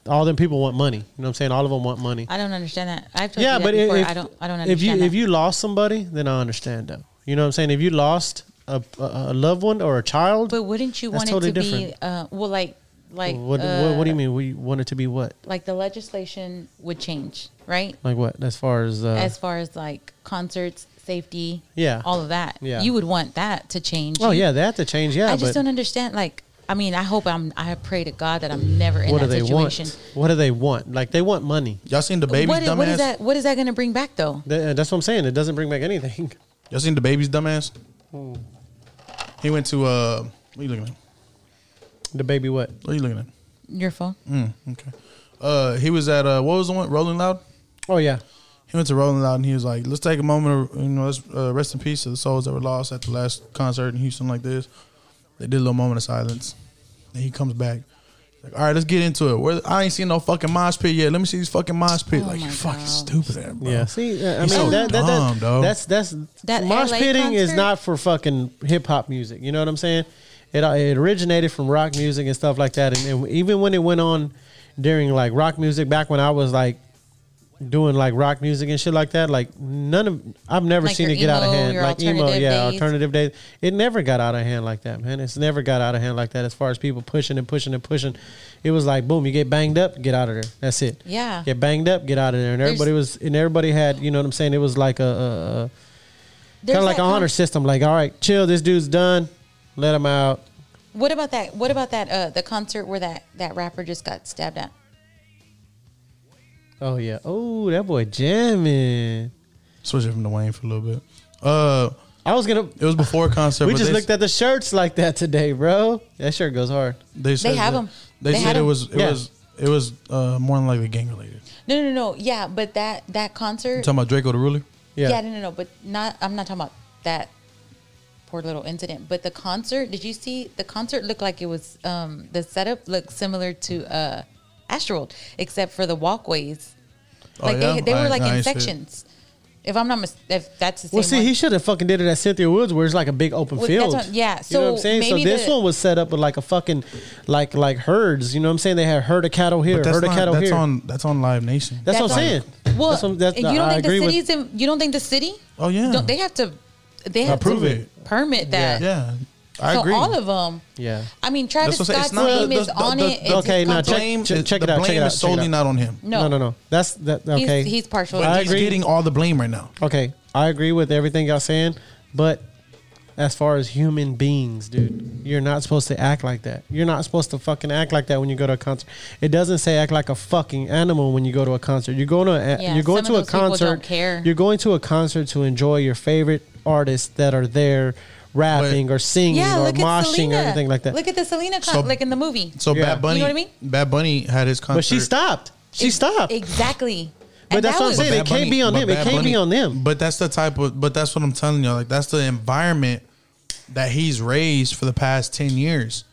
S3: All them people want money. You know what I'm saying? All of them want money.
S5: I don't understand that. I've told
S3: Yeah,
S5: you that
S3: but
S5: before.
S3: if,
S5: I don't. I don't
S3: if you
S5: understand.
S3: if you lost somebody, then I understand though. You know what I'm saying? If you lost a, a, a loved one or a child,
S5: but wouldn't you
S3: That's
S5: want
S3: totally
S5: it to be?
S3: different.
S5: Uh, well, like like
S3: what,
S5: uh,
S3: what what do you mean? We want it to be what?
S5: Like the legislation would change, right?
S3: Like what? As far as, uh,
S5: as far as like concerts, safety,
S3: Yeah.
S5: all of that.
S3: Yeah.
S5: you would want that to change.
S3: oh yeah, they have to change. Yeah,
S5: I
S3: but
S5: just don't understand. Like, I mean, I hope I'm. I pray to God that I'm never in
S3: what do
S5: that
S3: they
S5: situation.
S3: want? What do they want? Like they want money.
S4: Y'all seen the baby's
S5: what,
S4: dumbass?
S5: what is that? What is that going to bring back though?
S3: Th- uh, That's what I'm saying. It doesn't bring back anything.
S4: Y'all seen the baby's dumbass? He went to uh. What you looking at?
S3: The baby what?
S4: What you looking at?
S5: Your phone.
S4: Mm, Okay. Uh, he was at uh, what was the one? Rolling Loud.
S3: Oh yeah.
S4: He went to Rolling Loud and he was like, "Let's take a moment of you know, let's uh, rest in peace to the souls that were lost at the last concert in Houston like this." They did a little moment of silence. Then he comes back. Like, all right, let's get into it. Where I ain't seen no fucking mosh pit yet. Let me see these fucking mosh pit.
S5: Oh
S4: like
S5: my
S4: you fucking
S5: God.
S4: stupid, ass, bro.
S3: Yeah, see, I mean,
S4: He's so
S3: that, that, that-
S4: dumb, dog.
S3: that's that's
S5: That
S3: mosh
S5: LA
S3: pitting is
S5: concert?
S3: not for fucking hip hop music. You know what I'm saying? It it originated from rock music and stuff like that, and, and even when it went on during like rock music back when I was like doing like rock music and shit like that, like none of I've never
S5: Like
S3: seen
S5: your
S3: it get out of
S5: emo,
S3: hand.
S5: your
S3: Like emo,
S5: alternative
S3: yeah,
S5: days.
S3: alternative days. It never got out of hand like that, man. It's never got out of hand like that. As far as people pushing and pushing and pushing, it was like boom, you get banged up, get out of there. That's it.
S5: Yeah.
S3: get banged up, get out of there, and
S5: There's-
S3: everybody was and everybody had you know what I'm saying. It was like a, a, a
S5: There's
S3: kind of like
S5: that
S3: an honor
S5: con-
S3: system. Like, all right, chill, this dude's done. Let him out.
S5: What about that? What about that? Uh, the concert where that that rapper just got stabbed at.
S3: Oh yeah. Oh, that boy jamming.
S4: Switch it from the Wayne for a little bit. Uh,
S3: I was gonna.
S4: it was before a concert.
S3: We
S4: but
S3: just
S4: they,
S3: looked at the shirts like that today, bro. That shirt goes hard.
S4: They, said
S5: have
S4: that-
S5: 'em.
S4: They,
S5: They
S4: said
S5: had
S4: it
S5: 'em.
S4: was it
S3: Yeah.
S4: was it was uh, more than likely gang related.
S5: No, no, no. Yeah, but that that concert.
S4: You talking about Draco the Ruler?
S3: Yeah.
S5: Yeah. no, no, no. But not. I'm not talking about that poor little incident. But the concert. Did you see the concert? Looked like it was. Um, the setup looked similar to uh, Astroworld, except for the walkways.
S4: Oh,
S5: Like
S4: yeah?
S5: they, they
S4: I-
S5: were like
S4: I
S5: in
S4: ain't see it.
S5: sections. If I'm not mis- if that's the same.
S3: Well, see,
S5: one.
S3: he should have fucking did it at Cynthia Woods, where it's like a big open
S5: Well, that's
S3: field.
S5: what- yeah,
S3: you know what I'm
S5: so
S3: saying. So
S5: maybe
S3: this
S5: the-
S3: one was set up with like a fucking, like like herds. You know what I'm saying? They had herd of cattle here,
S4: But that's,
S3: herd of
S4: not-
S3: cattle
S4: that's
S3: here.
S4: on that's on Live Nation.
S3: that's what I'm
S5: on-
S3: saying.
S5: Well,
S3: that's what, that's,
S5: you don't
S3: I
S5: think
S3: agree
S5: the
S3: with-
S5: city's in, you don't think the city?
S4: Oh, yeah.
S5: Don't, they have to. They have
S4: Approve
S5: to
S4: it.
S5: Permit that.
S4: yeah, I
S5: so
S4: agree.
S5: all of them.
S3: Yeah.
S5: I mean, Travis
S4: That's what I'm saying.
S5: Scott's
S4: It's not-
S5: name
S4: the-
S5: is
S4: the-
S5: on
S4: the-
S5: it. It's
S4: the
S3: Okay, now check-
S5: his company.
S4: blame
S3: check-
S4: is-
S3: check
S4: the
S3: it out, check
S4: blame
S3: it out,
S4: is
S3: check it
S4: solely
S3: out.
S4: not on him.
S5: No.
S3: no, no, no. That's that.
S5: He's,
S3: Okay,
S5: he's partial.
S4: But
S3: I
S4: he's
S3: agree.
S4: getting all the blame right now.
S3: Okay, I agree with everything y'all saying, but as far as human beings, dude, you're not supposed to act like that. You're not supposed to fucking act like that when you go to a concert. It doesn't say act like a fucking animal when you go to a concert. You're going to a,
S5: Yeah,
S3: you're going
S5: some
S3: to a
S5: of those people
S3: concert.
S5: don't care.
S3: You're going to a concert to enjoy your favorite artists that are there rapping
S4: But-
S3: or singing
S5: yeah,
S3: or
S5: look at
S3: moshing
S5: Selena.
S3: or anything like that.
S5: Look at the Selena, con-
S4: So-
S5: like in the movie.
S4: So
S3: Yeah.
S4: Bad Bunny,
S5: You know what I mean?
S4: Bad Bunny had his concert,
S3: but she stopped. She
S5: Ex-
S3: stopped.
S5: Exactly.
S3: But
S5: And
S3: that's
S5: that
S3: what I'm
S5: was-
S3: saying. It
S4: Bad
S3: can't be on
S4: but
S3: them. It
S4: Bad
S3: can't
S4: Bunny-
S3: be on them.
S4: But that's the type of. But that's what I'm telling you. Like that's the environment that he's raised for the past ten years.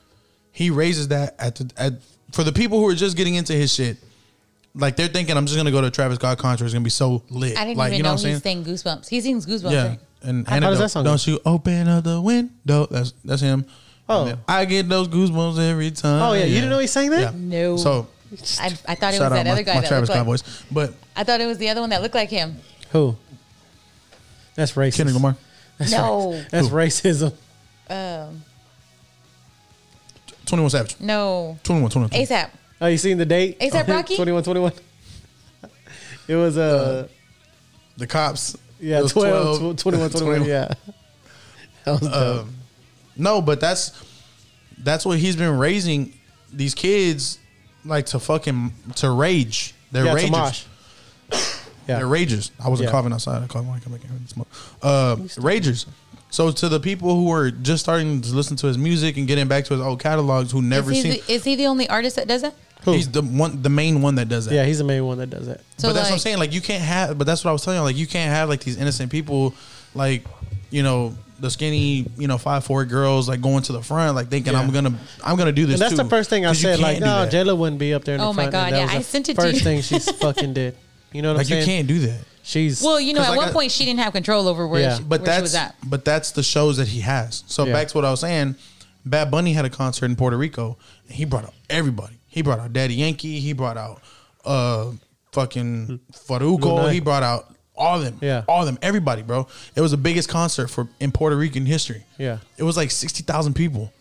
S4: He raises that at the at for the people who are just getting into his shit. Like they're thinking, I'm just gonna go to a Travis Scott concert. It's gonna be so lit.
S5: I didn't
S4: like,
S5: even
S4: you know
S5: know,
S4: what I'm
S5: he
S4: saying?
S5: sang Goosebumps. He sings Goosebumps.
S4: Yeah.
S5: right?
S4: And
S3: How- how does
S4: antidote.
S3: that song go?
S4: Don't you open up the window? That's that's him.
S3: Oh.
S4: And then, I get those goosebumps every time.
S3: Oh, yeah. You didn't know he sang that?
S5: No.
S4: So
S5: I, I thought it was
S4: shout out
S5: that
S4: my,
S5: other guy
S4: my
S5: that
S4: Travis
S5: looked
S4: Scott
S5: like,
S4: voice, but
S5: I thought it was the other one that looked like him.
S3: Who? That's racist.
S4: Kendrick Lamar.
S5: no.
S3: That's
S4: Who?
S3: racism.
S5: Um,
S4: 21 Savage.
S5: no.
S4: 21, 21.
S5: ASAP.
S3: Oh, you seen the date?
S5: A$AP Rocky?
S3: Twenty-one, twenty-one. It was uh,
S4: The cops.
S3: yeah,
S4: It was
S3: 12, 21, 21, yeah. Uh, That was dope.
S4: No, but that's that's what he's been raising these kids like to fucking to rage. They're
S3: yeah,
S4: rages.
S3: Tomash. Yeah.
S4: They're ragers. I wasn't
S3: Yeah.
S4: coughing outside. I coughed when I come back here and smoke. Uh, ragers. So to the people who are just starting to listen to his music and getting back to his old catalogs, who never
S5: is, he
S4: seen,
S5: the, is he the only artist that does that?
S3: Who?
S4: he's the one, the main one that does that.
S3: yeah, he's the main one that does that.
S5: So
S4: but that's what I'm
S5: like-
S4: saying. Like you can't have. But that's what I was telling you. Like you can't have like these innocent people, like you know the skinny, you know five four girls like going to the front, like thinking
S3: Yeah.
S4: I'm gonna I'm gonna do this.
S3: And that's
S4: too.
S3: the first thing I
S4: 'Cause you
S3: said.
S4: can't
S3: Like,
S4: do
S3: no,
S4: that.
S3: Jayla wouldn't be up there in
S5: Oh
S3: the
S5: my
S3: front.
S5: God,
S3: and that
S5: yeah,
S3: was
S5: I
S3: the
S5: sent it to
S3: First
S5: you.
S3: thing she's fucking did. You know what
S4: like
S3: I'm
S4: you
S3: saying?
S4: can't do that.
S3: She's
S5: Well, you know,
S4: 'Cause
S5: at
S4: like
S5: one
S4: I-
S5: point she didn't have control over where,
S3: Yeah.
S5: she,
S4: But
S5: where she
S4: that's
S5: was at.
S4: but that's the shows that he has. So
S3: Yeah.
S4: back to what I was saying, Bad Bunny had a concert in Puerto Rico, and he brought out everybody. He brought out Daddy Yankee. He brought out uh fucking
S3: Lil
S4: Faruco.
S3: Nas.
S4: He brought out all of them.
S3: Yeah.
S4: all of them. Everybody, bro. It was the biggest concert for in Puerto Rican history.
S3: Yeah.
S4: it was like sixty thousand people,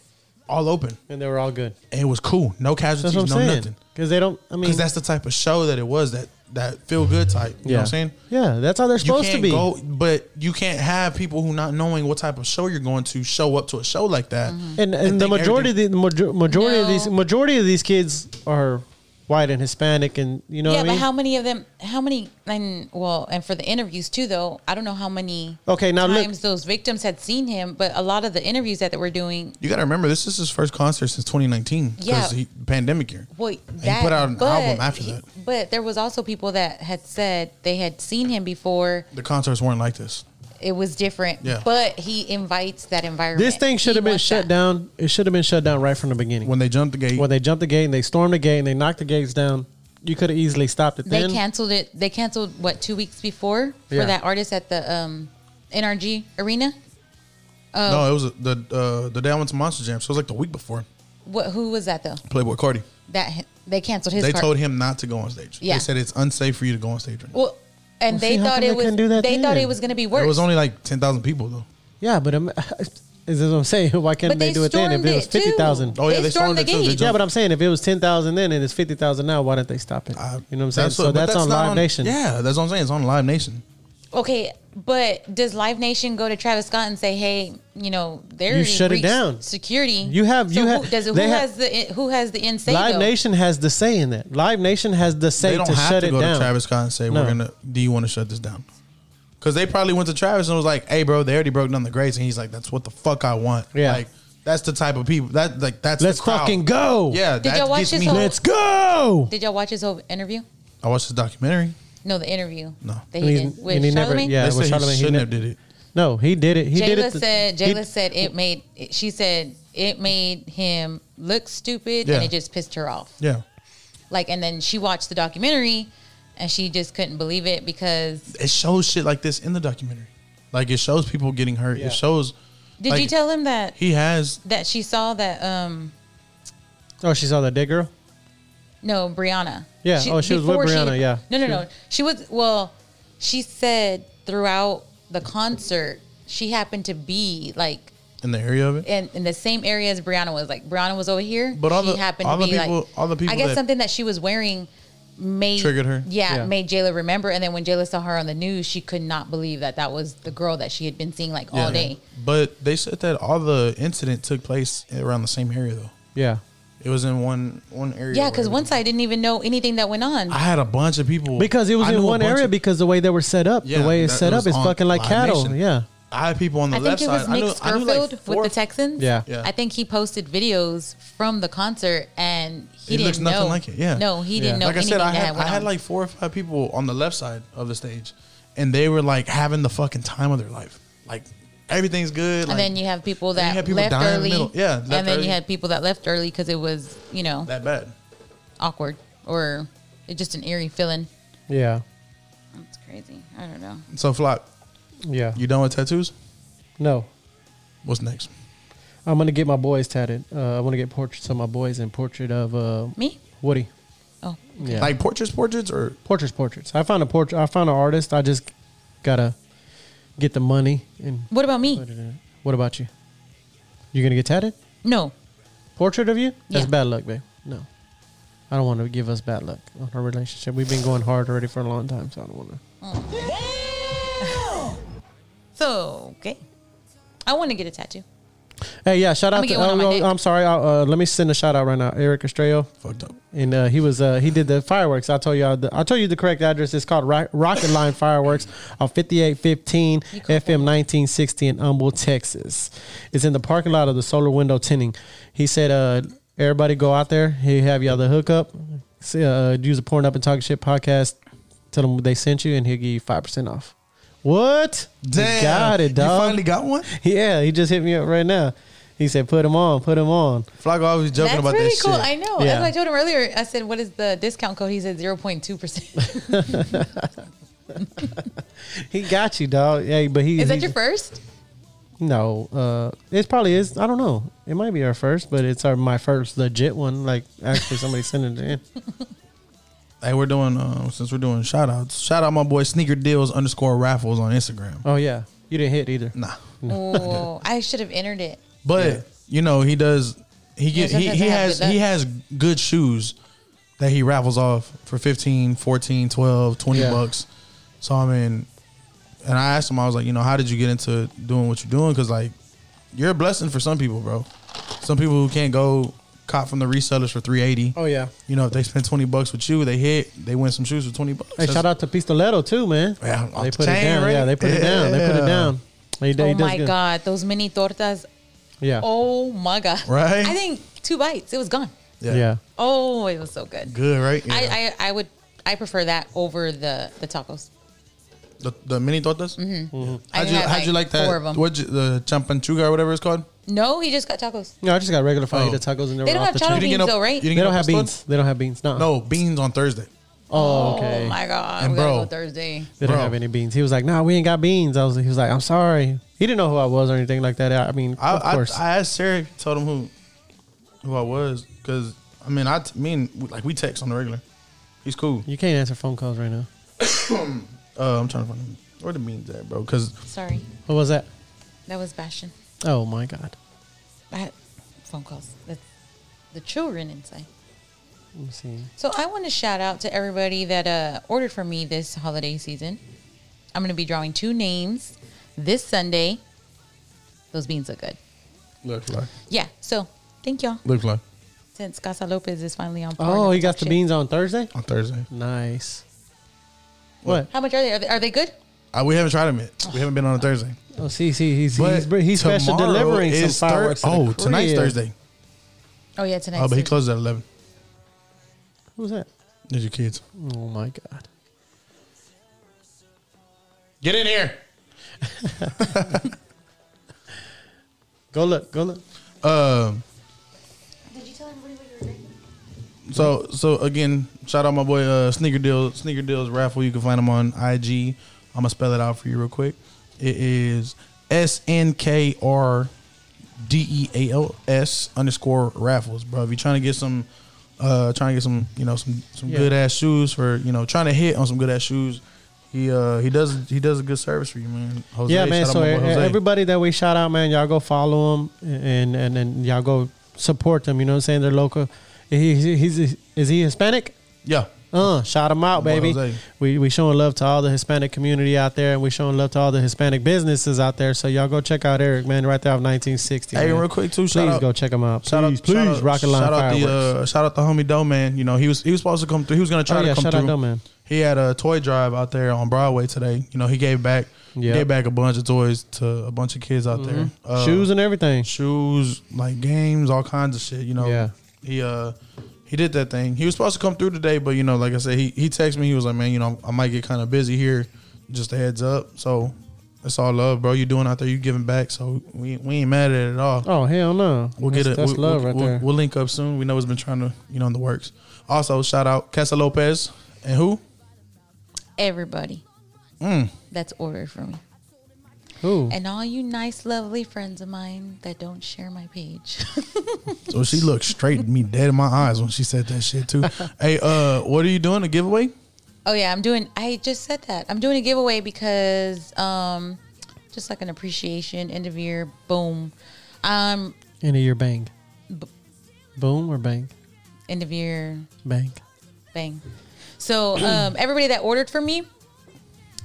S4: all open,
S3: and they were all good.
S4: and it was cool. No
S3: That's
S4: casualties,
S3: what
S4: no
S3: I'm saying.
S4: nothing.
S3: Because they don't. I mean,
S4: Because that's the type of show that it was. That that feel good type. You
S3: yeah.
S4: know what I'm saying?
S3: Yeah, that's how they're
S4: you
S3: supposed
S4: can't
S3: to be.
S4: go, but you can't have people who not knowing what type of show you're going to show up to a show like that.
S3: and, and the
S4: think
S3: majority of
S4: everything-
S3: the, the major, majority of these
S5: No.
S3: majority of these kids are white and Hispanic, and you know
S5: yeah,
S3: what I
S5: but
S3: mean.
S5: how many of them? How many? And well, and for the interviews too, though, I don't know how many.
S3: Okay, now look-
S5: times those victims had seen him, but a lot of the interviews that they were doing,
S4: you got to remember this is his first concert since 2019
S5: Yeah.
S4: because he pandemic year.
S5: boy,
S4: And
S5: that
S4: he put out an
S5: but
S4: album after
S5: he-
S4: that.
S5: But there was also people that had said they had seen him before.
S4: The concerts weren't like this.
S5: it was different.
S4: Yeah.
S5: But he invites that environment.
S3: This thing should
S5: He
S3: have been
S5: wants
S3: shut
S5: that.
S3: down. It should have been shut down right from the beginning.
S4: when they jumped the gate.
S3: When they jumped the gate and they stormed the gate and they knocked the gates down, you could have easily stopped it
S5: They
S3: then.
S5: canceled it. They canceled what two weeks before
S3: Yeah.
S5: for that artist at the um, NRG Arena.
S4: No, it was the uh, the day I went to Monster Jam. So it was like the week before.
S5: What? Who was that though?
S4: Playboy Cardi.
S5: That they canceled his.
S4: they
S5: car-
S4: told him not to go on stage.
S5: Yeah.
S4: They said it's unsafe for you to go on stage. Right now.
S5: Well, and
S3: Well, see,
S5: they
S3: how
S5: thought
S3: come they
S5: it was.
S3: couldn't do that
S5: they thought
S3: then?
S5: it was going to be worse.
S4: There was only like ten thousand people though.
S3: Yeah, but um, is what I'm saying. Why couldn't
S5: But
S3: they,
S5: they
S3: do it then? If
S5: stormed
S3: it was
S5: it, too.
S3: fifty thousand,
S4: Oh yeah,
S5: They
S4: they, stormed,
S5: stormed the
S4: it too. They
S5: gate.
S3: yeah,
S4: jumped-
S3: but I'm saying if it was ten thousand then and it's fifty thousand now, why didn't they stop it?
S4: I-
S3: you know what I'm saying?
S4: Uh, that's
S3: So
S4: but
S3: that's, on
S4: not
S3: Live Nation.
S4: Yeah, that's what I'm saying. It's on Live Nation.
S5: okay, but does Live Nation go to Travis Scott and say, "Hey, you know, they're
S3: You shut it down.
S5: security."
S3: You have- you
S5: who,
S3: have-
S5: Does it, who
S3: they have-
S5: has the who has the insane?
S3: Live Nation has the say in that. Live Nation has the say
S4: They don't
S3: to
S4: have
S3: shut
S4: to
S3: it
S4: go
S3: down.
S4: to Travis Scott and say
S3: No.
S4: we're gonna. Do you want to shut this down? Because they probably went to Travis and was like, "Hey, bro, they already broke down the grades," and he's like, "That's what the fuck I want."
S3: Yeah.
S4: like that's the type of people that like that's.
S3: Let's
S4: the crowd.
S3: fucking go.
S4: Yeah,
S5: Did y'all watch
S4: gets
S5: his
S4: me-
S5: whole-
S3: Let's go.
S5: Did y'all watch his whole interview?
S4: I watched this documentary.
S5: No, the interview.
S4: No.
S5: that
S3: And
S5: he
S3: he's-
S5: did with
S3: and he never-
S5: Charlamagne.
S3: yeah.
S4: they
S3: with
S4: said he
S3: Charlamagne, he
S4: shouldn't
S3: ne-
S4: have did it.
S3: No, he did it. He did
S5: Jayla
S3: it. to-
S5: said
S3: he-
S5: Jayla said it made she said it made him look stupid
S4: Yeah.
S5: and it just pissed her off.
S4: Yeah,
S5: Like and then she watched the documentary and she just couldn't believe it because
S4: it shows shit like this in the documentary. Like it shows people getting hurt.
S3: Yeah.
S4: It shows.
S5: did
S4: like,
S5: you tell him that
S4: He has.
S5: that she saw that um
S3: Oh, she saw that dead girl.
S5: no Brianna.
S3: Yeah, oh, she was with
S5: before
S3: Brianna, yeah.
S5: No, no,
S3: She-
S5: no. She was well, she said throughout the concert she happened to be like
S4: In the area of it,
S5: in, in the same area as Brianna was. Like Brianna was over here,
S4: But all
S5: she
S4: the-
S5: happened
S4: all
S5: to
S4: the
S5: be
S4: people-
S5: like
S4: all the people
S5: I guess
S4: that-
S5: something that she was wearing made
S4: Triggered her?
S5: Yeah,
S3: Yeah.
S5: made Jayla remember. And then when Jayla saw her on the news, she could not believe that that was the girl that she had been seeing like all
S4: Yeah.
S5: day.
S4: But they said that all the incident took place around the same area though.
S3: Yeah.
S4: It was in one one area.
S5: Yeah,
S4: where
S5: because
S4: everything-
S5: once I didn't even know anything that went on.
S4: I had a bunch of people
S3: Because it was
S4: I
S3: in
S4: knew a
S3: one
S4: bunch
S3: area
S4: of-
S3: because the way they were set up,
S4: Yeah,
S3: the way it's
S4: that-
S3: set
S4: it
S3: up
S4: was
S3: is
S4: on
S3: fucking like
S4: Live
S3: cattle.
S4: Nation.
S3: Yeah.
S4: I had people on the
S5: I
S4: left
S5: think it was
S4: side. I
S5: Nick
S4: knew, I knew
S5: Scarfield
S4: like four,
S5: with the Texans.
S3: Yeah.
S4: Yeah.
S5: I think he posted videos from the concert and he,
S4: It
S5: didn't
S4: looks nothing
S5: know.
S4: like it, yeah.
S5: no, he didn't
S3: Yeah.
S5: know
S4: like I
S5: anything
S4: said, I
S5: that
S4: had, I
S5: went
S4: had
S5: on.
S4: like four or five people on the left side of the stage, and they were like having the fucking time of their life. Like everything's good.
S5: and
S4: like,
S5: then you have people
S4: then you
S5: that
S4: had people
S5: left
S4: dying in the
S5: early.
S4: middle. Yeah,
S5: and
S4: left
S5: then
S4: early.
S5: you had people that left early because it was, you know,
S4: that bad.
S5: awkward or it's just an eerie feeling.
S3: Yeah.
S5: It's crazy. I don't know.
S4: So Flock,
S3: Yeah.
S4: you done with tattoos?
S3: No.
S4: What's next?
S3: I'm gonna get my boys tatted. Uh, I want to get portraits of my boys and portrait of uh,
S5: Me?
S3: Woody.
S5: Oh,
S3: Yeah.
S4: Like portraits, portraits, or
S3: portraits, portraits. I found a portrait. I found an artist. I just gotta get the money and
S5: what about me?
S3: put it in. it. What about you? You gonna get tatted?
S5: No,
S3: Portrait of you? That's
S5: Yeah.
S3: bad luck, babe. No, I don't want to give us bad luck on our relationship. We've been going hard already for a long time, so I don't want to.
S5: so okay. I want to get a tattoo.
S3: Hey, yeah, shout out
S5: I'ma
S3: to.
S5: get one
S3: Oh,
S5: on my
S3: oh,
S5: neck.
S3: I'm sorry. I, uh, let me send a shout out right now, Eric Estrello.
S4: fucked up.
S3: and uh, he was uh, he did the fireworks. I told you the, I told you the correct address. It's called Rock, Rocket Line Fireworks on 5815 FM 1960 in Humble, Texas. It's in the parking lot of the Solar Window Tinting. He said, uh, "Everybody go out there. He have y'all the hookup. See, uh, use the Porn Up and Talking Shit podcast. Tell them they sent you, and he'll give you five percent off." What? You
S4: Damn,
S3: got it,
S4: You
S3: dog.
S4: finally got one.
S3: yeah, he just hit me up right now. He said, "Put him on, put him on."
S4: Flock always joking
S5: That's
S4: about
S5: really
S4: that
S5: cool.
S4: shit.
S5: I know.
S3: Yeah.
S5: That's what I told him earlier. I said, "What is the discount code?" He said, 0.2 percent."
S3: He got you, dog. Hey, but he
S5: Is that
S3: he-
S5: your first?
S3: No, uh, it probably is. I don't know. It might be our first, but it's our my first legit one. Like actually, somebody sent it in.
S4: Hey, we're doing uh, since we're doing shout outs. Shout out my boy Sneaker Deals underscore Raffles on Instagram.
S3: Oh yeah, you didn't hit either.
S4: Nah,
S5: Oh, I should have entered it.
S4: but you know he does. He get, he,
S5: sometimes
S4: he
S5: I have
S4: has
S5: good luck.
S4: he has good shoes that he raffles off for 15, 14, 12, 20
S3: Yeah.
S4: bucks. So I mean, and I asked him, I was like, you know, how did you get into doing what you're doing? Because like, you're a blessing for some people, bro. Some people who can't go cop from the resellers for three eighty.
S3: Oh yeah.
S4: You know, if they spend twenty bucks with you, they hit, they win some shoes for twenty bucks.
S3: Hey, shout out to Pistoletto too, man.
S4: Yeah, off
S3: they
S4: the
S3: put it
S4: chain,
S3: down.
S4: right?
S3: Yeah, they put it down. They put it
S4: Yeah.
S3: down. He, he
S5: oh
S3: does
S5: my
S3: good.
S5: god, those mini tortas.
S3: Yeah.
S5: Oh my god.
S4: Right?
S5: I think two bites. It was gone.
S3: yeah.
S5: Oh, it was so good.
S4: Good, right? Yeah.
S5: I, I I would I prefer that over the the tacos.
S4: The, the mini tortas. Mm-hmm.
S5: I
S4: How'd, you,
S5: had,
S4: how'd you like
S5: like,
S4: that?
S5: four of 'em.
S4: What'd you, the champanchuga or whatever it's called?
S5: No, he just got tacos.
S3: No, I just got regular fajita
S4: Oh.
S3: tacos and they,
S5: They
S3: were
S5: don't
S3: off
S5: have
S3: the
S5: chana
S3: chain.
S5: beans
S4: get no-
S5: though, right?
S4: you
S3: They
S4: didn't get
S3: don't
S4: no
S3: have
S4: pastor?
S3: beans. They don't have beans. No.
S4: No beans on Thursday.
S3: Oh, okay.
S5: Oh my god,
S4: And
S5: we gotta
S4: bro.
S5: go Thursday.
S3: They didn't
S4: Bro.
S3: have any beans. He was like, "Nah, we ain't got beans." I was. He was like, "I'm sorry." He didn't know who I was or anything like that. I I mean,
S4: I,
S3: of course.
S4: I, I asked Sarah, told him who who I was, because I mean, I t- me and like we text on the regular. He's cool.
S3: you can't answer phone calls right now.
S4: Uh, I'm trying to find him. Where the beans at, bro? Because
S5: Sorry,
S3: What was that?
S5: that was Bastion.
S3: Oh my god.
S5: I had phone calls. That's the children inside.
S3: Let me see.
S5: So I want to shout out to everybody that uh, ordered from me this holiday season. I'm going to be drawing two names this Sunday. Those beans look good.
S4: look like
S5: Yeah. So thank y'all.
S4: look like
S5: Since Casa Lopez is finally on. par,
S3: Oh,
S5: let's
S3: he got
S5: talk
S3: the
S5: shit.
S3: beans on Thursday.
S4: on Thursday.
S3: Nice. What?
S5: How much are they? Are they, are they good?
S4: Uh, we haven't tried them yet. We haven't been on a Thursday.
S3: Oh, see, see, he's
S4: But
S3: he's, he's special
S4: tomorrow
S3: delivering some
S4: is Thur-
S3: fireworks. to the
S4: oh, tonight's
S3: crib.
S4: Thursday.
S5: Oh yeah, tonight.
S4: Oh, but he closes at eleven.
S3: Who's that?
S4: There's your kids.
S3: Oh my god.
S4: Get in here.
S3: Go look. Go look.
S4: Um.
S5: Did you tell everybody what you were drinking?
S4: So so again, shout out my boy uh, Sneaker Deal Sneaker Deals raffle. You can find them on IG. I'm gonna spell it out for you real quick. It is S N K R D E A L S underscore raffles, bro. If you're trying to get some, uh, trying to get some, you know, some some
S3: Yeah.
S4: good ass shoes for, you know, trying to hit on some good ass shoes. He uh he does he does a good service for you, man. Jose,
S3: yeah, man.
S4: shout
S3: So
S4: out my boy
S3: e-
S4: Jose.
S3: everybody that we shout out, man, y'all go follow them and and and y'all go support them. You know what I'm saying? They're local. He, he- he's is he Hispanic?
S4: yeah,
S3: Uh, shout them out,
S4: Boy,
S3: baby.
S4: Jose.
S3: We we showing love to all the Hispanic community out there, and we showing love to all the Hispanic businesses out there. So y'all go check out Eric, man, right there off 1960.
S4: Hey,
S3: man.
S4: real quick too,
S3: please
S4: shout out-
S3: go check him out.
S4: Shout
S3: please,
S4: out,
S3: please,
S4: shout out-
S3: Rocket Line
S4: shout out
S3: Fireworks.
S4: the uh, shout out the homie Doe Man. You know he was he was supposed to come through. He was gonna try
S3: Oh,
S4: to
S3: yeah,
S4: come
S3: shout out
S4: through.
S3: Doe Man.
S4: He had a toy drive out there on Broadway today. You know he gave back he
S3: Yeah.
S4: gave back a bunch of toys to a bunch of kids out there. Uh,
S3: Mm-hmm. shoes and everything.
S4: shoes, like games, all kinds of shit. You know.
S3: Yeah.
S4: He uh he did that thing. He was supposed to come through today, but you know, like I said, he he texted me. He was like, man, you know, I might get kind of busy here. Just a heads up. So. It's all love, bro. You doing out there? You giving back, so we we ain't mad at it at all.
S3: Oh hell no!
S4: We'll
S3: that's,
S4: get it.
S3: That's
S4: we'll,
S3: love
S4: we'll-
S3: right
S4: we'll-
S3: there.
S4: We'll link up soon. We know it's been trying to, you know, in the works. Also, shout out Casa Lopez and who?
S5: Everybody.
S3: Mm.
S5: That's ordered for me.
S3: Ooh.
S5: And all you nice, lovely friends of mine that don't share my page.
S4: So she looked straight at me dead in my eyes when she said that shit too. hey, uh, what are you doing? A giveaway?
S5: Oh yeah, I'm doing. I just said that I'm doing a giveaway because, um, just like an appreciation end of year, boom, um,
S3: End of year bang.
S5: B-
S3: Boom or bang?
S5: end of year,
S3: Bang.
S5: bang. So um, everybody that ordered from me,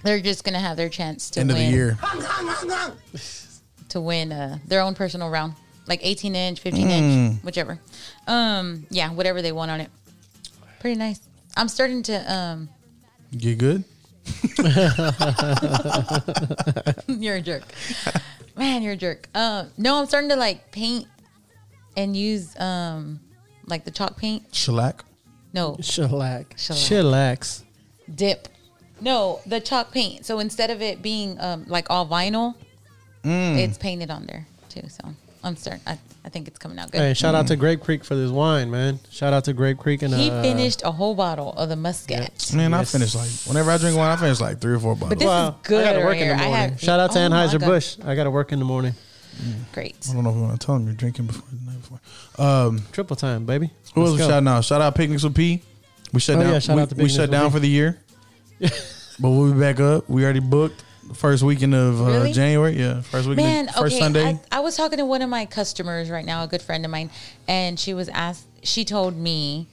S5: they're just gonna have their chance to
S4: End of
S5: win
S4: the year.
S5: to win uh, their own personal round, like 18 inch, 15 inch,
S4: Mm.
S5: whichever. Um, yeah, whatever they want on it. Pretty nice. I'm starting to. Um,
S4: Get good.
S5: you're a jerk. Man, you're a jerk. Uh, no, I'm starting to like paint and use um like the chalk paint.
S4: Shellac.
S5: No,
S3: Shellac. Chillax.
S5: Chillax. dip. No, the chalk paint. So instead of it being um like all vinyl, it's painted on there too. So I'm starting. I, I think it's coming out good.
S3: Hey, shout out to Grape Creek for this wine, man. Shout out to Grape Creek and
S5: he
S3: uh,
S5: finished a whole bottle of the muscat.
S4: Man,
S3: Yes.
S4: I finish like whenever I drink wine, I finish like three or four bottles.
S5: This
S3: Wow.
S5: is good.
S3: I gotta work
S5: right
S3: in the
S5: here. I
S3: morning.
S5: have-
S3: shout out to
S5: Oh my
S3: Anheuser
S5: God.
S3: Busch. I gotta work in the morning.
S5: Great.
S4: I don't know if you want to tell them you're drinking before the night before. Um,
S3: Triple time, baby.
S4: who
S3: Let's
S4: else we
S3: go.
S4: shouting out? Shout out Picnics with P. We shut
S3: Oh,
S4: down.
S3: yeah, shout
S4: we,
S3: out to
S4: we
S3: Picnics
S4: shut
S3: with
S4: down
S3: P.
S4: for the year, but we'll be back up. We already booked the first weekend of uh,
S5: Really?
S4: January. Yeah, first weekend,
S5: Man,
S4: first
S5: okay.
S4: Sunday.
S5: I, I was talking to one of my customers right now, a good friend of mine, and she was asked. She told me,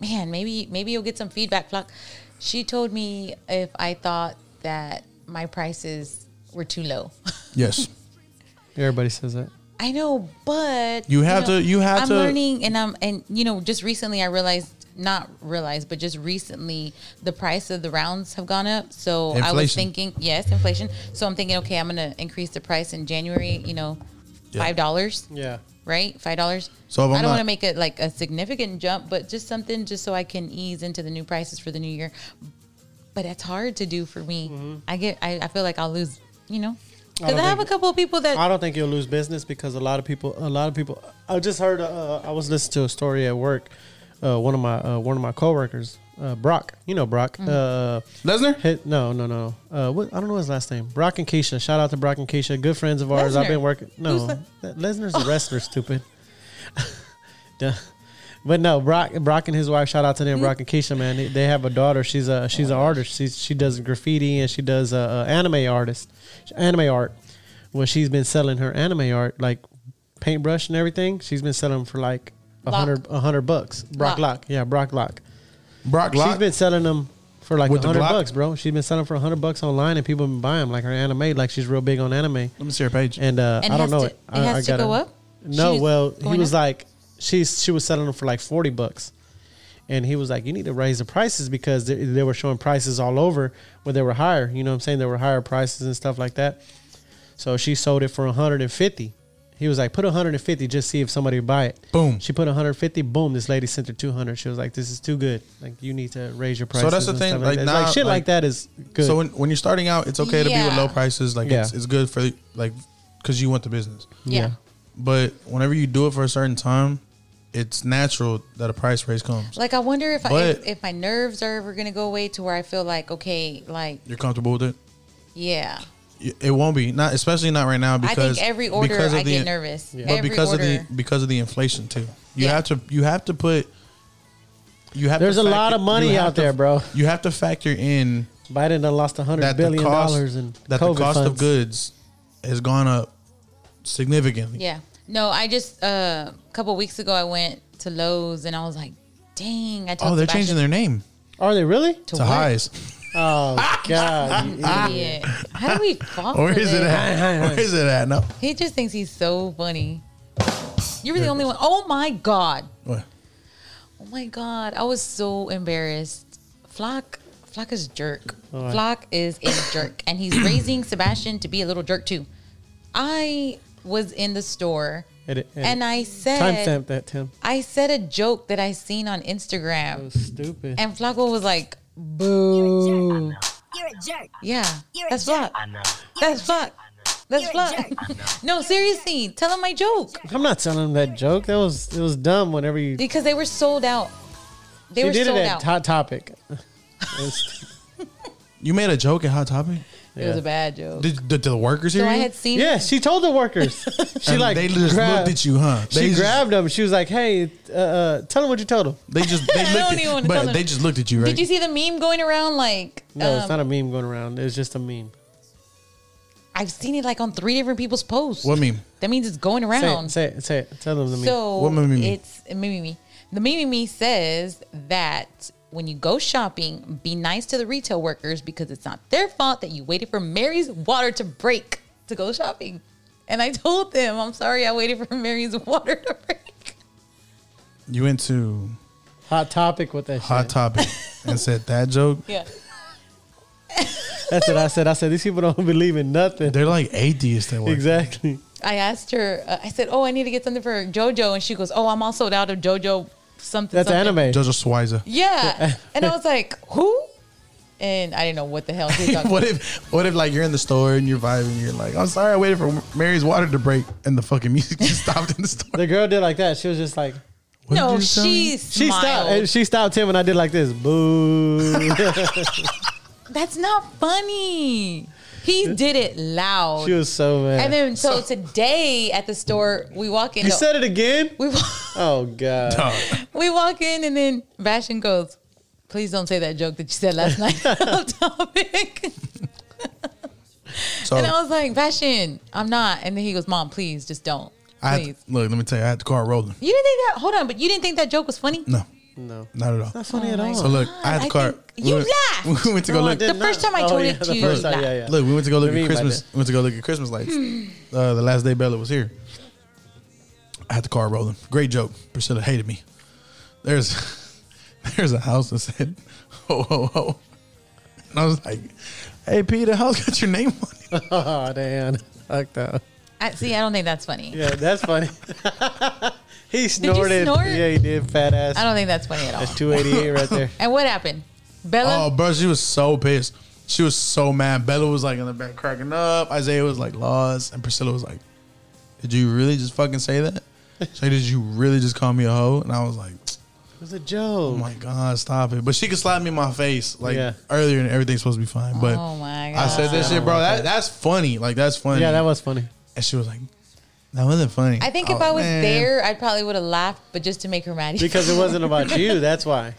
S5: "Man, maybe maybe you'll get some feedback, Flock." She told me if I thought that my prices were too low.
S4: yes,
S3: Everybody says that.
S5: I know, but
S4: You have
S5: know,
S4: to- you have
S5: I'm
S4: to-
S5: learning, and I'm and you know, just recently I realized not realized, but just recently the price of the rounds have gone up. So I
S4: Inflation.
S5: was thinking, yes, inflation. So I'm thinking, okay, I'm gonna increase the price in January. You know,
S4: Yeah.
S5: five dollars,
S3: Yeah.
S5: right? Five dollars.
S4: So if I'm
S5: I don't want
S4: not-
S5: to make it like a significant jump, but just something just so I can ease into the new prices for the new year. but that's hard to do for me. I get, I, I feel like I'll lose, you know,
S3: Mm-hmm. I
S5: because
S3: don't
S5: I, have a
S3: think-
S5: couple of people that
S3: I don't think you'll lose business because a lot of people, a lot of people. I just heard. Uh, I was listening to a story at work. Uh, one of my uh, one of my coworkers, uh, Brock. You know Brock.
S5: Mm-hmm.
S3: Uh,
S4: Lesnar?
S3: hit, no, no, no. Uh, what, I don't know his last name. Brock and Keisha. Shout out to Brock and Keisha. Good friends of ours. I've
S5: Lesnar.
S3: been working. No,
S5: Who's that?
S3: that- Lesnar's a wrestler. Stupid. Duh. But no, Brock, Brock and his wife. Shout out to
S5: Mm.
S3: them, Brock and Keisha. Man, they, they have a daughter. She's a she's an artist. She she does graffiti and she does uh, uh, anime artist, anime art. Well, she's been selling her anime art like paintbrush and everything. She's been selling 'em for like a
S5: Lock.
S3: hundred a hundred bucks. Brock
S5: Lock.
S3: Lock, yeah, Brock Lock.
S4: Brock
S3: She's
S4: Lock.
S3: been selling them for like a
S4: With the
S3: hundred
S4: Glock?
S3: bucks, bro. She's been selling for a hundred bucks online, and people been buying them. Like her anime, like she's real big on anime.
S4: Let me see her page.
S3: And uh,
S5: And
S3: I don't
S5: has
S3: know
S5: to-
S3: it.
S5: it
S3: I,
S5: has
S3: I
S5: to
S3: gotta-
S5: go up?
S3: No,
S5: She's
S3: well, he
S5: going
S3: was
S5: up?
S3: like, she's she was selling them for like forty bucks, and he was like, you need to raise the prices because they, they were showing prices all over where they were higher. You know what I'm saying? There were higher prices and stuff like that. So she sold it for 150. He was like, put 150, just see if somebody would buy it.
S4: Boom.
S3: She put 150. Boom. This lady sent her 200. She was like, this is too good. Like you need to raise your prices.
S4: So that's the
S3: and
S4: thing,
S3: stuff
S4: like,
S3: that. It's
S4: now,
S3: like shit like,
S4: like-
S3: that is good.
S4: So when, when you're starting out, it's okay to be with
S5: Yeah.
S4: low prices. Like
S3: Yeah.
S4: it's, it's good for like because you want the business.
S5: yeah.
S4: But whenever you do it for a certain time, it's natural that a price raise comes.
S5: Like I wonder if I
S4: But-
S5: if, if my nerves are ever gonna go away to where I feel like okay, like
S4: You're comfortable with it.
S5: yeah.
S4: Y- It won't be not especially not right now
S5: I
S4: because
S5: think every order
S4: because of
S5: I
S4: the-
S5: get nervous.
S3: Yeah.
S4: But
S5: Every
S4: because
S5: order.
S4: of the because of the inflation too, you
S5: Yeah.
S4: have to you have to put. You have
S3: There's
S4: to
S3: a lot
S4: factor-
S3: of money
S4: you have
S3: out
S4: to-
S3: there, bro.
S4: You have to factor in
S3: Biden done lost 100
S4: that the
S3: billion
S4: cost
S3: dollars in
S4: that
S3: COVID
S4: the cost
S3: funds.
S4: of goods has gone up significantly.
S5: Yeah. No, I just uh, a couple weeks ago I went to Lowe's and I was like, dang. I told
S4: Oh, they're
S5: Sebastian
S4: changing their name
S3: Are they really?
S5: to
S4: to
S5: what?
S4: Highs.
S3: Oh God! you idiot.
S5: Idiot. How do we fall?
S4: Where
S5: for
S4: is it
S5: this?
S4: at? Where is it at? No.
S5: He just thinks he's so funny. You were the only one. Oh my god.
S4: What?
S5: Oh my god. I was so embarrassed. Flock. Flock is jerk.
S3: All right.
S5: Flock is a jerk, and he's raising Sebastian to be a little jerk too. I was in the store,
S3: Edit, edit.
S5: and I said,
S3: timestamp that Tim.
S5: I said a joke that I seen on Instagram.
S3: That was stupid.
S5: And Flaco was like, boo.
S6: You're a jerk.
S5: Yeah,
S6: You're a
S5: that's
S6: jerk.
S5: Flock. That's Flock. That's
S6: You're a
S5: Flock. No, seriously, tell him my joke.
S3: I'm not telling him that joke. That was it was dumb. Whenever you
S5: Because they were sold out. They
S3: she
S5: were
S3: did it
S5: sold
S3: at
S5: out.
S3: Hot Topic. It's-
S4: You made a joke at Hot Topic?
S5: It was a bad joke.
S4: Did, did, the workers hear
S5: so I
S4: you?
S5: had seen
S3: yeah, she told the workers. She
S4: And
S3: like
S4: they just
S3: grabbed,
S4: looked at you, huh?
S3: She
S4: They just-
S3: grabbed him. She was like, "Hey, uh, uh, tell him what you told him."
S4: They just they
S5: I
S4: looked
S5: don't
S4: at,
S5: even wanna tell
S4: but
S5: them.
S4: they just looked at you, right?
S5: Did you see the meme going around? Like,
S3: No, it's
S5: um,
S3: not a meme going around. It's just a meme.
S5: I've seen it like on three different people's posts.
S4: what meme?
S5: That means it's going
S3: Say it,
S5: around.
S3: say it, say it. Tell them the meme.
S5: So
S4: What meme me?
S5: it's meme me. The meme me says that when you go shopping, be nice to the retail workers because it's not their fault that you waited for Mary's water to break to go shopping. And I told them, I'm sorry, I waited for Mary's water to break.
S4: You went to
S3: Hot Topic with that
S4: Hot
S3: shit.
S4: Topic and said that joke.
S5: Yeah.
S3: That's what I said. I said these people don't believe in nothing.
S4: They're like atheists that work.
S3: Exactly.
S5: I asked her, uh, I said, oh, I need to get something for JoJo. And she goes, oh, I'm all sold out of JoJo something.
S3: That's
S5: something.
S3: anime.
S4: Joseph Schweizer.
S5: Yeah. and I was like, who? And I didn't know what the hell she was talking
S4: what if what if like you're in the store and you're vibing, you're like, I'm sorry, I waited for Mary's water to break, and the fucking music just stopped in the store.
S3: The girl did like that. She was just like,
S4: What
S5: No,
S4: did you tell me?
S5: she smiled.
S3: She stopped. And she stopped him, and I did like this. Boo!
S5: That's not funny. He did it loud.
S3: she was so
S5: and
S3: mad.
S5: then so, today at the store, we walk in.
S3: You
S5: the-
S3: said it again.
S5: we wa-
S3: Oh god!
S5: we walk in and then Bashan goes, "Please don't say that joke that you said last night on topic."
S4: So Oh.
S5: And I was like, "Bashan, I'm not." And then he goes, "Mom, please just don't."
S4: I had
S5: Please.
S4: look, let me tell you, I had the car rolling.
S5: you didn't think that. Hold on, but you didn't think that joke was funny.
S4: No,
S3: No,
S4: not at all.
S3: not funny at all.
S4: So look, I had
S5: I
S4: the car.
S5: think- you
S4: went-
S5: laughed.
S4: We went to go
S3: No, I
S4: look.
S3: did
S5: Oh, The first time I told it
S3: Oh, the
S5: to you,
S3: first time,
S5: like-
S3: yeah, yeah.
S4: Look, we went to go
S3: What
S4: look
S3: do
S4: at
S3: you mean by Hmm.
S4: Christmas. We went to go look at Christmas lights. uh, the last day Bella was here, I had the car rolling. Great joke. Priscilla hated me. There's, there's a house that said, "Ho ho ho," and I was like, "Hey, P, the house got your name on it."
S3: Oh damn! Fuck that.
S5: I, see, I don't think that's funny.
S3: Yeah, that's funny. he snorted.
S5: snort?
S3: Yeah, he did. Fat ass.
S5: I don't think that's funny at all.
S3: That's two eighty eight right there.
S5: And what happened? Bella.
S4: Oh, bro, she was so pissed. She was so mad. Bella was like in the back cracking up. Isaiah was like lost, and Priscilla was like, "Did you really just fucking say that? Say, did you really just call me a hoe?" And I was like,
S3: It was a joke.
S4: "Oh my god, stop it!" But she could slap me in my face like
S3: Yeah.
S4: earlier, and everything's supposed to be fine. But
S5: Oh my
S4: I said that shit, bro. That that's funny. Like that's funny.
S3: yeah, that was funny.
S4: And she was like, "That wasn't funny." Oh,
S5: I think if I was
S4: man.
S5: there, I probably would have laughed, but just to make her mad.
S3: oh, Because it wasn't about you. That's why.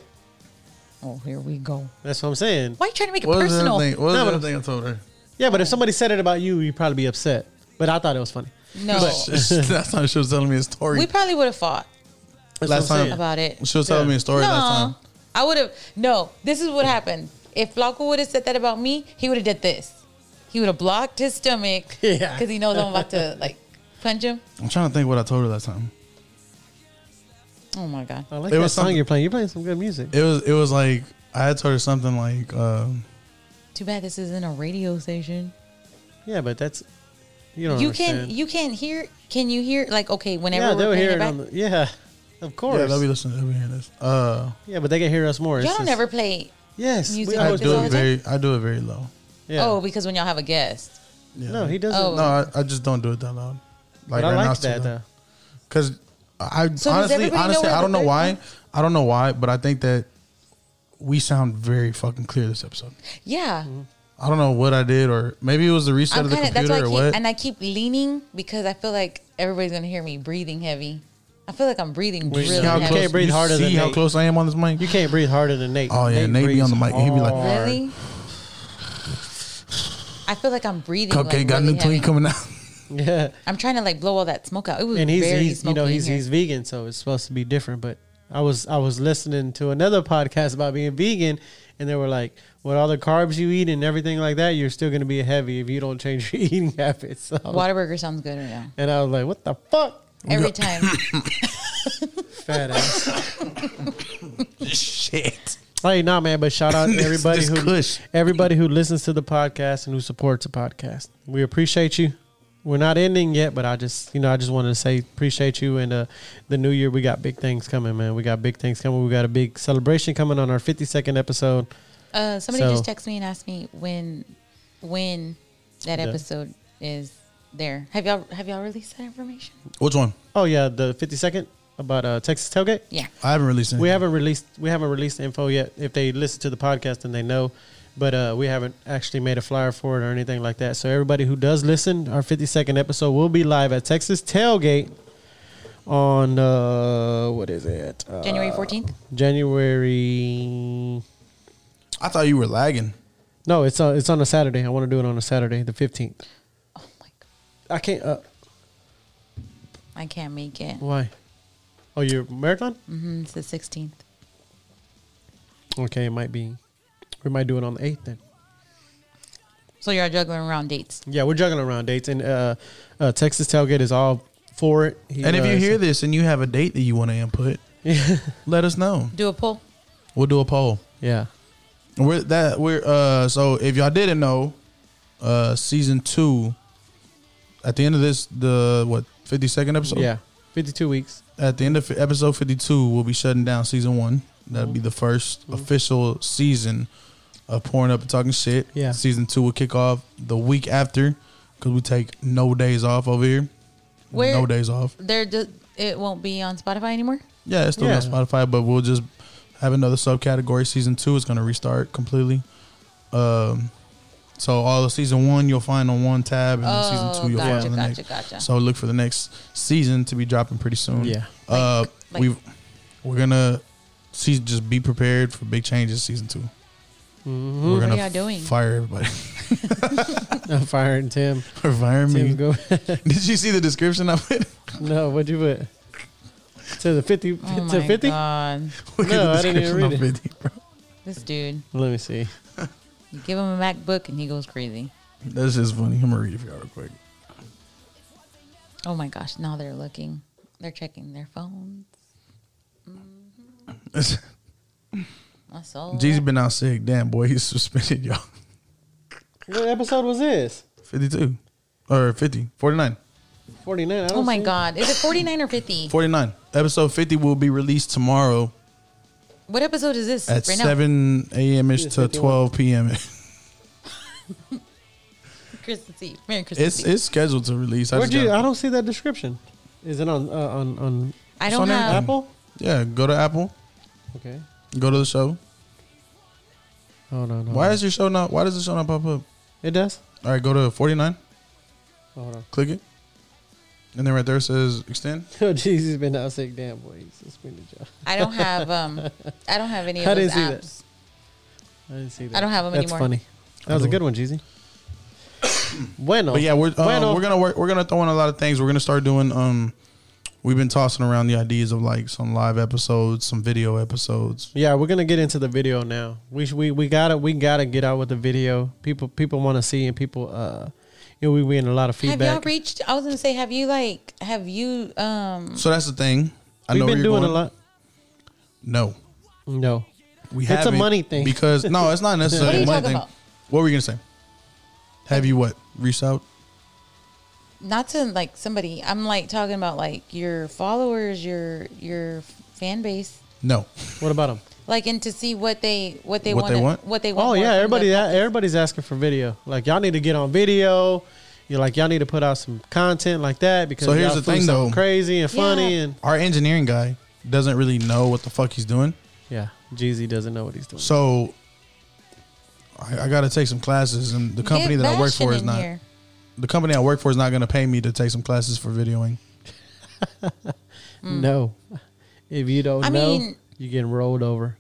S5: oh, here we go.
S3: That's what I'm saying.
S5: Why are you trying to make it
S4: What was the
S5: personal?
S4: other thing? What was
S3: No,
S4: the
S3: but-
S4: other thing I told her?
S3: Yeah, but if somebody said it about you, you'd probably be upset. But I thought it was funny.
S5: No,
S4: Last time she was telling me a story.
S5: we probably would have fought
S3: That's
S4: Last
S3: what I'm
S4: time-
S3: saying.
S5: about it.
S4: she was telling
S3: Yeah.
S4: me a story last time.
S5: No, I would have. No, this is what happened. If Blanco would have said that about me, he would have did this. He would have blocked his stomach because
S3: Yeah.
S5: he knows I'm about to like punch him.
S4: I'm trying to think what I told her last time.
S5: Oh my god.
S3: I like
S4: It
S3: that
S4: was
S3: song
S4: something-
S3: you're playing. You're playing some good music.
S4: It was it was like I had told her something like um,
S5: Too bad this isn't a radio station.
S3: Yeah, but that's you don't.
S5: You
S3: understand.
S5: can you can hear. Can you hear? Like okay, whenever
S3: yeah,
S5: we're
S3: they'll
S5: playing
S3: hear
S5: it
S3: it
S5: back,
S3: on the, yeah, of course.
S4: yeah
S3: Yeah,
S4: they'll be listening they'll be hearing this. Uh,
S3: but they can hear us more. It's
S5: y'all don't
S3: just-
S5: ever play.
S3: Yes, we
S5: music
S4: I
S5: like
S3: always
S5: this
S4: do
S5: all
S4: it
S5: the
S4: very I do it very low.
S3: Yeah.
S5: Oh, because when y'all have a guest,
S4: Yeah.
S3: no, he doesn't.
S5: Oh.
S4: no I, I just don't do it that loud.
S3: but I like
S4: it's too
S3: that
S4: loud.
S3: though.
S4: Cause I
S5: So does
S4: honestly,
S5: everybody know
S4: honestly,
S5: we're
S4: I
S5: the
S4: don't know
S5: third
S4: why.
S5: one?
S4: I don't know why, but I think that we sound very fucking clear this episode.
S5: yeah,
S3: Mm-hmm.
S4: I don't know what I did, or maybe it was the reset
S5: I'm
S4: of the
S5: kind of that's
S4: computer
S5: why I
S4: or
S5: keep
S4: what.
S5: and I keep leaning because I feel like everybody's gonna hear me breathing heavy. I feel like I'm breathing
S4: You
S5: really
S4: see how
S5: heavy.
S4: close,
S3: can't breathe
S4: you
S3: harder
S4: see
S3: than
S4: how
S3: Nate.
S4: close I am on this mic.
S3: You can't breathe harder than Nate.
S4: oh yeah, Nate be on the mic.
S3: breathes
S4: He'd be like,
S3: hard.
S5: Really? I feel like I'm breathing.
S4: "Cupcake
S5: like,
S4: got a
S5: really
S4: new
S5: heavy.
S4: twin coming out."
S3: yeah,
S5: I'm trying to like blow all that smoke out. It was
S3: and he's,
S5: very
S3: he's you
S5: smoky
S3: know
S5: in
S3: he's
S5: here.
S3: he's vegan, so it's supposed to be different. But I was I was listening to another podcast about being vegan, and they were like, "With all the carbs you eat and everything like that, you're still going to be heavy if you don't change your eating habits." So,
S5: Whataburger sounds good right now.
S3: and I was like, "What the fuck,
S5: Every time.
S3: fat ass."
S4: Shit.
S3: Hey, nah, man, but shout out to
S4: This-
S3: everybody
S4: this
S3: who
S4: Kush.
S3: everybody who listens to the podcast and who supports the podcast. We appreciate you. We're not ending yet, but I just you know I just wanted to say appreciate you and uh, the new year we got big things coming, man. We got big things coming. We got a big celebration coming on our fifty second episode.
S5: Uh, somebody
S3: So-
S5: just texted me and asked me when when that
S3: Yeah.
S5: episode is there. Have y'all have y'all released that information?
S4: Which one?
S3: Oh yeah, the fifty second about uh, Texas tailgate.
S5: Yeah.
S4: I haven't released it.
S3: We haven't released we haven't released the info yet. If they listen to the podcast, then they know. But uh, we haven't actually made a flyer for it or anything like that. So everybody who does listen, our 52nd episode will be live at Texas Tailgate on uh, what is it? Uh,
S5: January 14th.
S3: January.
S4: I thought you were lagging.
S3: No, it's on it's on a Saturday. I want to do it on a Saturday, the 15th.
S5: Oh my god.
S3: I can't. Uh,
S5: I can't make it.
S3: why? Oh, your marathon?
S5: hmm it's the 16th.
S3: Okay, it might be. We might do it on the 8th then.
S5: So you're juggling around dates.
S3: Yeah, we're juggling around dates, and uh, uh, Texas Tailgate is all for it. He,
S4: And if
S3: uh,
S4: you hear
S3: is-
S4: this and you have a date that you want to input, let us know.
S5: Do a poll.
S4: We'll do a poll.
S3: yeah,
S4: We're that we're uh so if y'all didn't know, uh season two at the end of this the what fifty second episode?
S3: yeah, fifty-two weeks.
S4: At the end of episode fifty two, we'll be shutting down season one. That'll be the
S3: Mm-hmm.
S4: 1st official season of pouring up and talking shit.
S3: Yeah.
S4: Season two will kick off the week after because we take no days off over here.
S5: Where-
S4: no days off.
S5: There, do, it won't be on Spotify anymore.
S4: Yeah, it's still
S3: Yeah.
S4: on Spotify, but we'll just have another subcategory. Season two is going to restart completely. Um, so all of season one you'll find on one tab, and then season two you'll
S5: Oh, gotcha,
S4: find on the
S5: gotcha,
S4: next.
S5: gotcha.
S4: So look for the next season to be dropping pretty soon.
S3: Yeah.
S4: uh,
S5: like-
S4: we we're gonna see. Just be prepared for big changes. Season 2
S3: Mm-hmm.
S4: We're
S5: What are
S4: gonna
S5: y'all doing?
S4: fire everybody.
S3: I'm firing Tim.
S4: Or fire
S3: Tim,
S4: me.
S3: go.
S4: Did you see the description I put?
S3: no, what'd you put? To the fifty.
S5: Oh
S3: to
S5: my
S3: fifty.
S5: god,
S4: Look
S3: No,
S4: at
S3: I
S4: the
S3: didn't even
S4: description
S3: read
S4: of 50, bro.
S5: this dude.
S3: Let me see.
S5: You give him a MacBook and he goes crazy.
S4: That's just funny. I'm gonna read it for y'all real quick.
S5: Oh my gosh! Now they're looking. They're checking their phones. I saw.
S4: Oh, Jeezy
S5: that.
S4: been out sick. Damn boy, he's suspended, y'all.
S3: What episode was this?
S4: 52 or 50 49
S3: Forty-nine. I don't
S5: Oh my
S3: see it.
S5: god! Is it forty nine or fifty?
S4: 49 episode 50 will be released tomorrow
S5: What episode is this?
S4: at
S5: right now,
S4: seven a.m. ish to twelve p.m.
S5: Christmas Eve. Merry Christmas
S4: It's
S5: Eve.
S4: it's scheduled to release. I
S3: Where'd
S4: just
S3: you?
S4: gotta-
S3: I don't see that description. Is it on uh, on on
S5: I
S4: it's
S5: don't
S4: on there?
S5: have.
S3: Apple?
S4: yeah, go to Apple.
S3: Okay.
S4: Go to the show.
S3: Hold on. Hold
S4: Why
S3: on.
S4: is your show not? Why does the show not pop up?
S3: it does?
S4: All right, go to forty nine.
S3: Hold on.
S4: Click it, and then right there it says extend.
S3: Oh, jeez, he's been out sick. Damn boy, he's suspended job.
S5: I don't have. Um, I don't have any of
S3: I didn't
S5: those
S3: see that.
S5: apps.
S3: I didn't see that.
S5: I don't have 'em
S3: That's
S5: anymore.
S3: funny. That was a good one, Jeezy. bueno.
S4: But yeah, we're um,
S3: Bueno.
S4: we're gonna work, we're gonna throw in a lot of things. We're gonna start doing. Um, we've been tossing around the ideas of like some live episodes, some video episodes.
S3: Yeah, we're gonna get into the video now. We sh- we we gotta we gotta get out with the video. People people want to see and people uh, you know, we we getting a lot of
S5: Have y'all
S3: feedback.
S5: reached? I was gonna say, have you like, have you? Um,
S4: So that's the thing. I
S3: We've
S4: know
S3: been
S4: where you're
S3: doing
S4: going.
S3: a lot.
S4: No,
S3: No,
S4: we
S3: It's a
S4: haven't
S3: money thing.
S4: because no, it's not necessarily a
S5: What are you
S4: money
S5: talking
S4: thing.
S5: about?
S4: What were you gonna say? Have you what reached out?
S5: not to like somebody. I'm like talking about like your followers, your your fan base,
S4: No,
S3: what about them?
S5: like, and to see what they what they,
S4: What they
S5: wanna,
S4: want?
S5: What they want.
S3: Oh
S5: more
S3: yeah,
S5: from
S3: everybody
S5: the-
S3: everybody's asking for video. Like y'all need to get on video. You're like y'all need to put out some content like that because
S4: So here's
S3: y'all
S4: the
S3: do
S4: thing,
S3: something
S4: though.
S3: crazy and funny
S5: Yeah.
S3: and
S4: our engineering guy doesn't really know what the fuck he's doing.
S3: yeah, Jeezy doesn't know what he's doing.
S4: So I, I got to take some classes, and the
S5: Get
S4: company that I work
S5: bashing
S4: for is
S5: in
S4: not
S5: here.
S4: the company I work for is not going to pay me to take some classes for videoing.
S3: No, if you don't
S5: Mm. I
S3: know,
S5: mean-
S3: you're getting rolled over.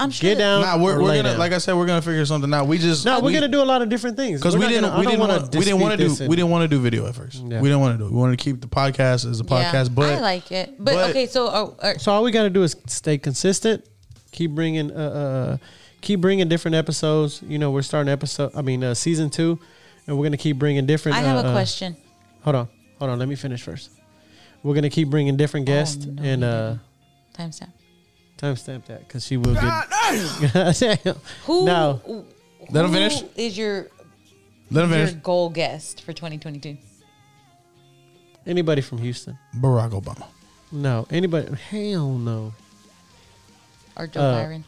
S5: I'm sure.
S3: Get down.
S4: Nah, we're,
S3: Um, or
S4: we're
S3: lay
S4: gonna
S3: down.
S4: like I said, we're gonna figure something out. We just
S3: No, we're
S4: we-
S3: gonna do a lot of different things
S4: because
S3: We're
S4: we
S3: not
S4: didn't
S3: gonna- I
S4: we
S3: don't
S4: didn't
S3: wanna
S4: want to we didn't
S3: dispute
S4: want to do
S3: this and-
S4: we didn't want to do video at first.
S3: Yeah.
S4: We didn't want to do. it. We wanted to keep the podcast as a
S5: Yeah,
S4: podcast, but
S5: I like it. But,
S4: but-
S5: okay, so uh, are, are,
S3: So all we got to do is stay consistent, keep bringing, uh, uh, keep bringing different episodes. You know, we're starting episode. I mean, uh, season two, and we're gonna keep bringing different.
S5: I have
S3: uh,
S5: a
S3: uh,
S5: question.
S3: hold on, hold on. Let me finish first. We're gonna keep bringing different guests
S5: Oh, no,
S3: and
S5: you
S3: uh,
S5: Timestamp.
S3: timestamp that because she will get. Damn.
S5: Who?
S3: No.
S5: who
S4: Let him finish.
S5: Is your
S4: let him
S5: your
S4: finish.
S5: goal guest for 2022?
S3: Anybody from Houston?
S4: Barack Obama.
S3: No. Anybody? Hell no.
S5: Or Joe
S3: Uh,
S5: Byron?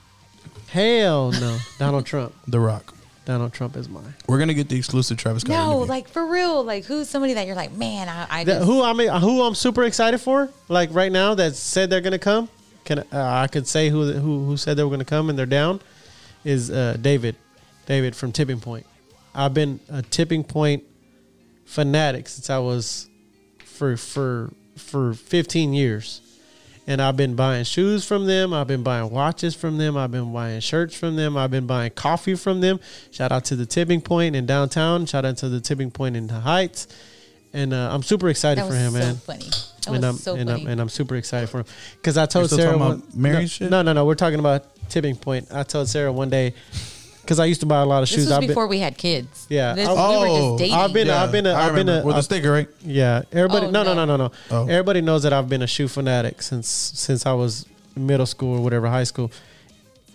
S3: Hell no. Donald Trump.
S4: The Rock.
S3: Donald Trump is mine.
S4: We're gonna get the exclusive Travis Scott.
S5: No,
S4: interview.
S5: like for real. Like who's somebody that you're like, man, I, I
S3: That-
S5: just,
S3: who I'm who I'm super excited for, like right now that said they're gonna come. Can uh, I could say who who who said they were gonna come and they're down is uh, David, David from Tipping Point. I've been a Tipping Point fanatic since I was for for for 15 years, and I've been buying shoes from them. I've been buying watches from them. I've been buying shirts from them. I've been buying coffee from them. Shout out to the Tipping Point in downtown. Shout out to the Tipping Point in the Heights. And uh, I'm super excited
S5: that was
S3: for him,
S5: so
S3: man
S5: funny. That
S3: and
S5: was
S3: I'm,
S5: so
S3: and
S5: funny.
S3: I'm and I'm super excited for him because I told
S4: still
S3: Sarah
S4: talking
S3: one,
S4: about married
S3: no,
S4: shit?
S3: No, no, no. We're talking about tipping point. I told Sarah one day because I used to buy a lot of
S5: this
S3: shoes.
S5: was
S3: I've been,
S5: before we had kids.
S3: Yeah,
S5: This-
S3: I-
S5: we were
S4: Oh,
S5: just dating.
S3: I've been- I've been a-
S4: I
S3: I've been a-
S4: remember. with the
S3: I've-
S4: sticker, right?
S3: yeah, everybody.
S5: Oh,
S3: no, no,
S5: no.
S3: no, no, no.
S4: Oh.
S3: Everybody knows that I've been a shoe fanatic since since I was middle school or whatever, high school.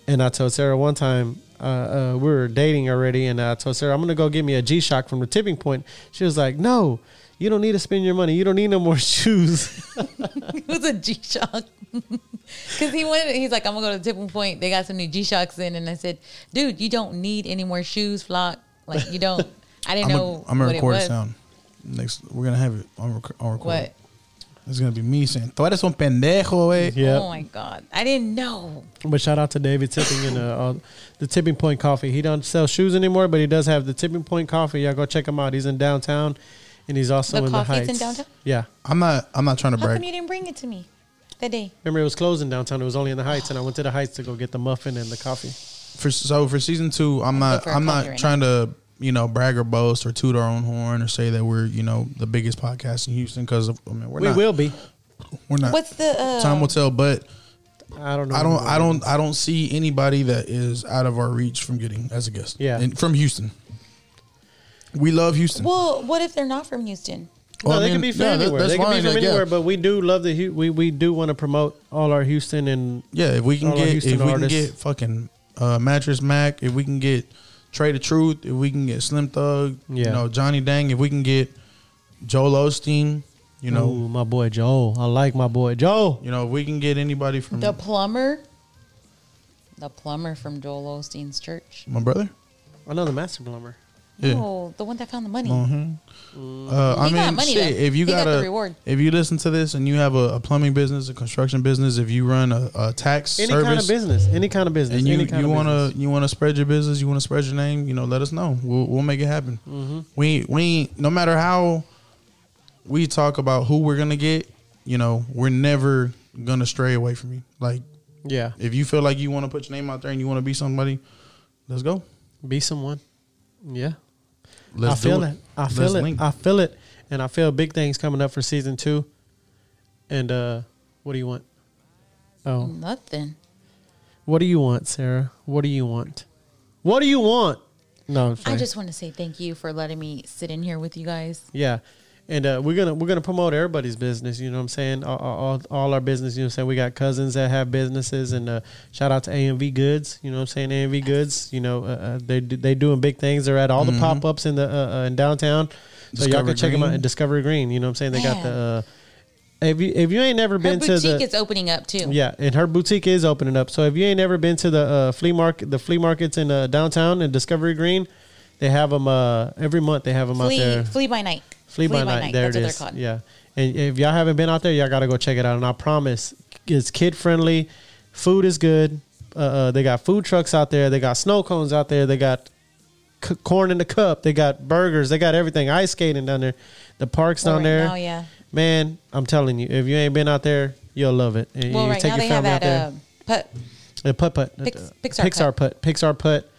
S3: And I told Sarah one time uh, uh, we were dating already, and I told Sarah I'm gonna go get me a G Shock from the tipping point. She was like, "No, you don't need to spend your money. You don't need no more shoes."
S5: it was a G Shock. Because he wanted, he's like, I'm gonna go to the tipping point. They got some new G Shocks in, and I said, dude, you don't need any more shoes, flock. Like you don't. I didn't
S4: I'm
S5: know.
S4: gonna I'm gonna
S5: what
S4: record
S5: it
S4: a
S5: was.
S4: sound. Next, we're gonna have it on, rec- on record.
S5: What?
S4: It's gonna be me saying, "Tú eres un pendejo, eh."
S3: Yeah.
S5: Oh my god, I didn't know.
S3: But shout out to David Tipping and uh, all the Tipping Point Coffee. He don't sell shoes anymore, but he does have the Tipping Point Coffee. Y'all go check him out. He's in downtown, and he's also
S5: The
S3: in
S5: coffee's
S3: the
S5: in
S3: Heights.
S5: downtown?
S3: Yeah,
S4: I'm not. I'm not trying to
S5: How
S4: brag.
S5: come you didn't bring it to me that day?
S3: remember it was closed in downtown. It was only in the Heights, and I went to the Heights to go get the muffin and the coffee.
S4: for so for season two, I'm
S5: I'll
S4: not
S5: go for a
S4: I'm not
S5: coffee right
S4: trying to you know brag or boast or toot our own horn or say that we're you know the biggest podcast in Houston because I mean we're
S3: we
S4: not
S3: will be.
S4: we're not.
S5: What's the uh,
S4: Time will tell, but
S3: I don't know.
S4: I don't
S3: when
S4: I
S3: we will
S4: don't I don't see anybody that is out of our reach from getting as a guest.
S3: Yeah.
S4: and from Houston. We love Houston.
S5: Well, what if they're not from Houston?
S3: be. No,
S4: Well, I
S3: they
S4: mean,
S3: could be from
S4: yeah, that-
S3: anywhere.
S4: that's
S3: They could be
S4: fine,
S3: from
S4: like, yeah.
S3: anywhere, but we do love the Hu- we we do want to promote all our Houston and
S4: Yeah, if we can
S3: All our
S4: get
S3: Houston
S4: if we
S3: artists.
S4: can get fucking uh, mattress Mac, if we can get Trey the Truth, if we can get Slim Thug, you
S3: Yeah.
S4: know Johnny Dang, if we can get Joel Osteen, you know,
S3: Ooh, my boy Joel. I like my boy Joel.
S4: Mm. you know, if we can get anybody from
S5: The plumber. the plumber from Joel Osteen's church.
S4: My brother.
S3: Another master plumber.
S4: Yeah.
S5: Oh, the one that found the money.
S3: Mm-hmm.
S4: Uh, I
S5: He
S4: mean,
S5: got money,
S4: shit,
S5: though.
S4: if you
S5: He
S4: got,
S5: got the
S4: a,
S5: reward.
S4: if you listen to this and you have a, a plumbing business, a construction business, if you run a, a tax
S3: Any
S4: service,
S3: kind of business. Any kind of business.
S4: and you
S3: any kind
S4: you
S3: of
S4: want
S3: business.
S4: to you want to spread your business, you want to spread your name, you know, let us know. We'll we'll make it happen.
S3: Mm-hmm.
S4: We we ain't- no matter how we talk about who we're gonna get, you know, we're never gonna stray away from you. Like
S3: Yeah.
S4: if you feel like you want to put your name out there and you want to be somebody, let's go.
S3: Be someone. Yeah.
S4: Let's
S3: I feel
S4: do
S3: it.
S4: it.
S3: I feel
S4: Let's
S3: it.
S4: link.
S3: I feel it. And I feel big things coming up for season two. And uh what do you want? Oh.
S5: Nothing.
S3: What do you want, Sarah? What do you want? What do you want? No, I'm
S5: I
S3: playing.
S5: just want to say thank you for letting me sit in here with you guys.
S3: yeah. And uh, we're gonna we're gonna promote everybody's business. You know what I'm saying? All, all, all- all our business. You know what I'm saying? We got cousins that have businesses, and uh, shout out to AMV Goods. You know what I'm saying? AMV Goods. You know uh, uh, they do- they doing big things. They're at all the pop ups in the uh, uh, in downtown. So y'all
S4: Discover
S3: can check them out
S4: Green.
S3: at Mm-hmm. Discovery Green. You know what I'm saying? They got
S5: Man.
S3: the. Uh, if you if you ain't never
S5: Her
S3: been to
S5: boutique
S3: the
S5: is opening up too.
S3: yeah, and her boutique is opening up. So if you ain't ever been to the uh, flea market, the flea markets in uh, downtown in Discovery Green, they have them uh, every month. They have them out
S5: Flea,
S3: there.
S5: flea by night.
S3: Flea, by, night. There
S5: That's
S3: it
S5: what
S3: is.
S5: they're called.
S3: Yeah, and if y'all haven't been out there, y'all gotta go check it out. And I promise, it's kid friendly. Food is good. Uh, uh, they got food trucks out there. They got snow cones out there. They got c- corn in the cup. They got burgers. They got everything. Ice skating down there. The parks
S5: Well,
S3: down
S5: right
S3: there.
S5: now, yeah.
S3: Man, I'm telling you, if you ain't been out there, you'll love it. And
S5: Well,
S3: you
S5: right now they have
S3: out
S5: that
S3: there.
S5: uh, put
S3: The putt putt.
S5: Pix-
S3: Uh,
S5: Pixar
S3: Pixar putt. Pixar putt.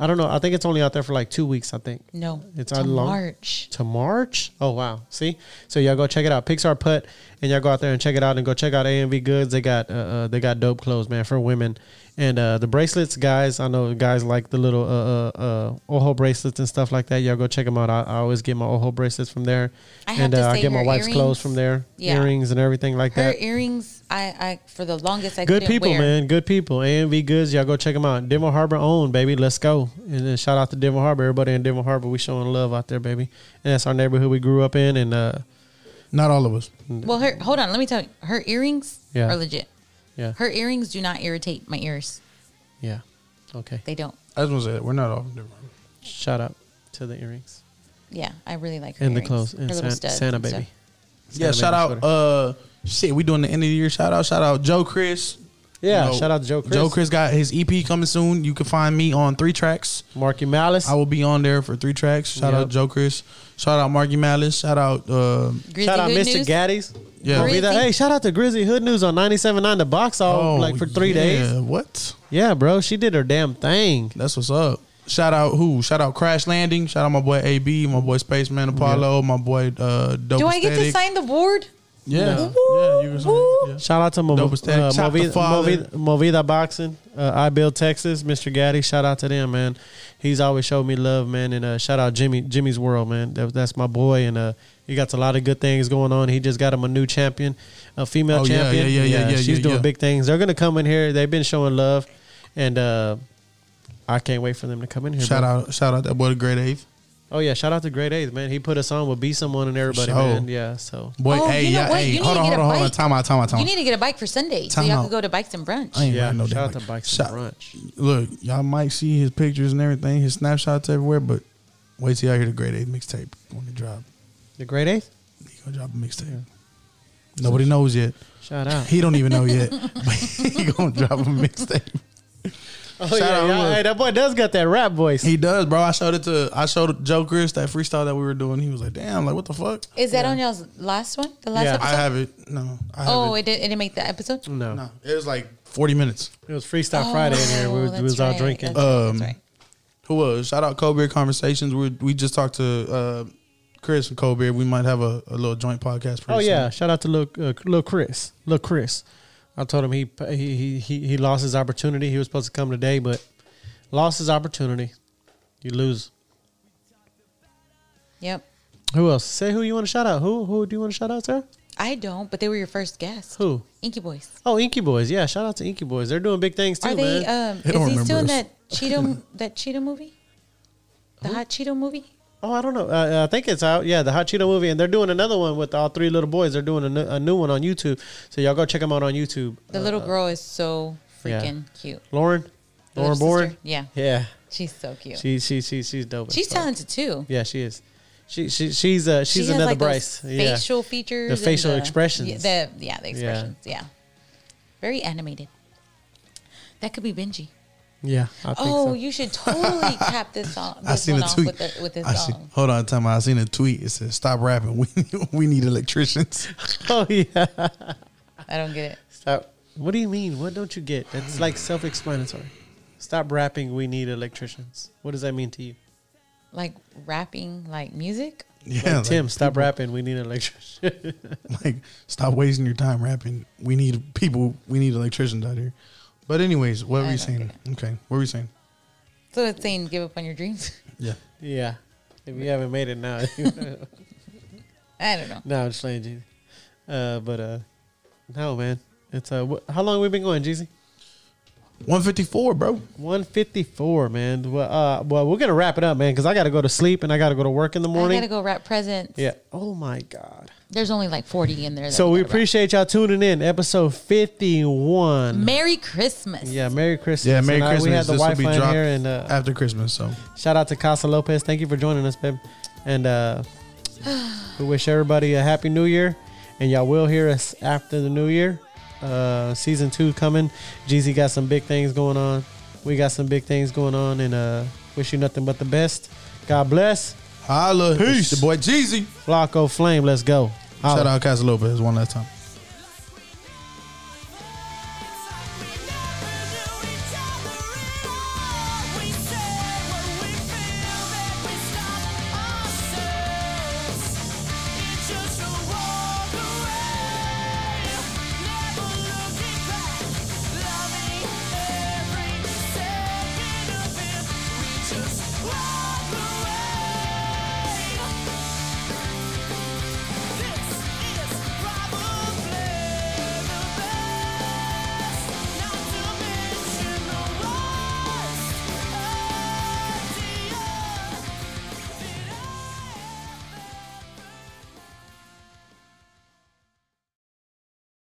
S3: I don't know. I think it's only out there for like two weeks. I think.
S5: no.
S3: It's
S5: to
S3: on long-
S5: March.
S3: To March. Oh wow. See. So y'all go check it out. Pixar putt, and y'all go out there and check it out, and go check out AMV Goods. They got uh, uh they got dope clothes, man, for women, and uh the bracelets, guys. I know guys like the little uh uh, uh ojo bracelets and stuff like that. Y'all go check them out. I, I always get my ojo bracelets from there,
S5: I have
S3: and
S5: to
S3: uh, I
S5: say
S3: get my
S5: her
S3: wife's clothes
S5: earrings-
S3: from there,
S5: Yeah.
S3: earrings and everything like
S5: Her
S3: that.
S5: earrings, I, I for the longest I
S3: Good
S5: couldn't
S3: people,
S5: wear.
S3: man. Good people. AMV Goods, y'all go check them out. Denver Harbor owned, baby. Let's go. And then shout out to Denver Harbor. Everybody in Denver Harbor, we showing love out there, baby. And that's our neighborhood we grew up in. And uh,
S4: Not all of us.
S5: Well, her hold on, let me tell you. Her earrings
S3: Yeah.
S5: are legit.
S3: yeah,
S5: Her earrings do not irritate my ears.
S3: yeah. Okay.
S5: They don't.
S4: I just want to say that we're not all different.
S3: Shout out to the earrings
S5: Yeah, I really like her
S3: and the
S5: earrings.
S3: clothes
S5: Her
S3: and
S5: little
S3: Santa,
S5: studs
S3: Santa
S5: and stuff.
S3: baby.
S4: Yeah,
S3: Santa
S4: shout
S3: baby
S4: out.
S3: sweater.
S4: Uh, shit, we doing the end of the year. Shout out, shout out, Joe Chris.
S3: yeah,
S4: You know,
S3: shout out to Joe Chris.
S4: Joe Chris got his EP coming soon. You can find me on three tracks.
S3: Marky Malice.
S4: I will be on there for three tracks. Shout
S3: Yep.
S4: out Joe Chris. Shout out Marky Malice. Shout out uh,
S5: Grizzly
S3: shout out
S5: Good
S3: Mr.
S5: News.
S3: Gaddies.
S4: Yeah.
S3: Gonna be there.
S5: Grizzly.
S3: Hey, shout out to Grizzly Hood News on 97.9 The Box all like for three
S4: Oh, yeah,
S3: days.
S4: What?
S3: Yeah, bro. She did her damn thing.
S4: That's what's up. Shout out who? Shout out Crash Landing. Shout out my boy AB, my boy Spaceman Apollo, my boy uh, Dope
S5: Do I get to
S4: Aesthetic.
S5: sign the board?
S4: Yeah,
S3: No.
S4: yeah, you can sign.
S5: Woo.
S4: Yeah.
S3: Shout out to Mo- uh,
S4: Dope aesthetic. Shout out to
S3: Movida,
S4: Father.
S3: Movida, Movida Boxing, uh, I Build Texas, Mr. Gaddy. Shout out to them, man. He's always showed me love, man. And uh, shout out Jimmy, Jimmy's World, man. That, that's my boy, and uh, he got a lot of good things going on. He just got him a new champion, a female
S4: Oh, yeah,
S3: champion.
S4: yeah, yeah, yeah, yeah,
S3: She's
S4: yeah,
S3: doing
S4: yeah.
S3: big things. They're gonna come in here. They've been showing love, and uh, I can't wait for them to come in here.
S4: Shout
S3: bro.
S4: out, shout out that boy the Great Eighth.
S3: Oh yeah, shout out to Great A's, man. He put us on with Be Someone and everybody,
S4: sure.
S3: man. Yeah, so
S4: Boy,
S5: Oh,
S4: hey,
S5: you know
S4: yeah,
S5: what?
S4: hey,
S5: You need
S4: hold
S5: to
S4: on, hold
S5: get a
S4: on, hold on.
S5: bike.
S4: Time out, time out, time
S5: You
S4: out.
S5: need to get a bike for Sunday so
S4: Time
S5: y'all
S4: out.
S5: can go to Bikes and Brunch.
S4: I ain't
S3: Yeah,
S4: riding no
S3: shout
S4: damn
S3: out to
S4: bike.
S3: Bikes
S4: Shout-
S3: and Brunch.
S4: Look, y'all might see his pictures and everything, his snapshots everywhere, but wait till y'all hear the Great Eight mixtape when it drop.
S3: the Great A's.
S4: He gonna drop a mixtape. Nobody knows yet.
S3: Shout out.
S4: He don't even know yet, but he gonna drop a mixtape.
S3: Oh
S4: Shout
S3: yeah,
S4: out,
S3: yeah.
S4: look.
S3: Hey, that boy does got that rap voice.
S4: He does, bro. I showed it to I showed Joe Chris that freestyle that we were doing. He was like, "Damn, like what the fuck?"
S5: Is that on y'all's last one? The last
S3: Yeah.
S5: episode?
S4: I have it. No, I Mm. have
S5: oh,
S4: it.
S5: it, did, it didn't make the episode?
S3: no.
S4: No, it was like forty minutes.
S3: It was Freestyle Friday in here. We, was- we
S5: Oh, that's
S3: was all
S5: right.
S3: drinking.
S5: That's right, that's
S4: Um,
S5: right.
S4: Who was? Shout out Cold Beer Conversations. We we just talked to uh, Chris and Cold Beer. We might have a, a little joint podcast. Pretty
S3: oh yeah,
S4: soon.
S3: shout out to little uh, little Chris. Little Chris. I told him he, he he he he lost his opportunity. He was supposed to come today, but lost his opportunity. You lose.
S5: Yep.
S3: Who else? Say who you want to shout out. Who who do you want to shout out, sir?
S5: I don't, but they were your first guest.
S3: Who?
S5: Inky Boys.
S3: Oh, Inky Boys. Yeah, shout out to Inky Boys. They're doing big things too,
S5: Are
S3: man.
S5: they? Um,
S4: They don't
S5: is he still in
S4: remember
S5: that Cheeto that Cheeto movie? The Hot Cheeto movie.
S3: oh, I don't know. Uh, I think it's out. Yeah, the Hot Cheeto movie, and they're doing another one with all three little boys. They're doing a new- a new one on YouTube. So y'all go check them out on YouTube.
S5: The
S3: Uh,
S5: little girl is so
S3: yeah.
S5: freaking cute.
S3: Lauren.
S5: The
S3: Lauren
S5: little
S3: Board?
S5: sister? Yeah,
S3: Yeah,
S5: she's so cute.
S3: she she she she's dope. as
S5: she's
S3: fuck.
S5: talented too.
S3: Yeah, she is. She she she's uh she's
S5: She has,
S3: another
S5: like, those
S3: Bryce. Yeah,
S5: Facial features.
S3: The
S5: and
S3: facial expressions.
S5: Yeah, the, yeah, the expressions. Yeah. Very animated. That could be Benji.
S3: yeah. I think
S5: Oh,
S3: so.
S5: you should totally cap this song. This
S4: I seen
S5: one
S4: a
S5: off
S4: tweet.
S5: with, the, with this
S4: I
S5: song.
S4: seen, hold on, time out. I seen a tweet. It said, "Stop rapping. We we need electricians."
S3: oh yeah.
S5: I don't get it.
S3: Stop. What do you mean? What don't you get? That's like self-explanatory. Stop rapping. We need electricians. What does that mean to you?
S5: Like rapping, like music.
S4: Yeah,
S3: Like,
S4: like-
S3: Tim, stop rapping. We need electricians.
S4: like stop wasting your time rapping. We need people. We need electricians out here. But anyways, what
S5: I
S4: were you
S5: don't
S4: saying? Okay, what were you saying?
S5: So it's saying give up on your dreams.
S4: Yeah,
S3: yeah. If you haven't made it now,
S5: I don't know.
S3: no, I'm just playing Jeezy. Uh, but uh, no, man. It's uh, wh- how long we been going, Jeezy?
S4: one fifty four, bro.
S3: 154, man. Well, uh, well, we're gonna wrap it up, man, because I gotta go to sleep and I gotta go to work in the morning.
S5: I gotta go wrap presents.
S3: Yeah. Oh my God.
S5: There's only like 40 in there. that
S3: So we
S5: gotta wrap.
S3: appreciate y'all tuning in. Episode 51.
S5: Merry Christmas.
S3: yeah, Merry Christmas.
S4: Yeah, Merry
S3: And I-
S4: Christmas.
S3: we had the
S4: this will
S3: wife
S4: be
S3: line
S4: dropped
S3: here, and uh,
S4: after Christmas. So
S3: shout out to Casa Lopez. Thank you for joining us, babe. And uh, we wish everybody a happy New Year. And y'all will hear us after the New Year. Uh, season two coming. Jeezy got some big things going on. We got some big things going on. And uh, wish you nothing but the best. God bless.
S4: holla, peace. It's your boy Jeezy.
S3: Flocko Flame. Let's go. Holla.
S4: Shout out Casa Lopez one last time.